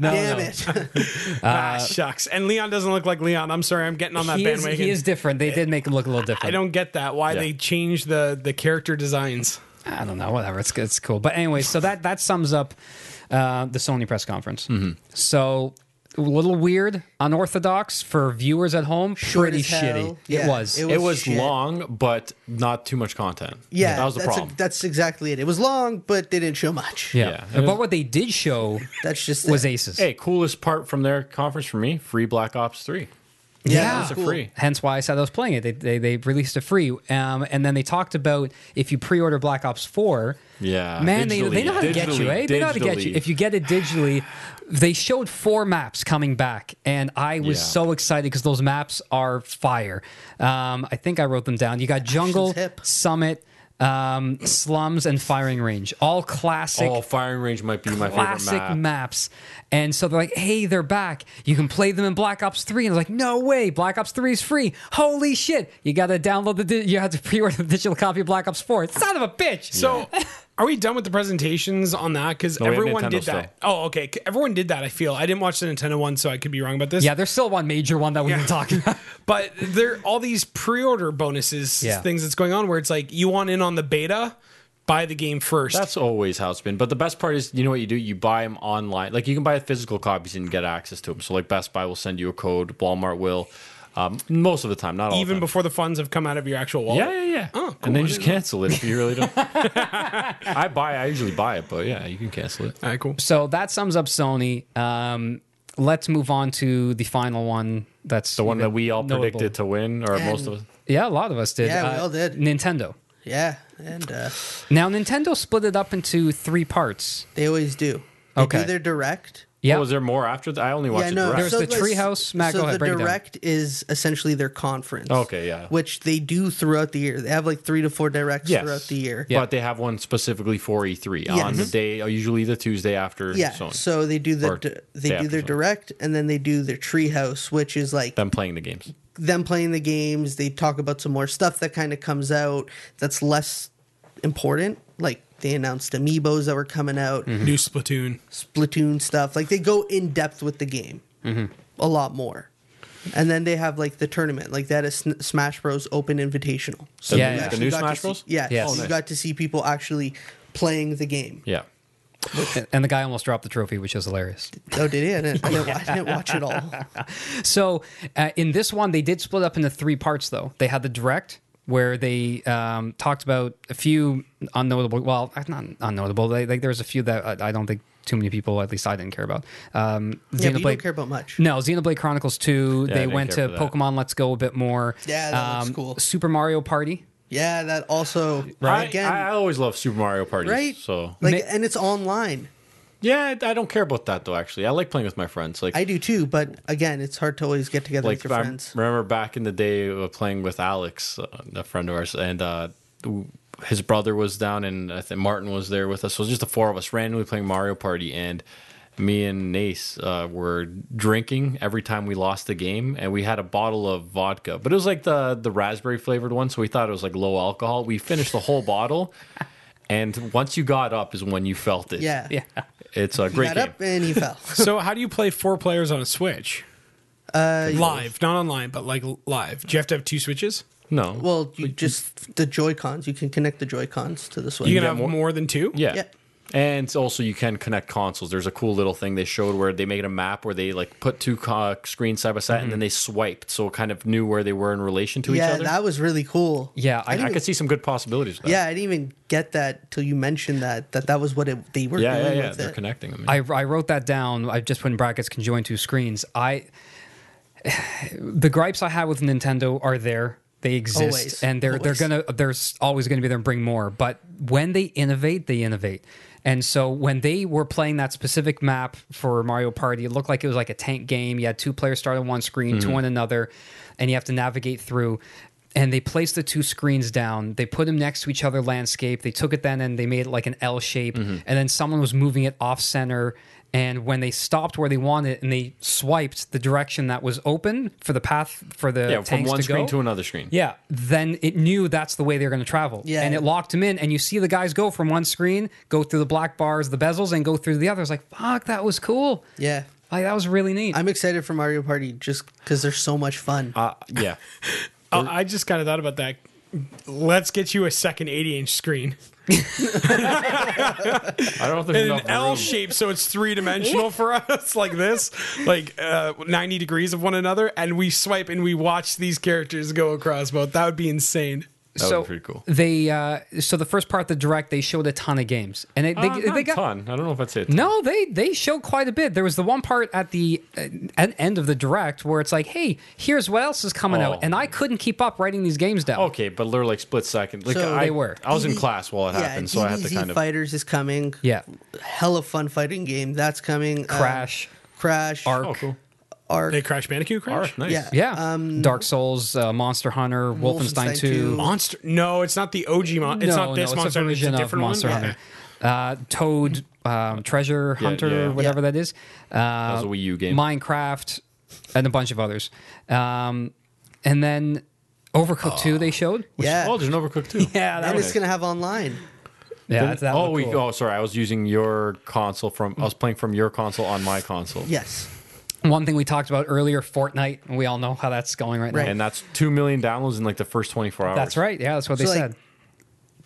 Damn it!
ah, shucks. And Leon doesn't look like Leon. I'm sorry. I'm getting on that
he is,
bandwagon.
he is different. They did make him look a little different.
I don't get that. Why they changed the the character designs?
I don't know. Whatever. It's it's
Mm-hmm.
cool. But anyway, so that that sums up uh, the Sony press conference. So a little weird, unorthodox for viewers at home.
Short
pretty
as hell.
shitty.
Yeah,
it was.
It was
shit.
long, but not too much content.
Yeah,
that was the
that's
problem.
that's exactly it. It was long, but they didn't show much.
yeah.
yeah.
But what they did show
That's just
was
it.
aces.
hey, coolest part from their conference for me: free Black Ops Three.
Yeah.
It's a
cool.
free.
Hence why I said I was playing it. They, they, they released it free. Um, and then they talked about if you pre order Black Ops 4.
Yeah,
Man, they,
digitally,
they know how to get you,
digitally,
eh? They know how to get you.
digitally.
If you get it digitally, they showed four maps coming back, and I was
Yeah.
so excited because those maps are fire. Um, I think I wrote them down. You got Jungle,
hip.
Summit, um, Slums, and Firing Range. All classic
Oh, firing range might be my favorite
classic
map.
maps. And so they're like, hey, they're back. You can play them in Black Ops 3. And I was like, no way. Black Ops 3 is free. Holy shit. You got to download the, di- you have to pre order the digital copy of Black Ops 4. Son of a bitch.
So, are we done with the presentations on that? Because
No, we have
everyone
Nintendo
did that. Oh, okay. C- Everyone did that. I feel I didn't watch the Nintendo one, so I could be wrong about this.
yeah, there's still one major one that we
Yeah.
didn't talk about.
But there all these pre-order bonuses,
Yeah.
things that's going on where it's like you want in on the beta, buy the game first.
That's always how it's been. But the best part is, you know what you do? You buy them online. Like you can buy physical copies and get access to them. So like Best Buy will send you a code. Walmart will. Um, most of the time, not all
even
the time.
before the funds have come out of your actual wallet.
Yeah, yeah, yeah.
Oh, cool. I
And then you just
didn't
cancel it if you really don't. I buy. I usually buy it, but yeah, you can cancel it.
All right, cool.
So that sums up Sony. Um, let's move on to the final one. That's
The one that we all
Knowable.
predicted to win, or
And-
most of us.
Yeah, a lot of us did. Uh,
Yeah, we all did.
Nintendo.
Yeah, and uh,
Now, Nintendo split it up into three parts.
they always do. They
Okay.
do their direct.
Yeah.
Oh, was there more after that? I only watched
yeah,
the
no.
direct.
There's the
let's-
Treehouse- Matt,
so
go ahead,
the
break it down.
direct is essentially their conference.
Okay, yeah.
Which they do throughout the year. They have like three to four directs
Yes.
throughout the year.
Yeah.
But they have one specifically for E3 on the
Yes. Mm-hmm.
day, uh, usually the Tuesday after
Yeah,
Sony.
so they do the
Or
d-
day
they do
after
their
Sony.
direct, and then they do their treehouse, which is like
them playing the games.
them playing the games. They talk about some more stuff that kind of comes out that's less important. Like they announced amiibos that were coming out,
New Splatoon.
Splatoon stuff. Like they go in depth with the game a lot more. And then they have like the tournament, like that is Sn- Smash Bros. Open Invitational. So
Yeah,
you
yeah. The
actually
new
got to
Smash
see-
Bros?
Yeah,
Yes.
so
Oh,
you
nice.
got to see people actually playing the game.
Yeah.
and the guy almost dropped the trophy, which is hilarious.
Oh, did he? I didn't, I didn't, I didn't watch it all.
So uh, in this one, they did split up into three parts, though. They had the direct where they um, talked about a few unnotable, well, not unnotable. They, like there was a few that I, I don't think too many people, at least I didn't care about. Um,
Yeah, but you don't care about much.
No, Xenoblade Chronicles Two.
Yeah, I
they
didn't
went
care
to
for that.
Pokemon Let's Go a bit more. Um,
Yeah, that looks cool.
Super Mario Party.
Yeah, that also
I,
again,
I always love Super Mario Party.
right?
So
like,
Ma-
and it's online.
yeah, I don't care about that though. Actually, I like playing with my friends. Like
I do too, but again, it's hard to always get together
like
with your
I
friends.
remember back in the day of playing with Alex, uh, a friend of ours, and uh, his brother was down, and I think Martin was there with us. So it was just the four of us randomly playing Mario Party, and me and Nace uh, were drinking every time we lost the game, and we had a bottle of vodka, but it was like the the raspberry flavored one, so we thought it was like low alcohol. We finished the whole bottle. And once you got up is when you felt it.
Yeah,
Yeah.
It's a
He
great
got
game.
up and he fell.
So how do you play four players on a Switch? Uh, live, not online, but like l- live. Do you have to have two switches?
No.
Well, you just the Joy Cons. You can connect the Joy Cons to the Switch.
You can
Yeah,
have
more-
more, than two.
Yeah.
Yeah.
And it's also, you can connect consoles. There's a cool little thing they showed where they made a map where they like put two co- screens side by side,
Mm-hmm.
and then they swiped, so it kind of knew where they were in relation to
yeah,
each other.
that was really cool.
Yeah, I,
I, I could see some good possibilities. With that.
Yeah, I didn't even get that till you mentioned that that that was what it, they were
yeah,
doing
yeah, yeah.
with
They're
it.
connecting them.
I, I wrote that down. I just put in brackets conjoined two screens. I the gripes I had with Nintendo are there. They exist,
Always.
and they're
Always.
they're gonna there's always gonna be there and bring more. But when they innovate, they innovate. And so when they were playing that specific map for Mario Party, it looked like it was like a tank game. You had two players start on one screen, two
Mm-hmm.
on another, and you have to navigate through. And they placed the two screens down. They put them next to each other landscape. They took it then and they made it like an L shape.
Mm-hmm.
And then someone was moving it off center. And when they stopped where they wanted it and they swiped the direction that was open for the path for the
yeah, from
tanks
one
to
screen
go,
to another screen.
yeah, then it knew that's the way they're going to travel.
Yeah.
And it locked him in. And you see the guys go from one screen, go through the black bars, the bezels, and go through the others. Like, fuck, that was cool.
Yeah,
Like, that was really neat.
I'm excited for Mario Party just because they're so much fun.
Uh, yeah.
Uh, I Oh, just kind of thought about that let's get you a second 80 inch screen
I don't know if there's
and
enough
an L
room.
shape, so it's three dimensional for us, like this, like uh, 90 degrees of one another. And we swipe and we watch these characters go across both. That would be insane.
That would be pretty cool.
They uh, so the first part, the direct, they showed a ton of games, and it, they
Uh,
they
not
got
a ton. I don't know if I'd say a ton.
No, they they show quite a bit. There was the one part at the uh, at end of the direct where it's like, "Hey, here's what else is coming
Oh.
out," and I couldn't keep up writing these games down.
Okay, but they're like split second. Like
So E
I,
they were.
I was in class while it
yeah, E
happened, so I had to
DBZ
kind of.
Fighters is coming.
Yeah.
Hella fun fighting game. That's coming. Uh,
Crash,
Crash.
Ark,
Oh, cool.
Arc.
They Crash Bandicoot Crash?
Alright, nice.
Yeah.
yeah, Dark Souls, uh, Monster Hunter, Wolfenstein,
Um, Wolfenstein
2.
2.
Monster? No, it's not the OG monster. It's
no,
not this monster.
no, It's a
It's
version
a
of
different
Monster
one.
Hunter. Uh, Toad, um, Treasure Hunter,
yeah.
whatever that is. Uh, that
was a Wii U game.
Minecraft, and a bunch of others. Um, and then Overcooked 2 they showed.
yeah.
Oh, there's an Overcooked too.
Yeah, that
and
was,
it's going to have online.
yeah, that's, that
oh,
looked
we,
cool.
oh, sorry. I was using your console from. I was playing from your console on my console.
Yes.
One thing we talked about earlier, Fortnite, and we all know how that's going right,
Right.
now.
And that's two million downloads in like the first 24 hours.
That's right. Yeah, that's what
So,
they
like-
said.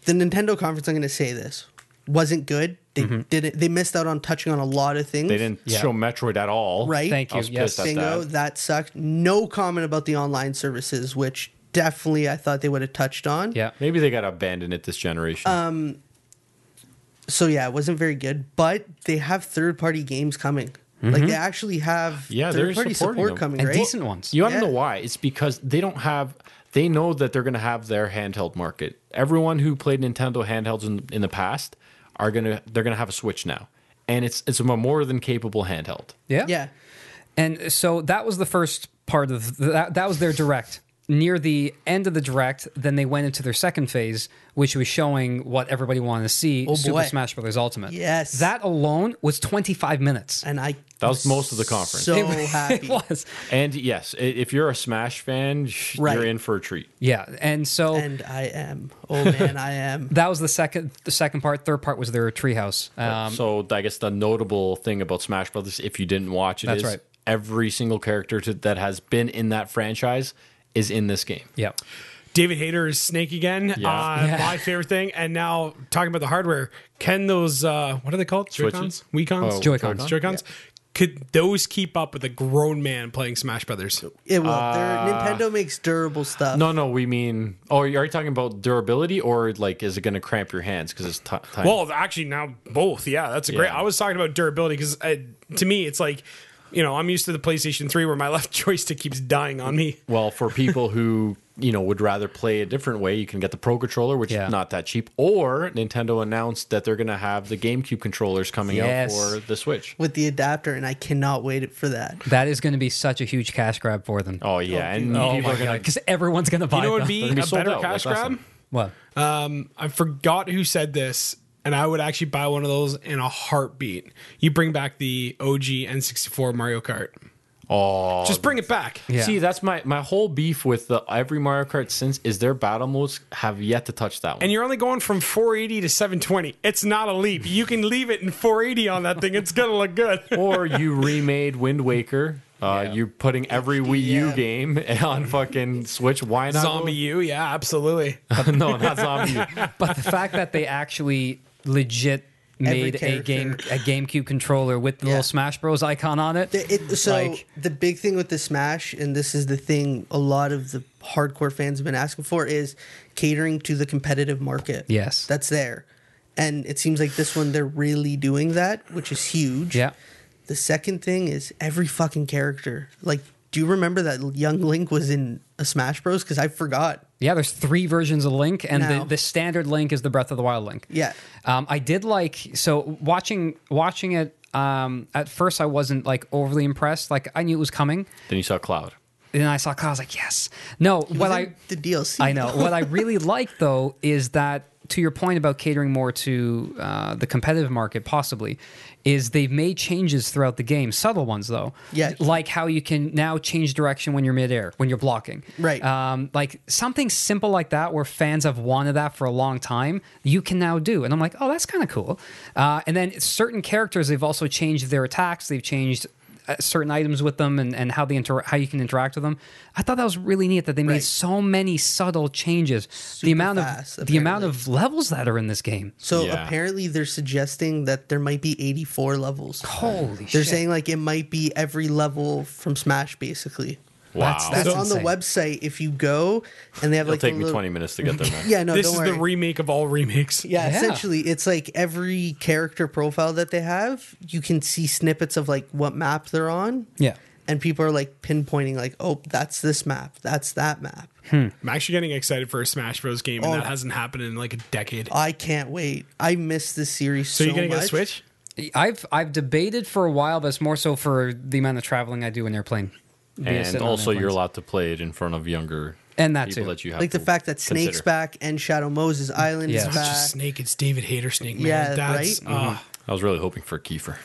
The Nintendo conference, I'm going to say this, wasn't good. They didn't. They missed out on touching on a lot of things.
Mm-hmm. They didn't
Yeah.
show Metroid at all.
Right.
Thank
I
you.
was
Yes.
pissed at
Bingo. That.
that.
sucked. No comment about the online services, which definitely I thought they would have touched on.
Yeah.
Maybe they got to abandon it this generation.
um,
So yeah, it wasn't very good. But they have third party games coming. Like they actually have
Mm-hmm. Yeah, they're
third party
supporting
support
them.
coming.
And
right?
decent ones.
You want to
Yeah.
know why? It's because they don't have. They know that they're going to have their handheld market. Everyone who played Nintendo handhelds in, in the past are going to. They're going to have a Switch now, and it's it's a more than capable handheld.
Yeah.
Yeah.
And so that was the first part of that. That was their direct. Near the end of the direct, then they went into their second phase, which was showing what everybody wanted to see:
Oh,
Super
boy.
Smash Bros. Ultimate.
Yes.
that alone was 25 minutes.
And I
That was most of the conference.
So happy.
it was,
And yes, i- if you're a Smash fan, sh-
Right.
you're in for a treat.
yeah. And so
And I am. Oh man, I am.
that was the second. The second part. Third part was their treehouse. Um,
so I guess the notable thing about Smash Brothers, if you didn't watch it,
That's
is
right.
every single character to, that has been in that franchise is in this game.
yeah.
David Hayter is Snake again.
Yeah.
Uh,
Yeah.
My favorite thing. And now talking about the hardware, can those uh, what are they called?
Switches?
Joy-Cons? Wii-Cons?
Oh,
Joy-Cons.
Joy-Cons? Could those keep up with a grown man playing Smash Brothers?
It will.
Ah.
They're- Nintendo makes durable stuff.
No, no, we mean. Oh, are you talking about durability or like is it going to cramp your hands because it's ti tiny?
Well, actually, now both. Yeah, that's a great.
Yeah.
I was talking about durability because to me, it's like, you know, I'm used to the PlayStation 3 where my left joystick keeps dying on me.
Well, for people who you know would rather play a different way, you can get the Pro controller, which
Yeah.
is not that cheap. Or Nintendo announced that they're going to have the GameCube controllers coming
Yes.
out for the Switch.
With the adapter, and I cannot wait for that.
That is going to be such a huge cash grab for them.
Oh yeah, and people are going to.
because everyone's going to buy
You know what would
them.
be
They're gonna
a
be sold
better
out,
cash
like last
grab?
time.
what?
Um, I forgot who said this, and I would actually buy one of those in a heartbeat. You bring back the OG N64 Mario Kart.
Oh,
Just bring it back.
Yeah.
See, that's my my whole beef with the every Mario Kart since is their battle modes have yet to touch that one.
And you're only going from 480 to 720. It's not a leap. You can leave it in 480 on that thing. It's gonna look good.
or you remade Wind Waker. Uh, You're putting every Wii U
yeah.
game on fucking Switch. Why not? go-
Zombie U, yeah, absolutely.
no, not zombie. U.
but the fact that they actually legit made a
character.
game a GameCube controller with the
Yeah.
little Smash Bros icon on it.
The- it- so
Like-
the big thing with the Smash, and this is the thing a lot of the hardcore fans have been asking for, is catering to the competitive market.
Yes.
that's there, and it seems like this one they're really doing that, which is huge.
Yeah.
The second thing is every fucking character. Like, do you remember that young Link was in a Smash Bros? Because I forgot.
Yeah, there's three versions of Link, and
Now-
the, the standard Link is the Breath of the Wild Link.
Yeah.
um, I did like so watching watching it. Um, at first, I wasn't like overly impressed. Like I knew it was coming,
then you saw Cloud.
and then I saw Kyle. I was like, yes. No, what
Was
I
in the DLC.
I know. What I really like, though, is that to your point about catering more to uh, the competitive market, possibly, is they've made changes throughout the game, subtle ones though.
Yeah.
Like how you can now change direction when you're midair, when you're blocking.
Right.
Um, like something simple like that, where fans have wanted that for a long time, you can now do. And I'm like, oh, that's kind of cool. Uh, and then certain characters, they've also changed their attacks. They've changed uh, certain items with them and, and how they inter- how you can interact with them. I thought that was really neat that they made
Right.
so many subtle changes. the amount
fast,
of the amount of levels that are in this game.
So
Yeah.
apparently they're suggesting that there might be 84 levels.
Holy shit!
They're saying like it might be every level from Smash basically.
Wow.
That's-
That's
So-
on the
insane.
website if you go and they have
It'll
like
take
the
me
little-
20 minutes to get there, man.
Yeah, no,
this
don't
is
worry.
the remake of all remakes.
yeah,
Yeah.
essentially it's like every character profile that they have, you can see snippets of like what map they're on.
yeah.
And people are like pinpointing like, "Oh, that's this map. That's that map."
I'm actually getting excited for a Smash Bros. game, and
Oh.
that hasn't happened in like a decade.
I can't wait. I miss this series
so
so,
you're gonna
much.
get a Switch?
I've I've debated for a while, but it's more so for the amount of traveling I do in airplane. Be a
And
sitting on
also, you're
airplanes.
allowed to play it in front of younger
And that
people
too.
that you have
Like the
to
fact that Snake's
consider.
back and Shadow Moses Island
Yeah.
is
It's
It's
back.
just Snake. It's David Hayter Snake, man.
Yeah,
That's,
right? Mm-hmm.
uh,
I was really hoping for Kiefer.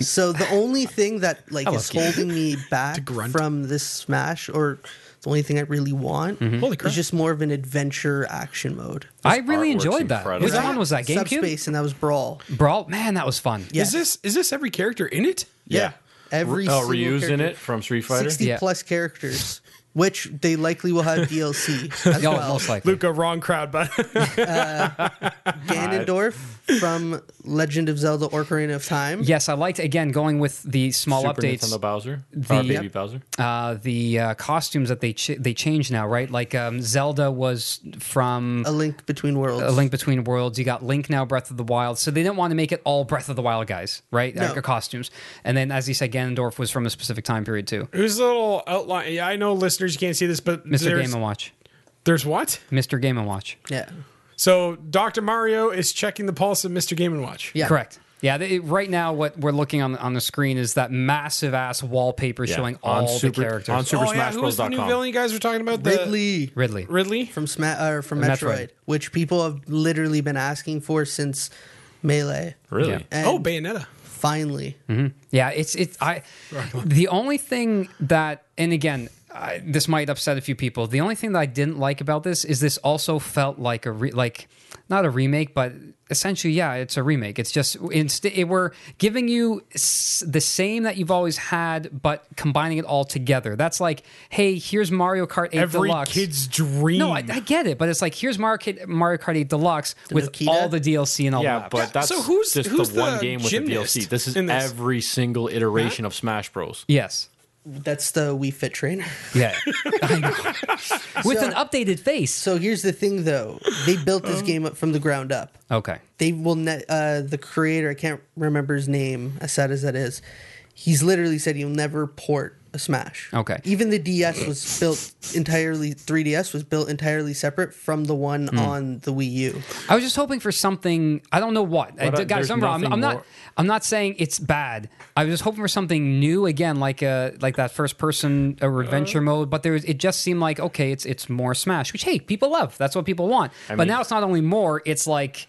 So the only thing that like is
you.
holding me back
grunt.
from this Smash, or the only thing I really want,
Mm-hmm.
Holy crap.
is just more of an adventure action mode.
I really
artwork's
enjoyed that.
incredible.
Which
Right?
one was that? GameCube
Subspace, and that was Brawl.
Brawl. Man, that was fun.
Yeah.
Is this is this every character in it?
Yeah, every
oh,
single
Ryu's in
character.
it from Street Fighter.
sixty
Yeah.
plus characters, which they likely will have DLC as
Oh,
well.
most likely.
Luca, wrong crowd, but
Ganondorf from Legend of Zelda: Ocarina of Time.
Yes, I liked again going with the small
Super
updates.
Nintendo Bowser,
The-
uh, baby
Yep.
Bowser.
uh, the uh, costumes that they ch- they change now, right? Like um, Zelda was from
A Link Between Worlds.
A Link Between Worlds. You got Link now, Breath of the Wild. So they didn't want to make it all Breath of the Wild guys, right?
No.
Like their costumes. And then, as you said, Ganondorf was from a specific time period too.
who's the little outline? Yeah, I know listeners you can't see this, but
Mr.
there's
Game and Watch.
there's what?
Mr. Game and Watch.
Yeah,
So Doctor Mario is checking the pulse of Mr. Game and Watch.
yeah,
Correct. Yeah, they, right now what we're looking on on the screen is that massive ass wallpaper
Yeah,
showing
on
all
Super-
the characters.
on Super
oh yeah,
Smash
who was the new
Bros.com.
villain you guys were talking about? The-
Ridley.
Ridley.
Ridley.
from Sma- or from
Metroid.
Metroid, which people have literally been asking for since Melee.
Really?
Yeah.
And
oh, Bayonetta.
finally,
Hmm.
Yeah, it's it's I. The only thing that, and again, I, this might upset a few people. The only thing that I didn't like about this is this also felt like a re, like not a remake, but essentially, yeah, it's a remake. It's just inst- it, we're giving you s- the same that you've always had, but combining it all together. That's like, hey, here's Mario Kart Eight
Every
Deluxe.
kid's dream.
no, I, I get it, but it's like here's Mario Kart, Mario Kart 8 Deluxe with
Nokita?
all the DLC and all
Yeah,
that.
but that's
so who's-
just
who's
the one
the
game with the DLC.
gymnast
This is
in this?
every single iteration of Smash Bros.
yes,
that's the Wii Fit Trainer.
yeah, I know. with an updated face.
So here's the thing, though: they built
Oh.
this game up from the ground up.
Okay.
They will ne- uh, the creator. I can't remember his name. As sad as that is, he's literally said he'll never port a Smash.
Okay.
Even the DS was built entirely. 3DS was built entirely separate from the one
Hmm.
on the Wii U.
I was just hoping for something. I don't know what. I-
But, uh,
guys,
there's
I'm wrong. I'm,
nothing
I'm not.
more-
I'm not saying it's bad. I was just hoping for something new again, like a like that first person or adventure mode. But there, was- it just seemed like okay, it's it's more Smash, which hey, people love. That's what people want. but
mean-
now it's not only more. It's like,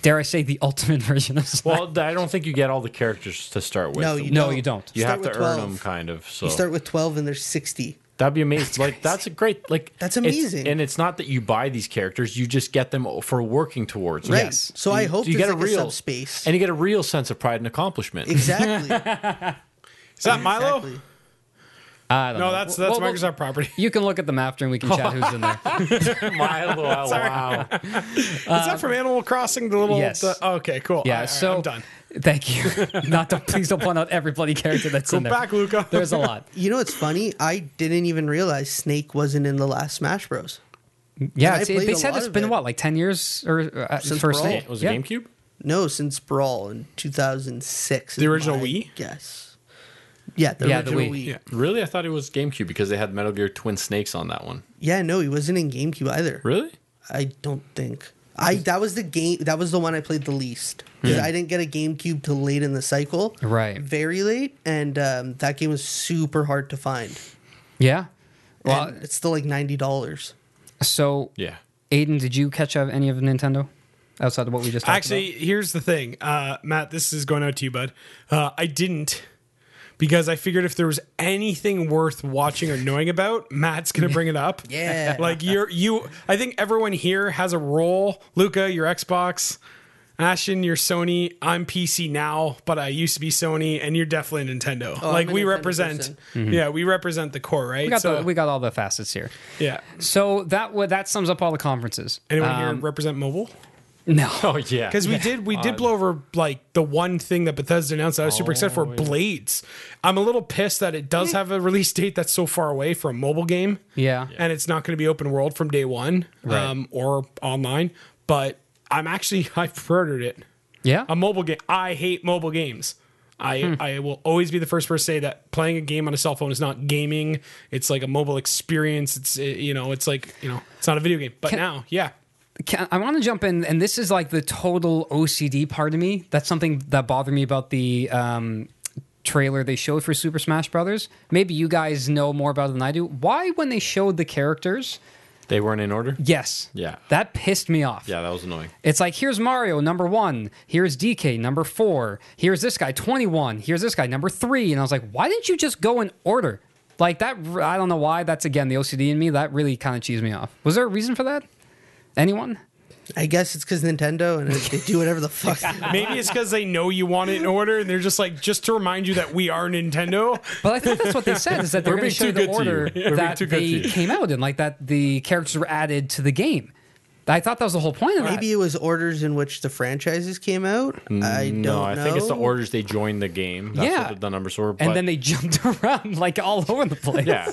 dare I say, the ultimate version of Smash.
Well, th- I don't think you get all the characters to start with.
No, you
no,
don't.
you don't.
You
start
have to
with
earn
12.
them, kind of. So
You start with twelve, and there's sixty.
that'd be amazing. like that's a great. Like
That's
it's-
amazing.
and it's not that you buy these characters; you just get them for working towards. them.
Right.
Yes.
So I hope
you
there's
get
like
a real
subspace.
and you get a real sense of pride and accomplishment.
exactly.
Is that Milo?
exactly.
I don't
No,
know.
that's
Well,
that's
well,
Microsoft property.
You can look at the map after and we can chat who's in there.
Milo, wow, Oh, wow.
is that from Animal Crossing? The little.
uh, yes.
the- oh, okay, cool.
Yeah,
All right,
so
I'm done.
thank you. Not to, please don't point out every bloody character that's
Go
in there.
back, Luca.
There's a lot.
You know what's funny? I didn't even realize Snake wasn't in the last Smash Bros.
Yeah,
And I
it's, it-
played
they
a
said
lot
it's
of
been
it.
what, like ten years or uh,
Since
first
Brawl.
thing?
It was
yeah.
a GameCube.
No, since Brawl in 2006. is
The original
my
Wii?
Yes. Yeah, the
Yeah, the
original
Wii.
Wii.
Yeah.
Yeah.
Really, I thought it was GameCube because they had Metal Gear Twin Snakes on that one.
no, he wasn't in GameCube either.
Really?
I don't think. I that was the game that was the one I played the least. 'Cause I didn't get a GameCube till late in the cycle.
Hmm. Right.
Very late. And um, that game was super hard to find.
Yeah. Well,
Well, it's still like ninety dollars.
so
Yeah.
Aiden, did you catch up any of Nintendo outside of what we just talked
Actually, here's the thing, uh, Matt. This is going out to you, bud. Uh, I didn't because I figured if there was anything worth watching or knowing about, Matt's going to bring it up.
Yeah.
like you're you. I think everyone here has a role. Luca, your Xbox. Ashton, you're Sony. I'm PC now, but I used to be Sony, and you're definitely Nintendo.
Oh,
like
I'm a
we
Nintendo
represent,
person.
yeah, we represent the core, right?
We got,
so
the, we got all the facets here.
yeah.
So that wa- that sums up all the conferences.
Anyone
Um,
here represent mobile?
No.
Oh yeah,
Because we did we did blow over like the one thing that Bethesda announced that I was super excited
Oh,
for, Blades. I'm a little pissed that it does have a release date that's so far away for a mobile game.
Yeah.
and it's not going to be open world from day one um, or online. But I'm actually I pre-ordered it.
Yeah.
A mobile game. I hate mobile games. I
Hmm.
I will always be the first person to say that playing a game on a cell phone is not gaming. It's like a mobile experience. It's uh, you know it's like you know it's not a video game. But
Can-
now yeah.
Can, I want to jump in, and this is like the total OCD part of me. That's something that bothered me about the um, trailer they showed for Super Smash Brothers. Maybe you guys know more about it than I do. Why, when they showed the characters,
they weren't in order.
yes,
Yeah.
that pissed me off.
Yeah, that was annoying.
It's like here's Mario number one, here's DK number four, here's this guy twenty one, here's this guy number three, and I was like, why didn't you just go in order? Like that, I don't know why. That's again the OCD in me. That really kind of cheesed me off. Was there a reason for that? Anyone?
I guess it's because Nintendo and they do whatever the fuck. they want.
Maybe it's because they know you want it in order, and they're just like just to remind you that we are Nintendo.
But I thought that's what they said is that they're
We're
going
being
to show
too
the
good to you.
order
We're being
that
too good to
they
you.
came out in, like that the characters were added to the game. I thought that was the whole point of that.
Maybe it was orders in which the franchises came out. I don't
No,
know.
I think it's the orders they joined the game. That's
Yeah.
what the numbers were.
and
but-
then they jumped around like all over the place.
Yeah.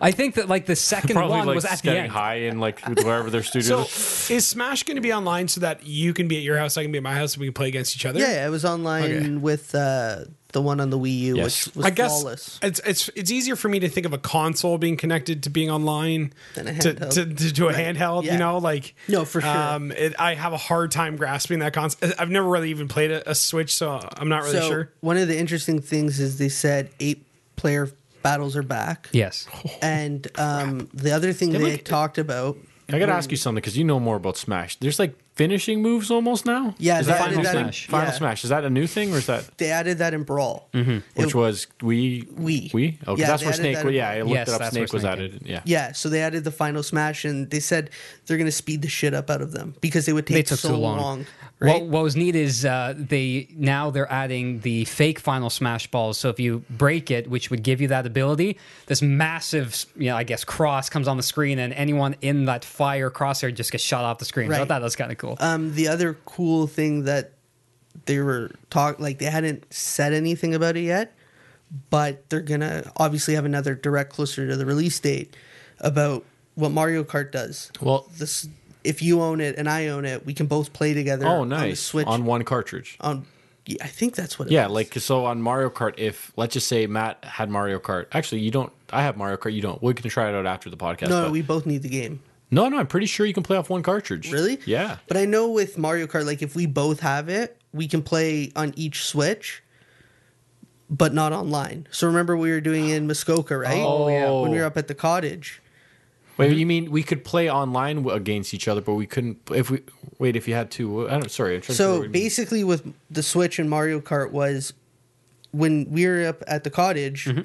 I think that like the second
probably
one
like
was at the
getting
end.
high in like wherever their
So
studio.
is Smash going to be online so that you can be at your house, I can be at my house, and we can play against each other?
Yeah, yeah, it was online
Okay.
with uh, the one on the Wii U,
Yes.
which was
I guess
flawless.
it's it's it's easier for me to think of a console being connected to being online
Than a
to,
handheld.
to, to, to a handheld.
Yeah.
You know, like
No, for sure.
Um, it, I have a hard time grasping that concept. I've never really even played a, a Switch, so I'm not really
so
sure.
one of the interesting things is they said eight player battles are back.
Yes.
And um, the other thing
Did
they
we-
talked about,
I gotta ask you something because you know more about Smash. There's like finishing moves almost now.
Yeah,
is
they
that
added
a new
that
thing?
in- yeah.
Final Smash is that a new thing or is that
they added that in Brawl,
which
It-
was we
We.
we? Okay,
Yeah,
that's
they
where
added
Snake.
that
well,
in-
yeah, I looked
Yes,
it up.
that's
Snake
where
was
Snake
added. Yeah.
Yeah, so they added the final smash, and they said they're going to speed the shit up out of them because they would take
They took
so
too long.
right?
What, what was neat is uh, they now they're adding the fake Final Smash balls. So if you break it, which would give you that ability, this massive, you know, I guess cross comes on the screen, and anyone in that fire crosshair just gets shot off the screen. So I
Right.
thought that was kind of cool.
um, the other cool thing that they were talk like they hadn't said anything about it yet, but they're gonna obviously have another direct closer to the release date about what Mario Kart does.
Well,
This, if you own it and I own it, we can both play together.
oh
on the
nice
Switch.
on one cartridge.
on yeah, I think that's what. It
Yeah,
was.
like so on Mario Kart. If let's just say Matt had Mario Kart. Actually, you don't. I have Mario Kart. You don't. We can try it out after the podcast.
no,
but-
no, we both need the game.
no, no. I'm pretty sure you can play off one cartridge.
Really?
Yeah.
But I know with Mario Kart, like if we both have it, we can play on each Switch, but not online. So remember we were doing in Muskoka, right?
Oh, yeah.
When we were up at the cottage.
Wait, you mean we could play online w- against each other, but we couldn't if we wait if you had to. I don't. Sorry, I'm trying to.
So
remember what you-
basically, with the Switch and Mario Kart was when we were up at the cottage,
Mm-hmm.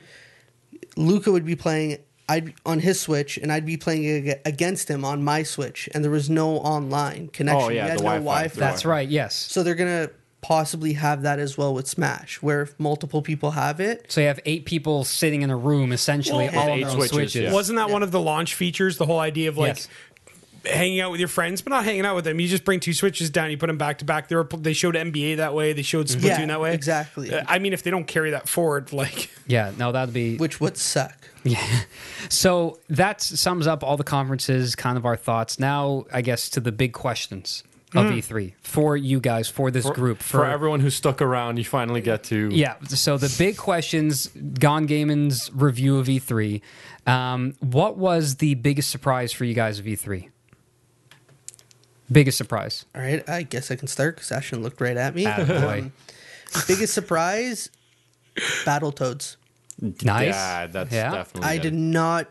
Luca would be playing. I'd on his Switch, and I'd be playing ag- against him on my Switch, and there was no online connection.
Oh, yeah,
We had
the
no
Wi-Fi.
Wi-Fi.
That's right. Yes.
So they're gonna possibly have that as well with Smash, where if multiple people have it,
So you have eight people sitting in a room, essentially
Well,
all on
eight
their own
switches,
switches.
yeah.
Wasn't that one of the launch features? The whole idea of like.
Yes.
Hanging out with your friends, but not hanging out with them. You just bring two switches down, you put them back to back. They were they showed NBA that way, they showed Splatoon
Yeah,
that way.
exactly.
Uh, I mean, if they don't carry that forward, like
Yeah, no, that'd be
which would suck.
So that sums up all the conferences, kind of our thoughts. Now, I guess to the big questions of E3 for you guys, for this group,
for, everyone who stuck around, you finally get to.
Yeah. So the big questions, Gon Gaiman's review of E3. Um, what was the biggest surprise for you guys of E3? Biggest surprise.
All right, I guess I can start because Ashton looked right at me.
Attaboy.
biggest surprise: Battletoads.
Nice.
Yeah, that's
Oh, Yeah.
definitely.
I
it.
did not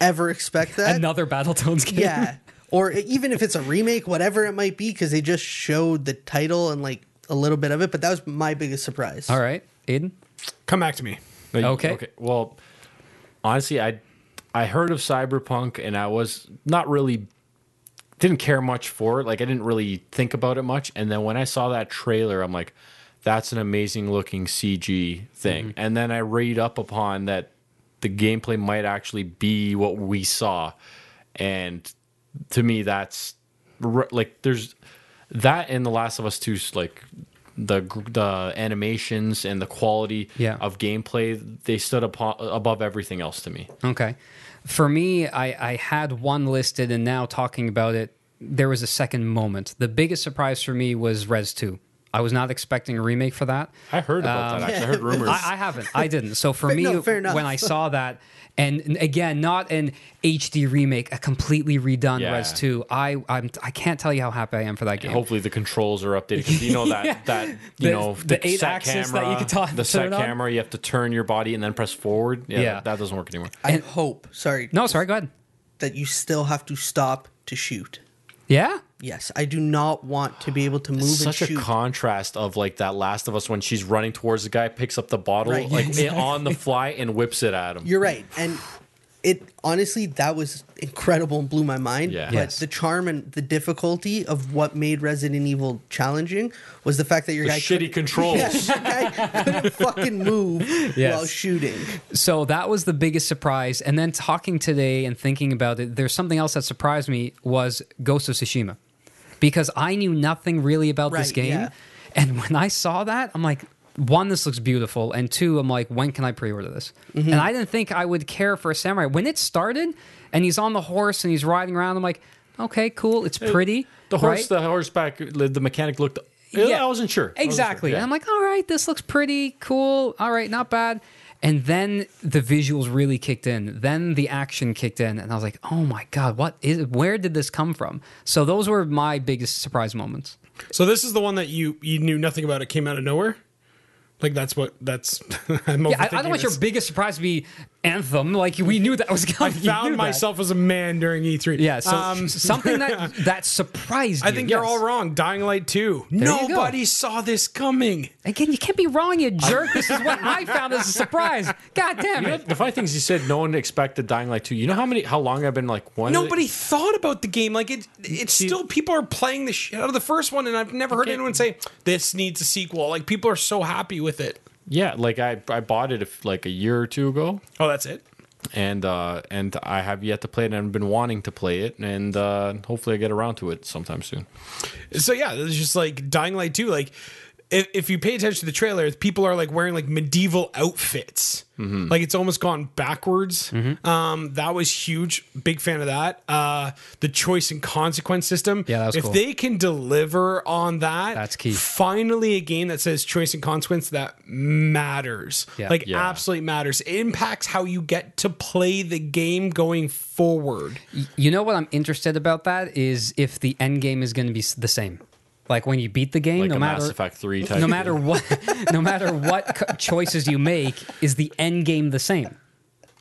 ever expect that.
Another Battletoads game.
yeah, or e, even if it's a remake, whatever it might be, because they just showed the title and like a little bit of it. But that was my biggest surprise.
All right, Aiden.
come back to me.
No, you-
Okay.
Well, honestly, I I heard of Cyberpunk, and I was not really didn't care much for it. Like I didn't really think about it much. And then when I saw that trailer, I'm like, that's an amazing looking CG thing.
Mm-hmm.
And then I read up upon that the gameplay might actually be what we saw. And to me, that's r- like there's that in The Last of Us 2, 's, like the gr- the animations and the quality
Yeah.
of gameplay, they stood upon above everything else to me.
Okay. For me, I, I had one listed, and now talking about it, there was a second moment. The biggest surprise for me was Res 2. I was not expecting a remake for that.
I heard about that. Actually. I heard rumors.
I, I haven't. I didn't. So for
Fair-
me,
no, fair enough.
when I saw that, and and again, not an HD remake, a completely redone
Yeah.
Res 2, I I'm, I can't tell you how happy I am for that game.
Hopefully the controls are updated because you know that that you
The-
know
the eight axis that you can tell-
the set
turn on.
camera you have to turn your body and then press forward. Yeah,
Yeah.
That, that doesn't work anymore.
I hope. Sorry.
No, sorry. Go ahead.
That you still have to stop to shoot.
Yeah.
Yes, I do not want to be able to move and
Such a
shoot.
contrast of like that Last of Us when she's running towards the guy, picks up the bottle
Right,
like on the fly and whips it at him.
You're right, and it honestly that was incredible and blew my mind.
Yeah.
But
Yes.
the charm and the difficulty of what made Resident Evil challenging was the fact that your
the
guy
shitty
couldn't-
controls.
Yes, your guy couldn't fucking move while shooting.
So that was the biggest surprise. And then talking today and thinking about it, there's something else that surprised me was Ghost of Tsushima. Because I knew nothing really about this
Right,
game.
yeah.
And when I saw that, I'm like, one, this looks beautiful. And two, I'm like, when can I pre order this? And I didn't think I would care for a samurai. When it started and he's on the horse and he's riding around, I'm like, okay, cool. It's pretty.
The horse,
right?
the horseback, the mechanic looked. I wasn't sure. I wasn't sure.
Exactly.
Yeah.
And I'm like, all right, this looks pretty cool. All right, not bad. And then the visuals really kicked in. Then the action kicked in, and I was like, oh my god, what is? Where did this come from? So those were my biggest surprise moments.
So this is the one that you you knew nothing about. It came out of nowhere. Like that's what that's. I'm
Yeah, I, I don't want your
this.
biggest surprise to be Anthem. Like we knew that was
I
coming. You knew
found
that.
myself as a man during E3.
Yeah. So
Um,
something that that surprised.
I
you.
think
Yes.
you're all wrong. Dying Light 2.
you go.
Nobody saw this coming.
Again, you can't be wrong, you jerk. this is what I found as a surprise. God damn
You know,
it.
the funny thing is, you said no one expected Dying Light two. You know how many, how long I've been like one.
Nobody thought about the game. Like it, it's still people are playing the shit out of the first one, and I've never heard anyone say this needs a sequel. Like people are so happy with it.
Yeah, like I, I bought it if, like a year or two ago.
Oh, that's it.
and uh, and I have yet to play it, and I've been wanting to play it, and uh, hopefully I get around to it sometime soon.
So yeah, it's just like Dying Light 2. Like if, if you pay attention to the trailer, people are like wearing like medieval outfits.
Mm-hmm.
Like it's almost gone backwards. Um, that was huge. Big fan of that. Uh, the choice and consequence system.
Yeah, that was
if
cool.
they can deliver on that,
That's key.
Finally, a game that says choice and consequence that matters.
Yeah.
Like
Yeah.
absolutely matters. It impacts how you get to play the game going forward.
You know what I'm interested about that is if the end game is going to be s- the same. Like when you beat the game,
Like
no
a
matter
Mass Effect three type.
no matter what, no matter what co- choices you make, is the end game the same?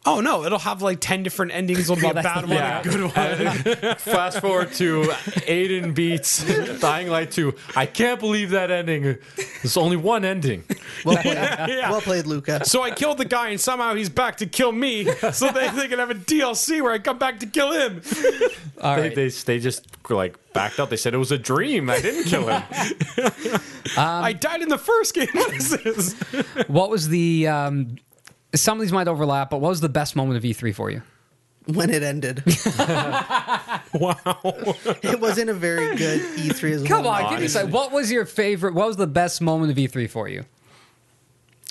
Oh no, it'll have like ten different endings. It'll be
Well,
a
that's
bad
the-
one,
yeah.
a good one.
Fast forward to Aiden beats Dying Light two. I can't believe that ending. There's only one ending.
Well played,
Yeah.
well played, Luca.
So I killed the guy, and somehow he's back to kill me. So they, they can have a DLC where I come back to kill him.
All
They,
right.
they they just like backed up. They said it was a dream. I didn't kill him.
I died in the first game. What is this?
What was the? Um, some of these might overlap, but what was the best moment of E3 for you?
When it ended,
Wow.
it wasn't a very good E3. As
Come
well.
on, give me some. What was your favorite? What was the best moment of E3 for you?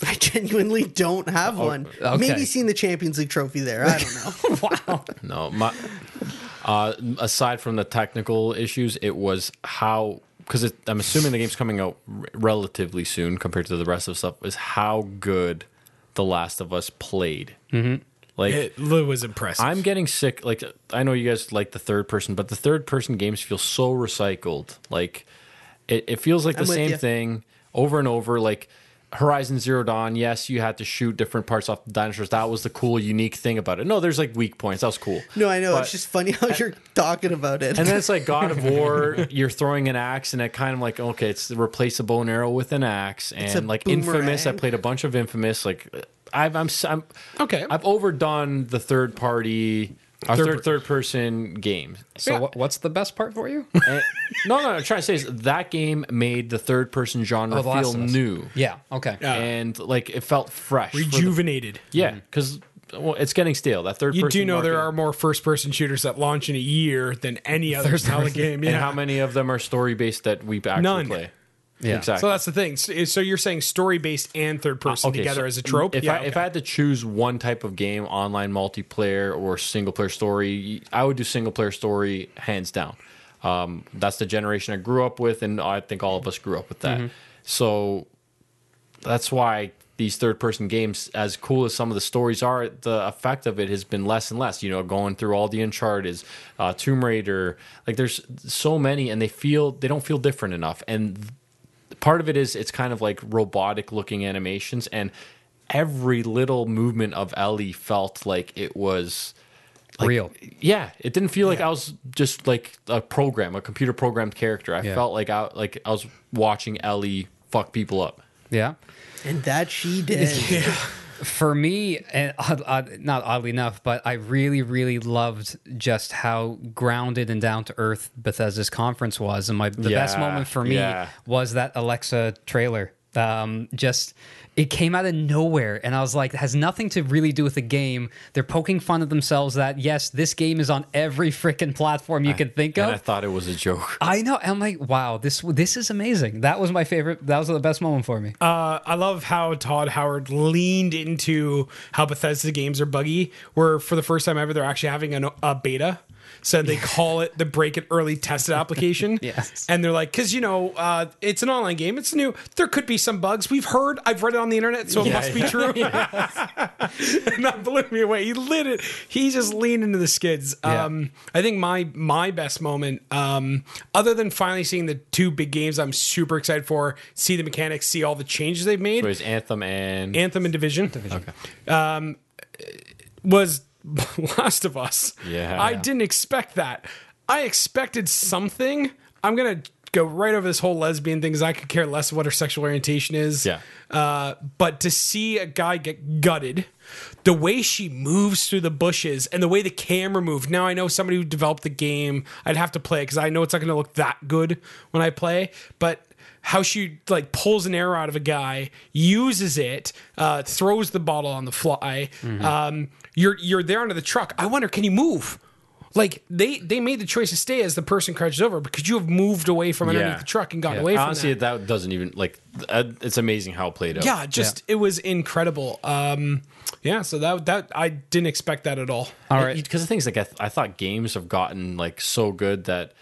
I genuinely don't have one.
okay.
Maybe seeing the Champions League trophy there. I don't know.
wow.
No, my uh, aside from the technical issues, it was how because I'm assuming the game's coming out r- relatively soon compared to the rest of the stuff. Is how good The Last of Us played. Mm-hmm. Like
Lou was impressed.
I'm getting sick. Like I know you guys like the third person, but the third person games feel so recycled. Like it, it feels like
I'm
the
with
same
ya.
thing over and over. Like Horizon Zero Dawn. Yes, you had to shoot different parts off the dinosaurs. That was the cool, unique thing about it. No, there's like weak points. That was cool.
No, I know.
But-
it's just funny how you're talking about it.
and then it's like God of War. You're throwing an axe, and it kind of like okay, it's replace a bow and arrow with an axe,
a
and like Infamous. I
boomerang.
played a bunch of Infamous. Like I've I'm, s- I'm
Okay.
I've overdone the third party Our
Third
third
per-
third person game.
So
Yeah.
what, what's the best part for you?
And- no, no, I'm trying to say is that game made the third person genre
Oh, The Last
feel
of Us.
new.
yeah. Okay.
Yeah.
And like it felt fresh. for the-
Rejuvenated.
yeah, because well, it's getting stale. That third
You
person
do know there
market.
are more first person shooters that launch in a year than any other style of game. Yeah.
And how many of them are story based that we actually
None.
play?
Yeah.
Exactly.
So that's the thing. So so you're saying story based and third person
Uh, Okay,
together
so
as a trope?
If, I,
okay.
if I had to choose one type of game, online multiplayer or single player story, I would do single player story hands down. Um, that's the generation I grew up with, and I think all of us grew up with that.
Mm-hmm.
So that's why these third person games, as cool as some of the stories are, the effect of it has been less and less. You know, going through all the Uncharted, uh, Tomb Raider, like there's so many, and they feel they don't feel different enough. And part of it is it's kind of like robotic looking animations and every little movement of ellie felt like it was
Real.
yeah it didn't feel like i was just like a program a computer programmed character i
Yeah.
felt like i like i was watching ellie fuck people up
Yeah.
And that she did.
For me, and odd, odd, not oddly enough, but I really, really loved just how grounded and down to earth Bethesda's conference was, and my the
Yeah,
best moment for me
yeah.
was that Alexa trailer. Um, just it came out of nowhere, and I was like, it has nothing to really do with the game. They're poking fun at themselves that yes, this game is on every freaking platform you can think
and
of.
i thought it was a joke
I know. I'm like, wow, this this is amazing. That was my favorite. That was the best moment for me.
Uh, I love how Todd Howard leaned into how Bethesda games are buggy, where for the first time ever, they're actually having an, a beta. So they call it the break it early tested application.
Yes.
And they're like, because, you know, uh, it's an online game. It's new. There could be some bugs. We've heard. I've read it on the internet, so it must be true. and that blew me away. He lit it. He just leaned into the skids.
Yeah.
Um, I think my my best moment, um, other than finally seeing the two big games I'm super excited for, see the mechanics, see all the changes they've made,
it was anthem and
Anthem and Division, Um, was Last of Us.
Yeah.
I didn't expect that. I expected something. I'm gonna go right over this whole lesbian thing because I could care less what her sexual orientation is.
Yeah.
Uh, but to see a guy get gutted, the way she moves through the bushes and the way the camera moved. Now I know somebody who developed the game. I'd have to play it because I know it's not going to look that good when I play. But how she like pulls an arrow out of a guy, uses it, uh, throws the bottle on the fly.
Mm-hmm.
Um, you're you're there under the truck. I wonder, can you move? Like they they made the choice to stay as the person crouches over, but could you have moved away from underneath
Yeah.
the truck and got
Yeah.
away from
honestly
that?
that. doesn't even like uh, it's amazing how it played out
yeah just it was incredible um yeah so that that i didn't expect that at all
All right.
because the thing is, like I, th- I thought games have gotten like so good that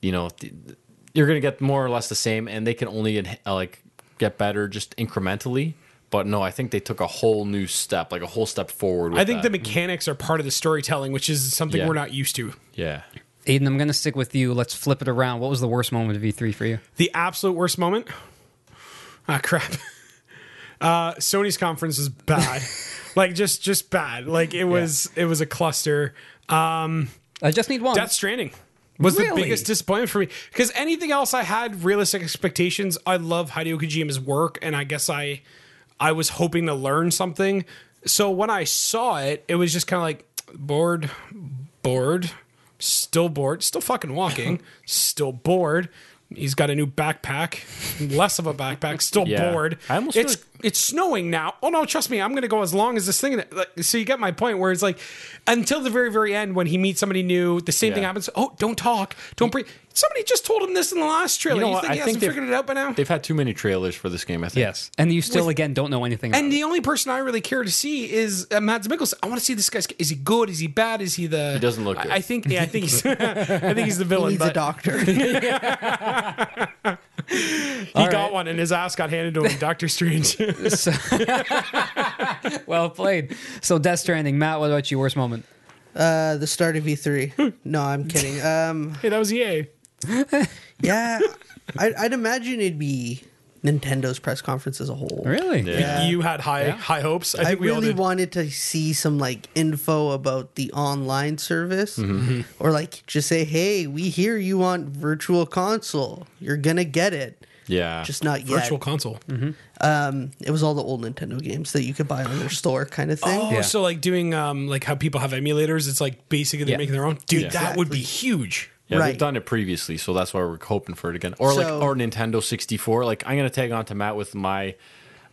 you know th- th- you're gonna get more or less the same, and they can only en- uh, like get better just incrementally. But no, I think they took a whole new step, like a whole step forward. With
i think the
that. mm.
mechanics are part of the storytelling which is something
Yeah.
we're not used to
yeah,
Aiden, I'm going to stick with you. Let's flip it around. What was the worst moment of E3 for you?
the absolute worst moment ah crap uh sony's conference was bad like just just bad like it was it was a cluster
I just need one.
Death Stranding was the
Really?
biggest disappointment for me because anything else I had realistic expectations. I love Hideo Kojima's work, and I guess I I was hoping to learn something. So when I saw it, it was just kind of like bored, bored, still bored, still fucking walking, still bored. He's got a new backpack, less of a backpack, still
Yeah.
bored.
I almost
it's
feel
it's snowing now. Oh no, trust me, I'm gonna go as long as this thing. that- like, So you get my point, where it's like until the very, very end when he meets somebody new, the same thing
Yeah.
happens. Oh, don't talk, don't breathe. Somebody just told him this in the last trailer. You,
know what,
think
I
he
think
hasn't
they've-
figured it out by now?
they've had too many trailers for this game. I think.
yes. And you still, again, don't know anything about
And
it.
the only person I really care to see is uh, Mads Mikkelsen. I want to see this guy's. Is he good? Is he bad? Is he the? He
doesn't look
I,
good.
I think. Yeah, I think he's. I think he's the villain.
He's
but
a doctor.
he got one, and his ass got handed to him. Doctor Strange.
Well played. So, Death Stranding. Matt, what about you? Worst moment?
Uh, the start of E3. No, I'm kidding. Um,
hey, that was E EA.
yeah, I, I'd imagine it'd be Nintendo's press conference as a whole.
Really?
you had high high hopes. I
I
think we all
really
did.
wanted to see some like info about the online service,
Mm-hmm.
or like just say, "Hey, we hear you want Virtual Console. You're gonna get it."
Yeah.
just not yet.
Ah, Virtual console.
Um, it was all the old Nintendo games that you could buy on their store, kind of thing.
Oh,
Yeah.
so like doing um like how people have emulators, it's like basically they're
Yeah.
making their own. Dude, that would be huge.
Yeah,
Right.
they've done it previously, so that's why we're hoping for it again. Or like
So-
or Nintendo 64. Like I'm gonna tag on to Matt with my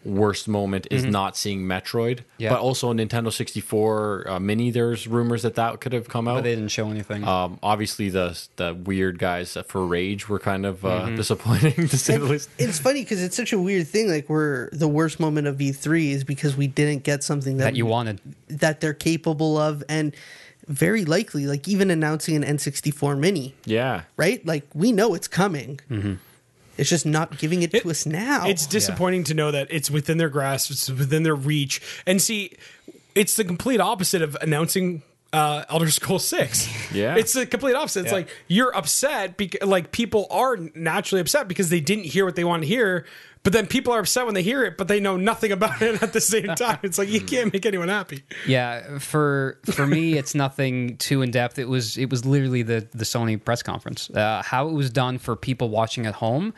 worst moment is not seeing Metroid,
Mm-hmm. Yeah.
but also Nintendo 64 uh, Mini. There's rumors that that could have come out.
But they didn't show anything.
um, obviously, the the weird guys for Rage were kind of
Mm-hmm.
uh, disappointing to say the least.
It's funny because it's such a weird thing. Like we're the worst moment of E3 is because we didn't get something that,
that you
we-
wanted.
that they're capable of, and very likely, like even announcing an N64 Mini,
Yeah,
right? Like we know it's coming.
Mm-hmm.
It's just not giving it,
It-
to us now.
It's disappointing to know that it's within their grasp, it's within their reach. And see, it's the complete opposite of announcing uh, Elder Scrolls Six.
Yeah.
it's the complete opposite. It's
Yeah.
like you're upset because like people are naturally upset because they didn't hear what they want to hear. But then people are upset when they hear it, but they know nothing about it at the same time. It's like you can't make anyone happy.
Yeah, for for me, it's nothing too in depth. It was it was literally the the Sony press conference. Uh, how it was done for people watching at home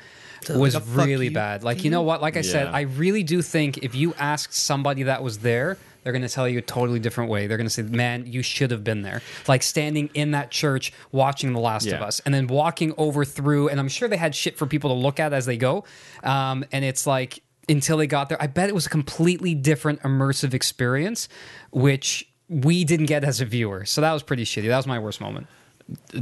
was
like a fuck
really
you
bad. Like you know what? Like I said,
Yeah.
I really do think if you asked somebody that was there. They're going to tell you a totally different way. They're going to say, "Man, you should have been there." Like standing in that church watching The Last of
Yeah.
Us, and then walking over through. And I'm sure they had shit for people to look at as they go. Um, and it's like until they got there, I bet it was a completely different immersive experience, which we didn't get as a viewer. So that was pretty shitty. That was my worst moment.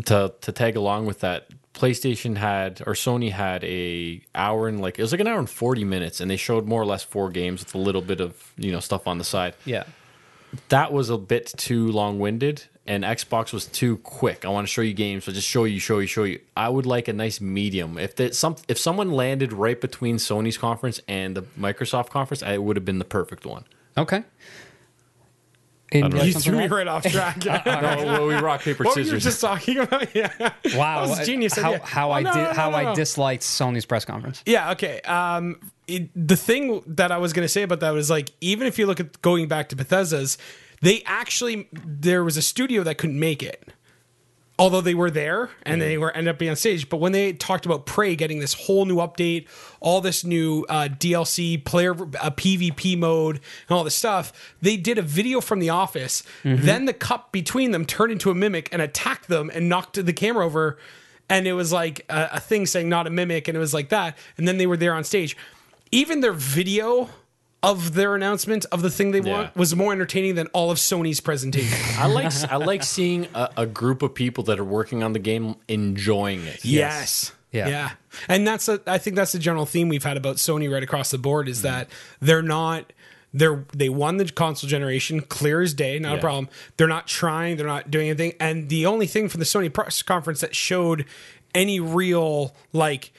to to tag along with that PlayStation had or Sony had a hour and like it was like an hour and 40 minutes and they showed more or less four games with a little bit of you know stuff on the side
Yeah.
that was a bit too long-winded and Xbox was too quick I want to show you games so just show you show you show you I would like a nice medium if that some if someone landed right between Sony's conference and the Microsoft conference I- it would have been the perfect one
Okay. And
don't know.
got
You
something
threw me
there?
right off track.
no well, we rock paper
what were you
scissors
just talking about? Yeah.
Wow.
That was a genius
How,
idea.
how
Oh,
I
no,
did
no, no,
how
no,
I
no.
disliked Sony's press conference.
Yeah, okay. Um, it, the thing that I was going to say about that was like, even if you look at going back to Bethesda's, they actually, there was a studio that couldn't make it. Although they were there and they were ended up being on stage, but when they talked about Prey getting this whole new update, all this new uh, DLC, player uh, PvP mode, and all this stuff, they did a video from the office. Then the cup between them turned into a mimic and attacked them and knocked the camera over and it was like a, a thing saying not a mimic and it was like that and then they were there on stage even their video of their announcement of the thing they want
Yeah.
was more entertaining than all of sony's presentation
I like I like seeing a, a group of people that are working on the game enjoying it
Yes.
Yeah.
Yeah. And that's a, I think that's the general theme we've had about Sony right across the board is
Mm-hmm.
that they're not they're they won the console generation clear as day, not a
Yeah.
problem. They're not trying, they're not doing anything. And the only thing from the Sony press conference that showed any real like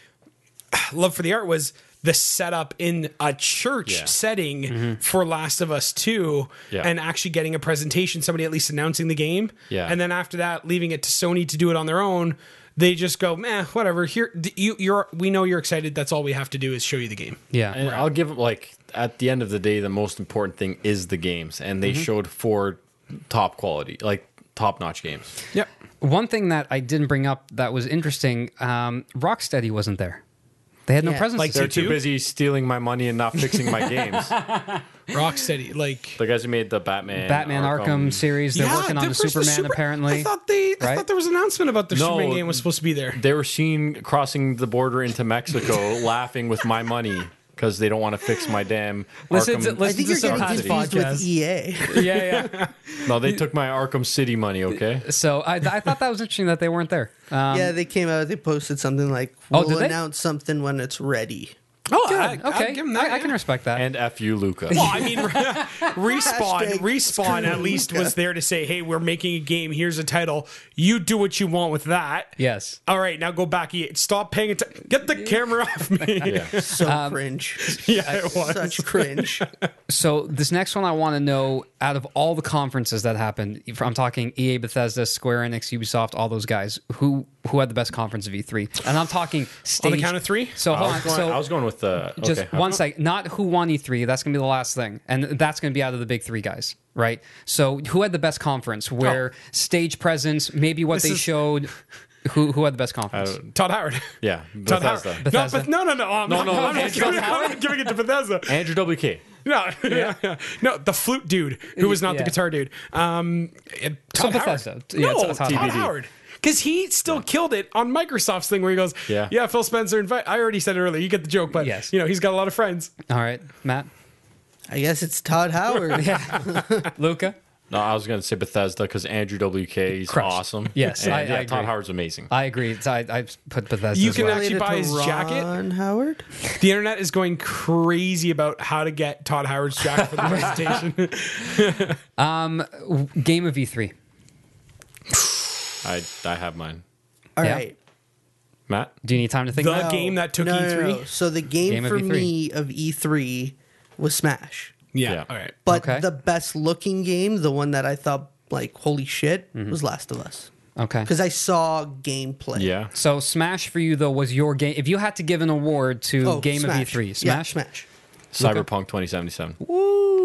love for the art was the setup in a church
Yeah. Mm-hmm.
setting for Last of Us 2
Yeah.
and actually getting a presentation, somebody at least announcing the game.
Yeah.
And then after that, leaving it to Sony to do it on their own. They just go, meh, whatever. Here, d- you, you're. We know you're excited. That's all we have to do is show you the game.
Yeah.
And I'll give it like at the end of the day, the most important thing is the games, and
Mm-hmm.
they showed four top quality, like top notch games.
Yep.
One thing that I didn't bring up that was interesting, um, Rocksteady wasn't there. They had no
Yeah.
presence.
Like
this year.
they're too
busy stealing my money and not fixing my games.
Rocksteady, like
The guys who made the Batman,
Batman Arkham, series. They're
Yeah,
working
there
on the
was the
Superman
Super-
apparently.
I thought they. I
Right?
thought there was an announcement about the
No.
Superman game was supposed to be there.
They were seen crossing the border into Mexico, laughing with my money because they don't want to fix my damn.
Listen
Arkham,
to-
I
listen
think
to
you're
some
getting
City.
confused with E EA.
yeah, yeah.
no, they took my Arkham City money. Okay,
So I, I thought that was interesting that they weren't there. Um,
yeah, they came out. They posted something like,
Oh,
"We'll
did they?
announce something when it's ready."
Oh,
Good. okay, I, I can respect that.
and f you, Luca.
Well, I mean, respawn,
Hashtag
respawn
screw
at least
Luca.
was there to say, "Hey, we're making a game. Here's a title. You do what you want with that."
yes.
All right, now go back. Ian. Stop paying attention. Get the camera off me. Yeah,
So
Um,
cringe.
it was.
Such cringe.
So this next one I want to know out of all the conferences that happened, if I'm talking EA, Bethesda, Square Enix, Ubisoft, all those guys, who who had the best conference of E3? And I'm talking stage.
count of three?
So
I
hold
was,
on.
going,
so
I was going with the
just
okay.
one second. Not who won E3. That's gonna be the last thing, and that's gonna be out of the big three guys, right? So who had the best conference? Where stage presence, maybe what they
Oh. is-
showed, Who who had the best conference?
Todd Howard.
Yeah,
Todd
Bethesda.
Howard.
Bethesda.
No, but, no, no, um, no. I'm
No,
not-
no,
I'm not
Andrew
giving it- I'm not giving it to Bethesda.
Andrew WK.
No, yeah. no, the flute dude who was not
Yeah.
the guitar dude. Um, it- Todd
Bethesda.
Howard.
Yeah,
no,
it's- it's Todd
Todd
Howard.
Howard. Because he still killed it on Microsoft's thing where he goes,
Yeah.
yeah, Phil Spencer. Invite. I already said it earlier. You get the joke, but
Yes.
you know he's got a lot of friends.
All right, Matt,
I guess it's Todd Howard.
Luca.
No, I was gonna say Bethesda because Andrew WK is
Crushed.
awesome.
Yes,
and,
I- I
yeah, Todd
agree. Uh,
Howard's amazing.
I agree. It's- I, I put Bethesda.
You
as
can
well.
actually
Related
buy
to
his jacket.
Ron Howard.
The internet is going crazy about how to get Todd Howard's jacket for the presentation.
game of E E3.
I I have mine.
All right.
Yeah.
Matt.
Do you need time to think?
The
about it?
game that took E
No, no,
E3.
no. So the game,
Game of E
for
E3.
me of E3 was Smash.
Yeah.
Yeah.
All right.
But
Okay.
the best looking game, the one that I thought like holy shit,
Mm-hmm.
was Last of Us
Okay.
because I saw gameplay.
Yeah.
So Smash for you though was your game. If you had to give an award to
Oh,
Game
Smash.
of E3,
Yeah,
Smash.
Smash.
Cyberpunk 2077.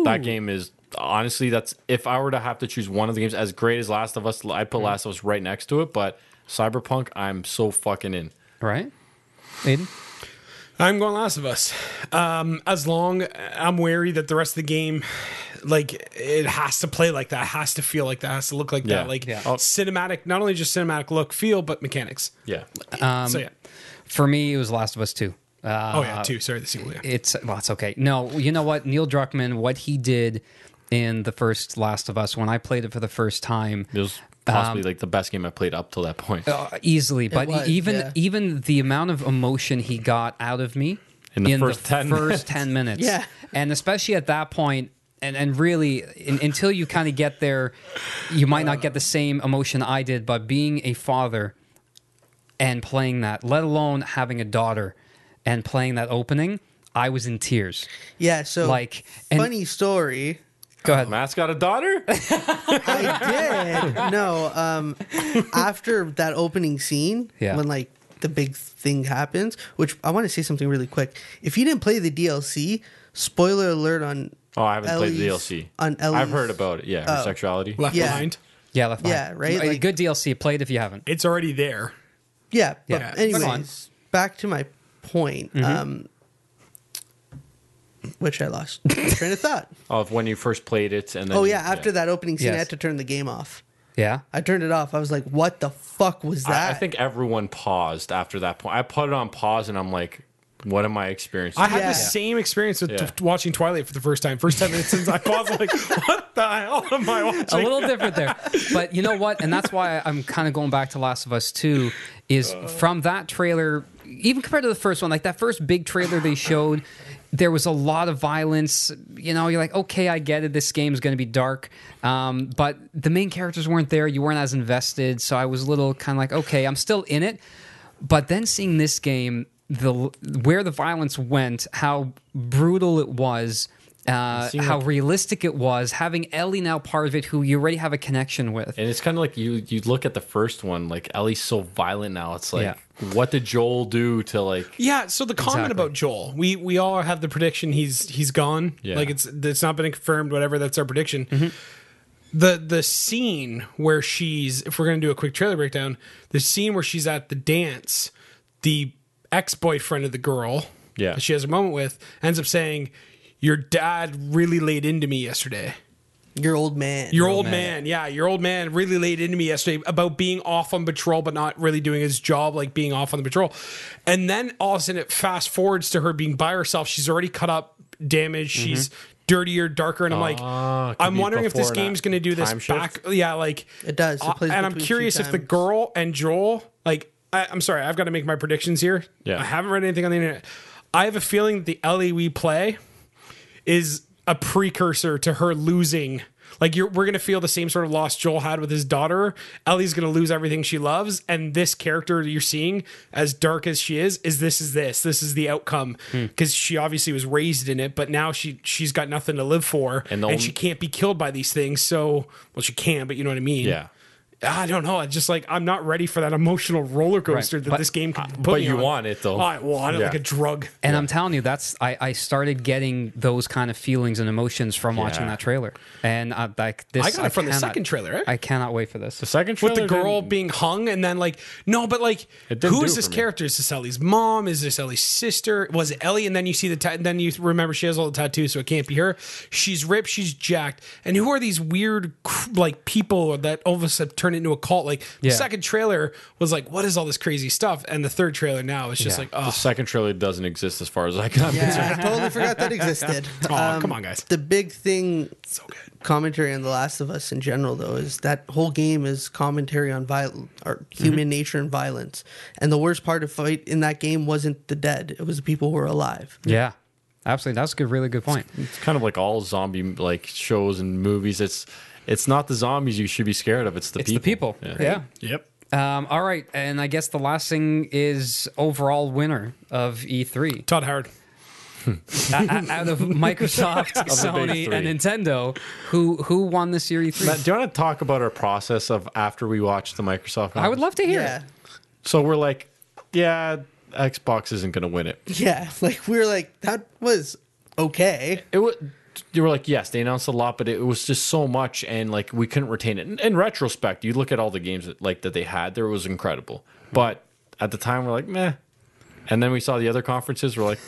That game is honestly that's if I were to have to choose one of the games as great as Last of Us, I'd
Mm-hmm.
put Last of Us right next to it, but Cyberpunk I'm so fucking in.
right? Aiden.
I'm going Last of Us. Um, as long I'm wary that the rest of the game, like it has to play like that, has to feel like that, has to look like
Yeah. Oh.
that, like
Yeah.
cinematic. Not only just cinematic look, feel, but mechanics.
Yeah.
Um,
so yeah.
For me, it was Last of Us Two. Uh,
Oh yeah. Too sorry. The sequel. Yeah.
It's well, it's okay. No, you know what? Neil Druckmann, what he did in the first Last of Us when I played it for the first time,
It was possibly
Um,
like the best game I played up till that point.
Oh.
uh, easily. But
was,
even
yeah.
even the amount of emotion he got out of me
In the first 10
first 10 minutes.
Yeah.
And especially at that point, and, and really, in, until you kind of get there, you might not get the same emotion I did. But being a father and playing that, let alone having a daughter and playing that opening, I was in tears.
Yeah. So
Like, and-
funny story.
Go ahead.
Matt's got a daughter?
I did. No, um, after that opening scene,
Yeah.
when like the big thing happens, which I want to say something really quick. If you didn't play the DLC, spoiler alert on.
Oh, I haven't played the
Ellie's-
DLC.
On Oh. Ellie's,
I've heard about it. Yeah, her sexuality.
Left
Yeah.
behind.
Yeah, left
Yeah,
behind.
right?
A
Like-
good DLC. Play it if you haven't.
It's already there.
Yeah, but
Yeah. Mm-hmm.
anyways, back to my point. Um, which I lost train of thought.
Of when you first played it and then
Oh yeah, after that opening scene, I
Yes.
had to turn the game off.
Yeah.
I turned it off. I was like, "What the fuck was that?"
I, I think everyone paused after that point. I put it on pause and I'm like, what am I experiencing?
I had
Yeah.
the same experience with
Yeah.
t- watching Twilight for the first time. First ten minutes since I paused. Like, what the hell am I watching?
a little different there. But you know what? And that's why I'm kind of going back to Last of Us 2 is from that trailer, even compared to the first one, like that first big trailer they showed, there was a lot of violence. You know, you're like, okay, I get it. This game's going to be dark. Um, but the main characters weren't there. You weren't as invested. So I was a little kind of like, okay, I'm still in it. But then seeing this game, the where the violence went, how brutal it was, uh,
Seeing,
how
like,
realistic it was having Ellie now part of it, who you already have a connection with.
And it's kind of like you you look at the first one, like Ellie's so violent now. It's like,
Yeah.
what did Joel do to like?
Yeah, so the comment
Exactly.
about Joel, we we all have the prediction he's he's gone.
Yeah. Mm-hmm.
Like it's it's not been confirmed, whatever. That's our prediction. The the scene where she's, if we're gonna do a quick trailer breakdown, the scene where she's at the dance, the ex boyfriend of the girl,
Yeah.
that she has a moment with, ends up saying, "Your dad really laid into me yesterday."
your old man.
Your old man. yeah, your old man really laid into me yesterday about being off on patrol but not really doing his job, like being off on the patrol. And then all of a sudden it fast forwards to her being by herself. She's already cut up, damaged. She's dirtier, darker, and I'm like,
Mm-hmm. Ah, it could
I'm
be
wondering if this
before and
game's going to do this
time shift?
back. Yeah, like
It does. It
Uh,
plays
and I'm
between two
curious if the
times.
girl and Joel, like, I, I'm sorry, I've got to make my predictions here.
Yeah.
I haven't read anything on the internet. I have a feeling that the Ellie we play is a precursor to her losing. Like you're, we're gonna feel the same sort of loss Joel had with his daughter. Ellie's gonna lose everything she loves, and this character you're seeing, as dark as she is, is this is this this is the outcome
Hmm.
because she obviously was raised in it, but now she she's got nothing to live for,
And
and,
the only-
she can't be killed by these things. So well, she can, but you know what I mean.
Yeah.
I don't know. I just like I'm not ready for that emotional roller coaster
Right.
that
But-
this game can put
but
me
you
on.
want it, though.
I want it
Yeah.
like a drug.
And I'm telling you, that's I, I started getting those kind of feelings and emotions from watching
Yeah.
that trailer. And I, like this,
I got it from the
cannot-
second trailer, right?
I cannot wait for this.
The second
with
trailer
the girl
didn't-
being hung and then like no but like
It didn't
who
do
is
it
this
for me.
character is this ellie's mom is this ellie's sister was it ellie and then you see the ta- and then you remember she has all the tattoos so it can't be her she's ripped she's jacked and who are these weird cr- like people that all of a sudden turn into a cult like the
Yeah.
second trailer was like what is all this crazy stuff and the third trailer now is just
Yeah.
like
The
oh
second trailer doesn't exist as far as I can.
Yeah, I totally forgot that existed. Um,
Aw, come on, guys.
The big thing,
so good
commentary on The Last of Us in general, though, is that whole game is commentary on viol- or human
Mm-hmm.
nature and violence. And the worst part of fight in that game wasn't the dead; it was the people who were alive.
yeah, absolutely. That's a good, really good point.
It's kind of like all zombie like shows and movies. It's it's not the zombies you should be scared of. It's the
It's
people.
the people.
Yeah.
yeah.
yep
Um, all right, and I guess the last thing is overall winner of E E3
todd howard
O- o- out of Microsoft, Sony,
big three.
and Nintendo. Who who won this year E E3?
Matt, Uh, do you want to talk about our process of after we watched the Microsoft?
I would love to hear.
Yeah,
It.
So we're like, yeah, Xbox isn't going to win it.
yeah. Like we were like that was okay.
It was. You were like, yes, they announced a lot, but it was just so much, and like we couldn't retain it. In, in retrospect, you look at all the games that like that they had, there was incredible. But at the time, we're like, meh. And then we saw the other conferences. We're like,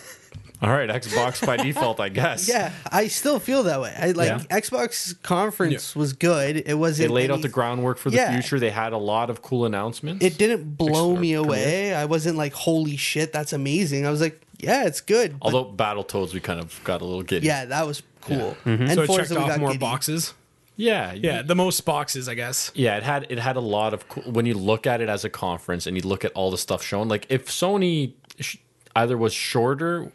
all right, Xbox by default, I guess.
Yeah, I still feel that way. I like Xbox conference was good. It
They
wasn't.
laid out
any-
the groundwork for the
Yeah.
future. They had a lot of cool announcements.
It didn't blow
Ex- or
me
premiere.
away. I wasn't like, holy shit, that's amazing. I was like, yeah, it's good. but
Although Battletoads, we kind of got a little giddy.
Yeah, that was cool.
Mm-hmm.
And
so it
Forza,
checked
we
off
got
more
giddy.
boxes
yeah,
yeah the most boxes i guess
Yeah, it had it had a lot of cool, when you look at it as a conference and you look at all the stuff shown. Like if Sony sh- either was shorter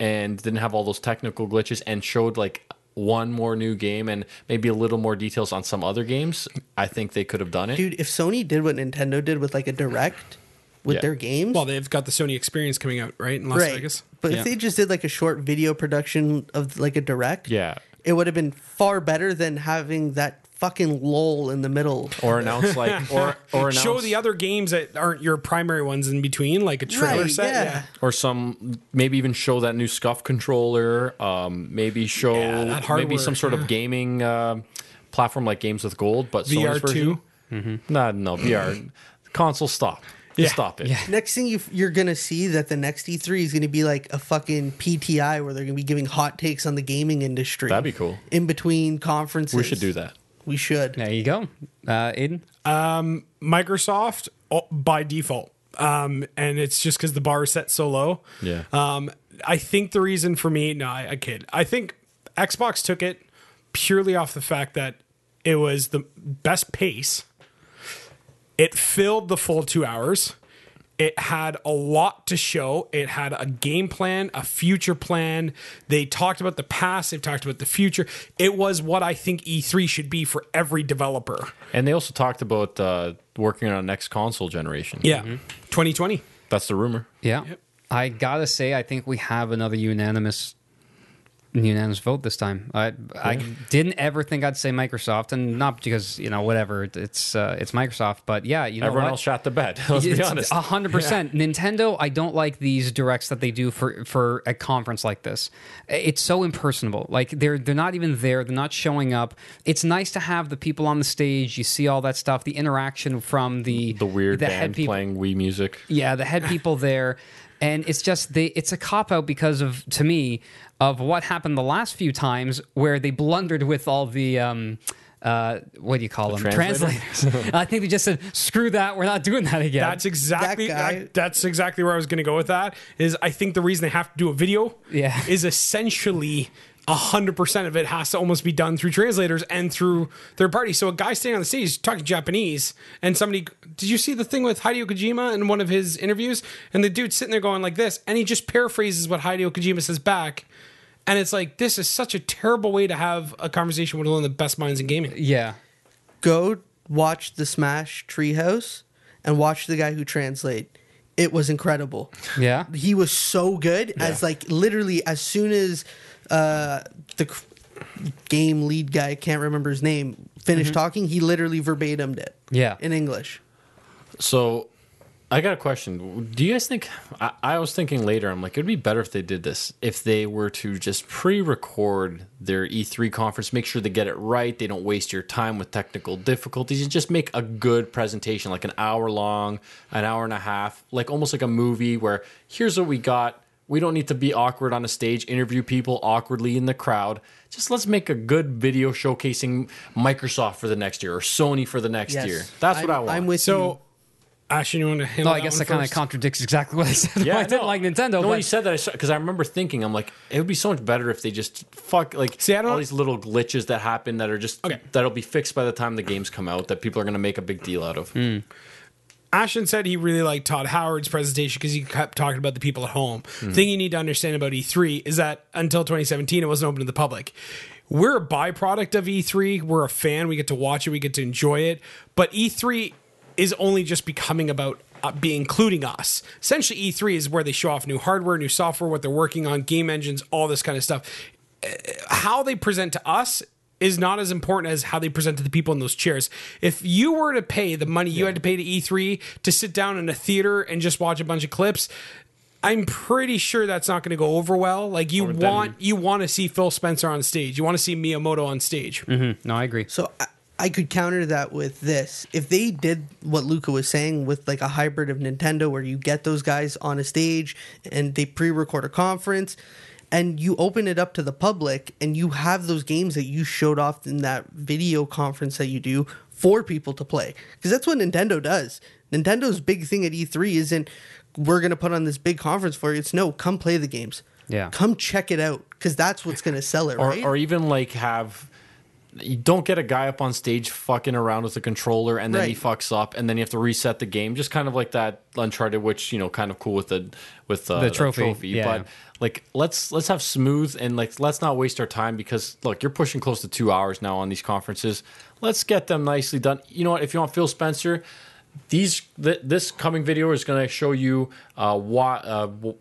and didn't have all those technical glitches and showed like one more new game and maybe a little more details on some other games, I think they could have done it.
Dude, if Sony did what Nintendo did with like a direct with
Yeah.
their games,
well they've got the sony experience coming out right in las
right.
vegas
But if they just did like a short video production of like a direct,
Yeah.
it would have been far better than having that fucking lull in the middle.
Or announce like or or announce,
show the other games that aren't your primary ones in between, like a trailer
Right,
set.
yeah.
or some maybe even show that new scuff controller um maybe show
Yeah, that
maybe
hardware,
some sort of gaming uh, platform like games with gold but
VR2.
Sony's version- Mm-hmm. nah, no vr console stop
Yeah.
Just stop it
Next thing you, you're gonna see that the next E3 is gonna be like a fucking PTI where they're gonna be giving hot takes on the gaming industry.
That'd be cool.
In between conferences,
we should do that
We should.
There you go, uh, Aiden.
Microsoft oh, by default, um, and it's just because the bar is set so low.
Yeah.
Um, I think the reason for me, no, I, I kid. I think Xbox took it purely off the fact that it was the best pace. It filled the full two hours. It had a lot to show. It had a game plan, a future plan. They talked about the past. They talked about the future. It was what I think E3 should be for every developer.
and they also talked about uh working on next console generation
Yeah. 2020.
that's the rumor
Yeah. I gotta say, I think we have another unanimous unanimous vote this time. I I didn't ever think I'd say Microsoft, and not because you know whatever it- it's uh, it's Microsoft, but yeah, you know
everyone
what?
else shot the bed let's be
It's
honest
a hundred percent. Nintendo. I don't like these directs that they do for for a conference like this. It's so impersonable. Like they're they're not even there. They're not showing up. It's nice to have the people on the stage. You see all that stuff. The interaction from the
the weird
the head
band
people.
playing Wii music
Yeah, the head people there, and it's just they. It's a cop out because of to me of what happened the last few times where they blundered with all the. Um, uh, what do you call them?
translator?
Translators. I think they just said, "Screw that! We're not doing that again."
That's exactly
That guy-
that- that's exactly where I was going to go with that. Is I think the reason they have to do a video
Yeah.
is essentially hundred percent of it has to almost be done through translators and through third parties. So a guy standing on the stage talking Japanese, and somebody, did you see the thing with Hideo Kojima in one of his interviews? And the dude's sitting there going like this, and he just paraphrases what Hideo Kojima says back. And it's like this is such a terrible way to have a conversation with one of the best minds in gaming.
yeah,
go watch the Smash Treehouse and watch the guy who translate. It was incredible.
yeah.
He was so good as like literally as soon as uh, the
Mm-hmm.
c- game lead guy I can't remember his name finished talking, he literally verbatim it.
Yeah.
in English.
So, I got a question. Do you guys think? I, I was thinking later. I'm like, it'd be better if they did this. If they were to just pre-record their E3 conference, make sure they get it right. They don't waste your time with technical difficulties. And just make a good presentation, like an hour long, an hour and a half, like almost like a movie. Where here's what we got. We don't need to be awkward on a stage, interview people awkwardly in the crowd. Just let's make a good video showcasing Microsoft for the next year or Sony for the next
Yes.
year. That's what
I'm-
I want.
I'm with you.
So, Ashton, you want to handle
No, I guess that kind of contradicts exactly what I said.
Yeah,
I didn't like Nintendo,
No, when
but
you said that, I because I remember thinking, I'm like, it would be so much better if they just fuck like
See, I don't-
all these little glitches that happen that are just
Okay.
that'll be fixed by the time the games come out that people are gonna make a big deal out of.
Ashton said he really liked Todd Howard's presentation because he kept talking about the people at home. Thing you need to understand about E3 is that until 2017, it wasn't open to the public. We're a byproduct of E3. We're a fan. We get to watch it. We get to enjoy it. But E3 is only just becoming about uh, be including us. Essentially, E3 is where they show off new hardware, new software, what they're working on, game engines, all this kind of stuff. Uh, How they present to us is not as important as how they present to the people in those chairs. If you were to pay the money you had to pay to E3 to sit down in a theater and just watch a bunch of clips, I'm pretty sure that's not going to go over well. Like you
then-
want you want to see Phil Spencer on stage. You want to see Miyamoto on stage.
no, I agree.
So I, I could counter that with this. If they did what Luca was saying with like a hybrid of Nintendo where you get those guys on a stage and they pre-record a conference and you open it up to the public and you have those games that you showed off in that video conference that you do for people to play because that's what Nintendo does. Nintendo's big thing at E3 isn't we're going to put on this big conference for you. It's no, come play the games.
Yeah.
Come check it out because that's what's going to sell it,
Or
right?
or even like have you don't get a guy up on stage fucking around with the controller and then he
Right.
fucks up and then you have to reset the game. Just kind of like that Uncharted, which you know, kind of cool with the with uh,
The trophy, yeah.
But like let's let's have smooth and like let's not waste our time because look, you're pushing close to two hours now on these conferences. Let's get them nicely done. You know what? If you want Phil Spencer. These th- this coming video is going to show you uh, why uh, w-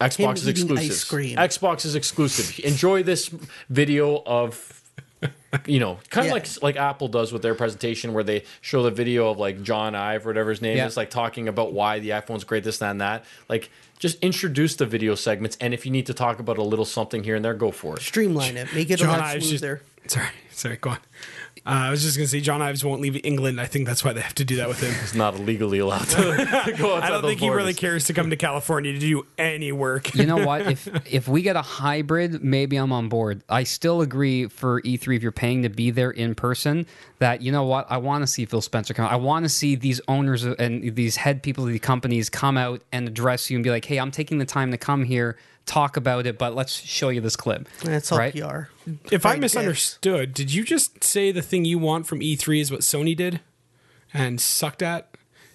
Xbox is
eating ice
exclusive.
cream.
Xbox is exclusive. Enjoy this video of you know, kind of
Yeah.
like like Apple does with their presentation, where they show the video of like John Ive, or whatever his name
Yeah.
is, like talking about why the iPhone's great, this, that, and that. Like, just introduce the video segments, and if you need to talk about a little something here and there, go for it.
Streamline it. Make it a
John
lot
Ives just,
smoother.
sorry, sorry, go on. Uh, I was just gonna say John Ives won't leave England. I think that's why they have to do that with him.
It's not legally allowed to go outside
I don't
those
think he really
borders.
cares to come to California to do any work.
You know what? If if we get a hybrid, maybe I'm on board. I still agree for E3 if you're paying to be there in person. That you know what? I want to see Phil Spencer come. out. I want to see these owners and these head people of the companies come out and address you and be like, "Hey, I'm taking the time to come here, talk about it, but let's show you this clip."
That's all
right?
PR.
If I
Right,
misunderstood, did you just say the thing you want from E3 is what Sony did and sucked at?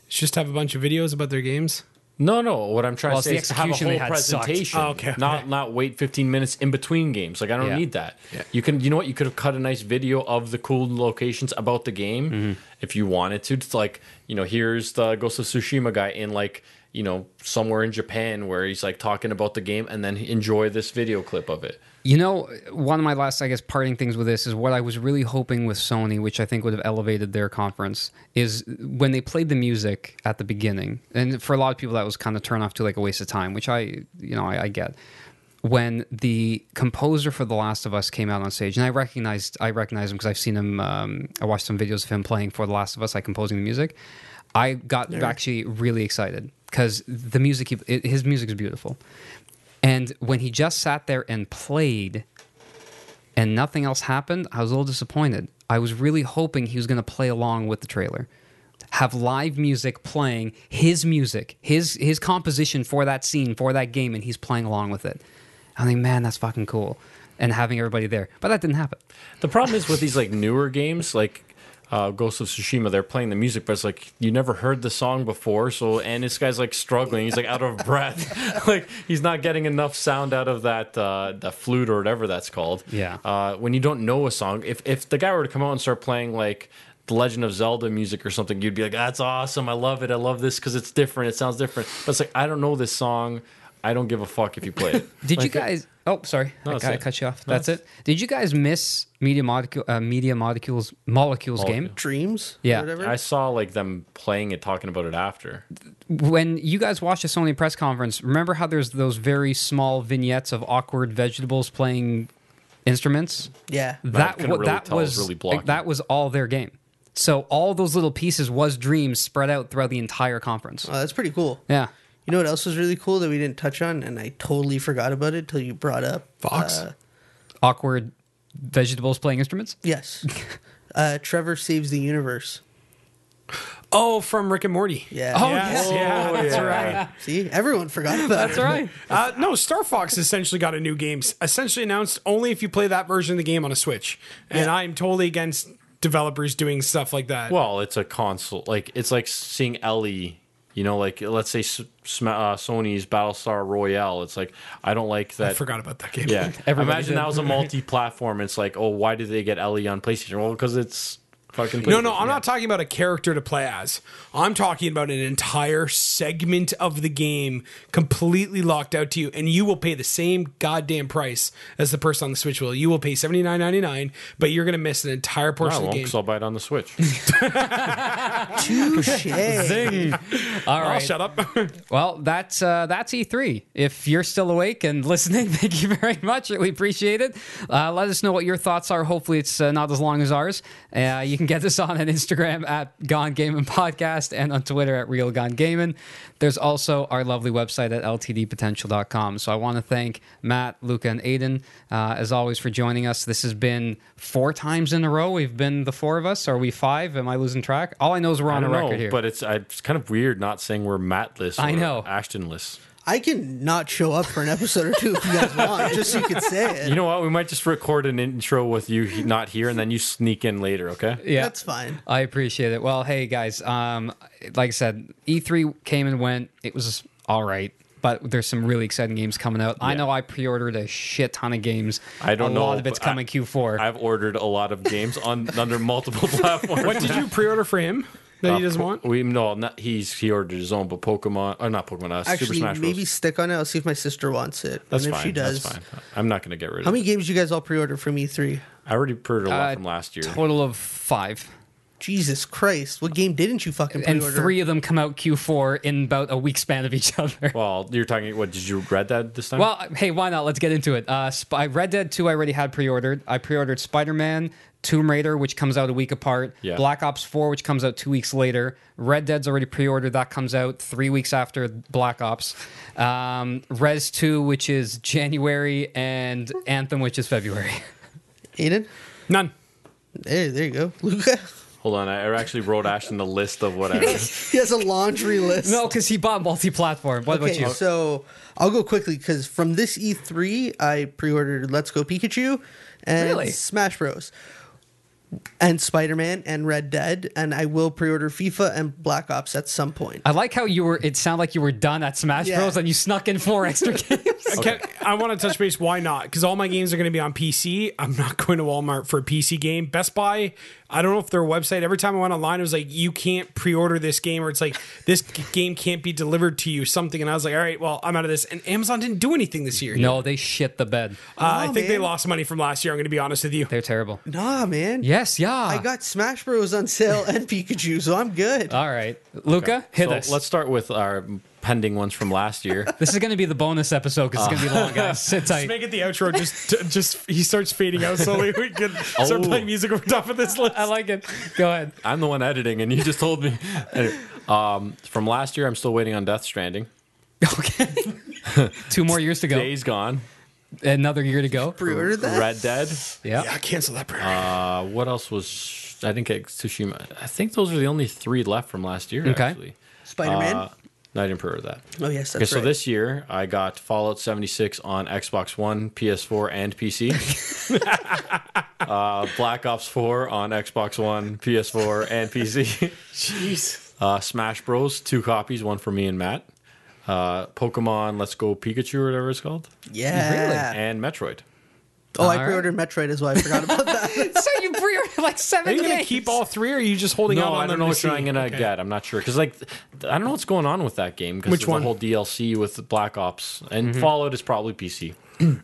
It's just have a bunch of videos about their games?
No, no. What I'm trying
Well,
to
it's the
say is have a
execution they
whole
had sucked.
presentation.
Oh, okay, okay.
Not not wait 15 minutes in between games. Like I don't
Yeah.
need that. You can you know what you could have cut a nice video of the cool locations about the game
Mm-hmm.
if you wanted to. It's like you know here's the Ghost of Tsushima guy in like you know somewhere in Japan where he's like talking about the game and then enjoy this video clip of it.
You know, one of my last, I guess, parting things with this is what I was really hoping with Sony, which I think would have elevated their conference, is when they played the music at the beginning. And for a lot of people, that was kind of turn off to like a waste of time, which I, you know, I, I get. When the composer for The Last of Us came out on stage, and I recognized, I recognized him because I've seen him. Um, I watched some videos of him playing for The Last of Us, like composing the music. I got actually really excited because the music, he, it, his music is beautiful. And when he just sat there and played and nothing else happened, I was a little disappointed. I was really hoping he was going to play along with the trailer. Have live music playing his music, his his composition for that scene, for that game and he's playing along with it. I think man, that's fucking cool. And having everybody there. But that didn't happen.
The problem is with these like newer games, like uh, Ghost of Tsushima, they're playing the music, but it's like you never heard the song before. So and this guy's like struggling, he's like out of breath, like he's not getting enough sound out of that uh, that flute or whatever that's called.
Yeah.
Uh, when you don't know a song, if if the guy were to come out and start playing like. The Legend of Zelda music or something, you'd be like, "That's awesome! I love it! I love this because it's different. It sounds different." But it's like I don't know this song. I don't give a fuck if you play it.
Did you guys? Oh, sorry,
No,
I,
that's
got, I
it.
cut you off.
No,
that's
it's-
it. Did you guys miss Media Molecule, uh, Media Molecules, Molecules game?
Molecule.
Dreams?
Yeah.
Or whatever?
I saw like them playing it, talking about it after.
When you guys watched the Sony press conference, remember how there's those very small vignettes of awkward vegetables playing instruments?
yeah. Oh,
that
couldn't
wa-
really
that
tell. It was
was
really blocky.
that was all their game. So all those little pieces was dreams spread out throughout the entire conference.
Oh, that's pretty cool.
yeah.
You know what else was really cool that we didn't touch on, and I totally forgot about it till you brought up
Fox?
uh,
Awkward vegetables playing instruments?
yes, uh, Trevor saves the universe.
Oh, from Rick and Morty.
Yeah.
Oh,
Yes,
yeah.
yeah, that's right.
See, everyone forgot about
That's
it.
right.
Uh, no, Star Fox essentially got a new game, s- essentially announced only if you play that version of the game on a Switch. And I'm totally against developers doing stuff like that.
Well, it's a console. Like it's like seeing Ellie. You know, like let's say S- Sm- uh, Sony's Battlestar Royale. It's like I don't like that.
I forgot about that game.
Yeah,
Everybody
imagine
did.
that was a multi-platform. It's like, oh, why did they get Ellie on PlayStation? Well, because it's fucking.
No, no,
PlayStation.
I'm not talking about a character to play as. I'm talking about an entire segment of the game completely locked out to you, and you will pay the same goddamn price as the person on the Switch will. You will pay seventy nine ninety nine, but you're gonna miss an entire
I
portion
won't
of the game.
because I'll buy it on the Switch.
Touche.
All
I'll
right.
shut up.
Well, that's uh, that's E3. If you're still awake and listening, thank you very much. We appreciate it. Uh, let us know what your thoughts are. Hopefully, it's uh, not as long as ours. Uh, you can get this on at Instagram at Gone Gaming Podcast and on Twitter at Real Gone Gaming. There's also our lovely website at ltdpotential.com. So I want to thank Matt, Luca, and Aiden uh, as always for joining us. This has been four times in a row. We've been the four of us. Are we five? Am I losing track? All I know is we're
I
on a
don't
record
know,
here.
but it's I, it's kind of weird not saying we're Mattless.
I
or
know.
Ashtonless.
I can not show up for an episode or two if you guys want, just so you can say it.
You know what? We might just record an intro with you he- not here, and then you sneak in later. Okay.
yeah.
That's fine.
I appreciate it. Well, hey guys, um, like I said, E3 came and went. It was all right, but there's some really exciting games coming out. I
Yeah.
know I pre-ordered a shit ton of games.
I don't
a
know.
lot of it's
but I-
coming Q4.
I've ordered a lot of games on under multiple platforms.
what did you pre order for him that
Uh,
he doesn't want?
We no, not, he's he ordered his own, but Pokemon or not Pokemon, uh, Super
Actually,
Smash Bros.
maybe stick on it. I'll see if my sister wants it.
that's
and if
fine.
she does,
That's fine. I'm not gonna get rid of.
how many games you guys all pre-order from E3?
it. I already ordered a lot
Uh,
from last year.
Total of five,
Jesus Christ! What game didn't you fucking
and
pre-order?
three of them come out Q4 in about a week span of each other.
well, you're talking. What did you read that this time?
Well, hey, why not? Let's get into it. Uh, Spy- Red Dead 2, I already had pre ordered. I pre ordered Spider Man, Tomb Raider, which comes out a week apart,
Yeah.
Black Ops 4, which comes out two weeks later. Red Dead's already pre ordered. That comes out three weeks after Black Ops. Um, Res 2, which is January, and Anthem, which is February.
Aiden,
None.
there, there you go. Luca,
hold on. I I actually wrote Ashton the list of what I. ordered.
he has a laundry list.
no, because he bought multi platform. What
Okay,
about you?
so I'll go quickly because from this E3, I pre-ordered Let's Go Pikachu and
Really?
Smash Bros. and Spider Man and Red Dead, and I will pre-order FIFA and Black Ops at some point.
I like how you were, it sounded like you were done at Smash
Yeah.
Bros. and you snuck in four extra games.
Can- I want to touch base. Why not? Because all my games are going to be on PC. I'm not going to Walmart for a PC game. Best Buy, I don't know if their website, every time I went online, it was like, you can't pre order this game, or it's like, this g- game can't be delivered to you, something. And I was like, all right, well, I'm out of this. And Amazon didn't do anything this year.
No, they shit the bed.
Uh, I
No,
think they
man.
lost money from last year. I'm going to be honest with you.
They're terrible.
nah, man.
Yes, yeah.
I got Smash Bros on sale and Pikachu, so I'm good.
All right, Luca, hit
so
us.
let's start with our pending ones from last year.
This is going to be the bonus episode because it's going to be long, guys. Sit
Just
tight.
make it the outro. Just, t- just he starts fading out slowly. We can
Oh.
start playing music over top of this list.
I like it. Go ahead.
I'm the one editing, and you just told me. Anyway, um, from last year, I'm still waiting on Death Stranding.
Okay. Two more years to go.
Days Gone,
Another year to go.
Pre-ordered that.
Red Dead.
Yeah.
cancel that prayer.
Uh, what else was I didn't get Tsushima? I think those are the only three left from last year.
Okay.
Actually,
Spider Man.
Uh, no, I didn't pre-order that.
oh yes, that's
Okay, so
right.
this year I got Fallout 76 on Xbox One, PS4, and PC. uh, Black Ops 4 on Xbox One, PS4, and PC.
Jeez.
Uh, Smash Bros. Two copies, one for me and Matt. Uh, Pokemon Let's Go Pikachu, or whatever it's called,
yeah.
and Metroid.
Oh,
All
I
right.
pre-ordered Metroid as well. I forgot about that.
so you pre-ordered like
Are
seven
you gonna
games.
keep all three, or are you just holding
No,
out on
I don't
them
know
to
which
see?
one I'm gonna get. I'm not sure because like th- I don't know what's going on with that game because
Which
the
one? Mm-hmm.
whole DLC with Black Ops and Fallout is probably PC.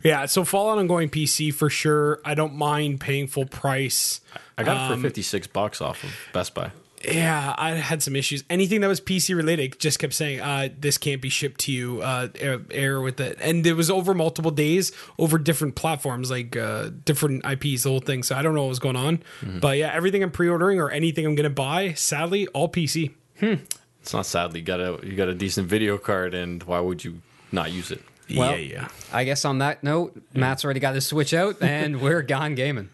Yeah, so Fallout I'm going PC for sure. I don't mind paying full price.
I got
Um,
it for 56 bucks off of Best Buy.
Yeah, I had some issues. Anything that was PC related just kept saying, uh, "This can't be shipped to you." Uh, er- error with it, and it was over multiple days, over different platforms, like uh, different IPs, the whole thing. So I don't know what was going on, but yeah, everything I'm pre-ordering or anything I'm gonna buy, sadly, all PC.
It's not sadly you got a you got a decent video card and why would you not use it?
Well-
yeah, yeah.
I guess on that note, Matt's already got his Switch out, and we're gone gaming.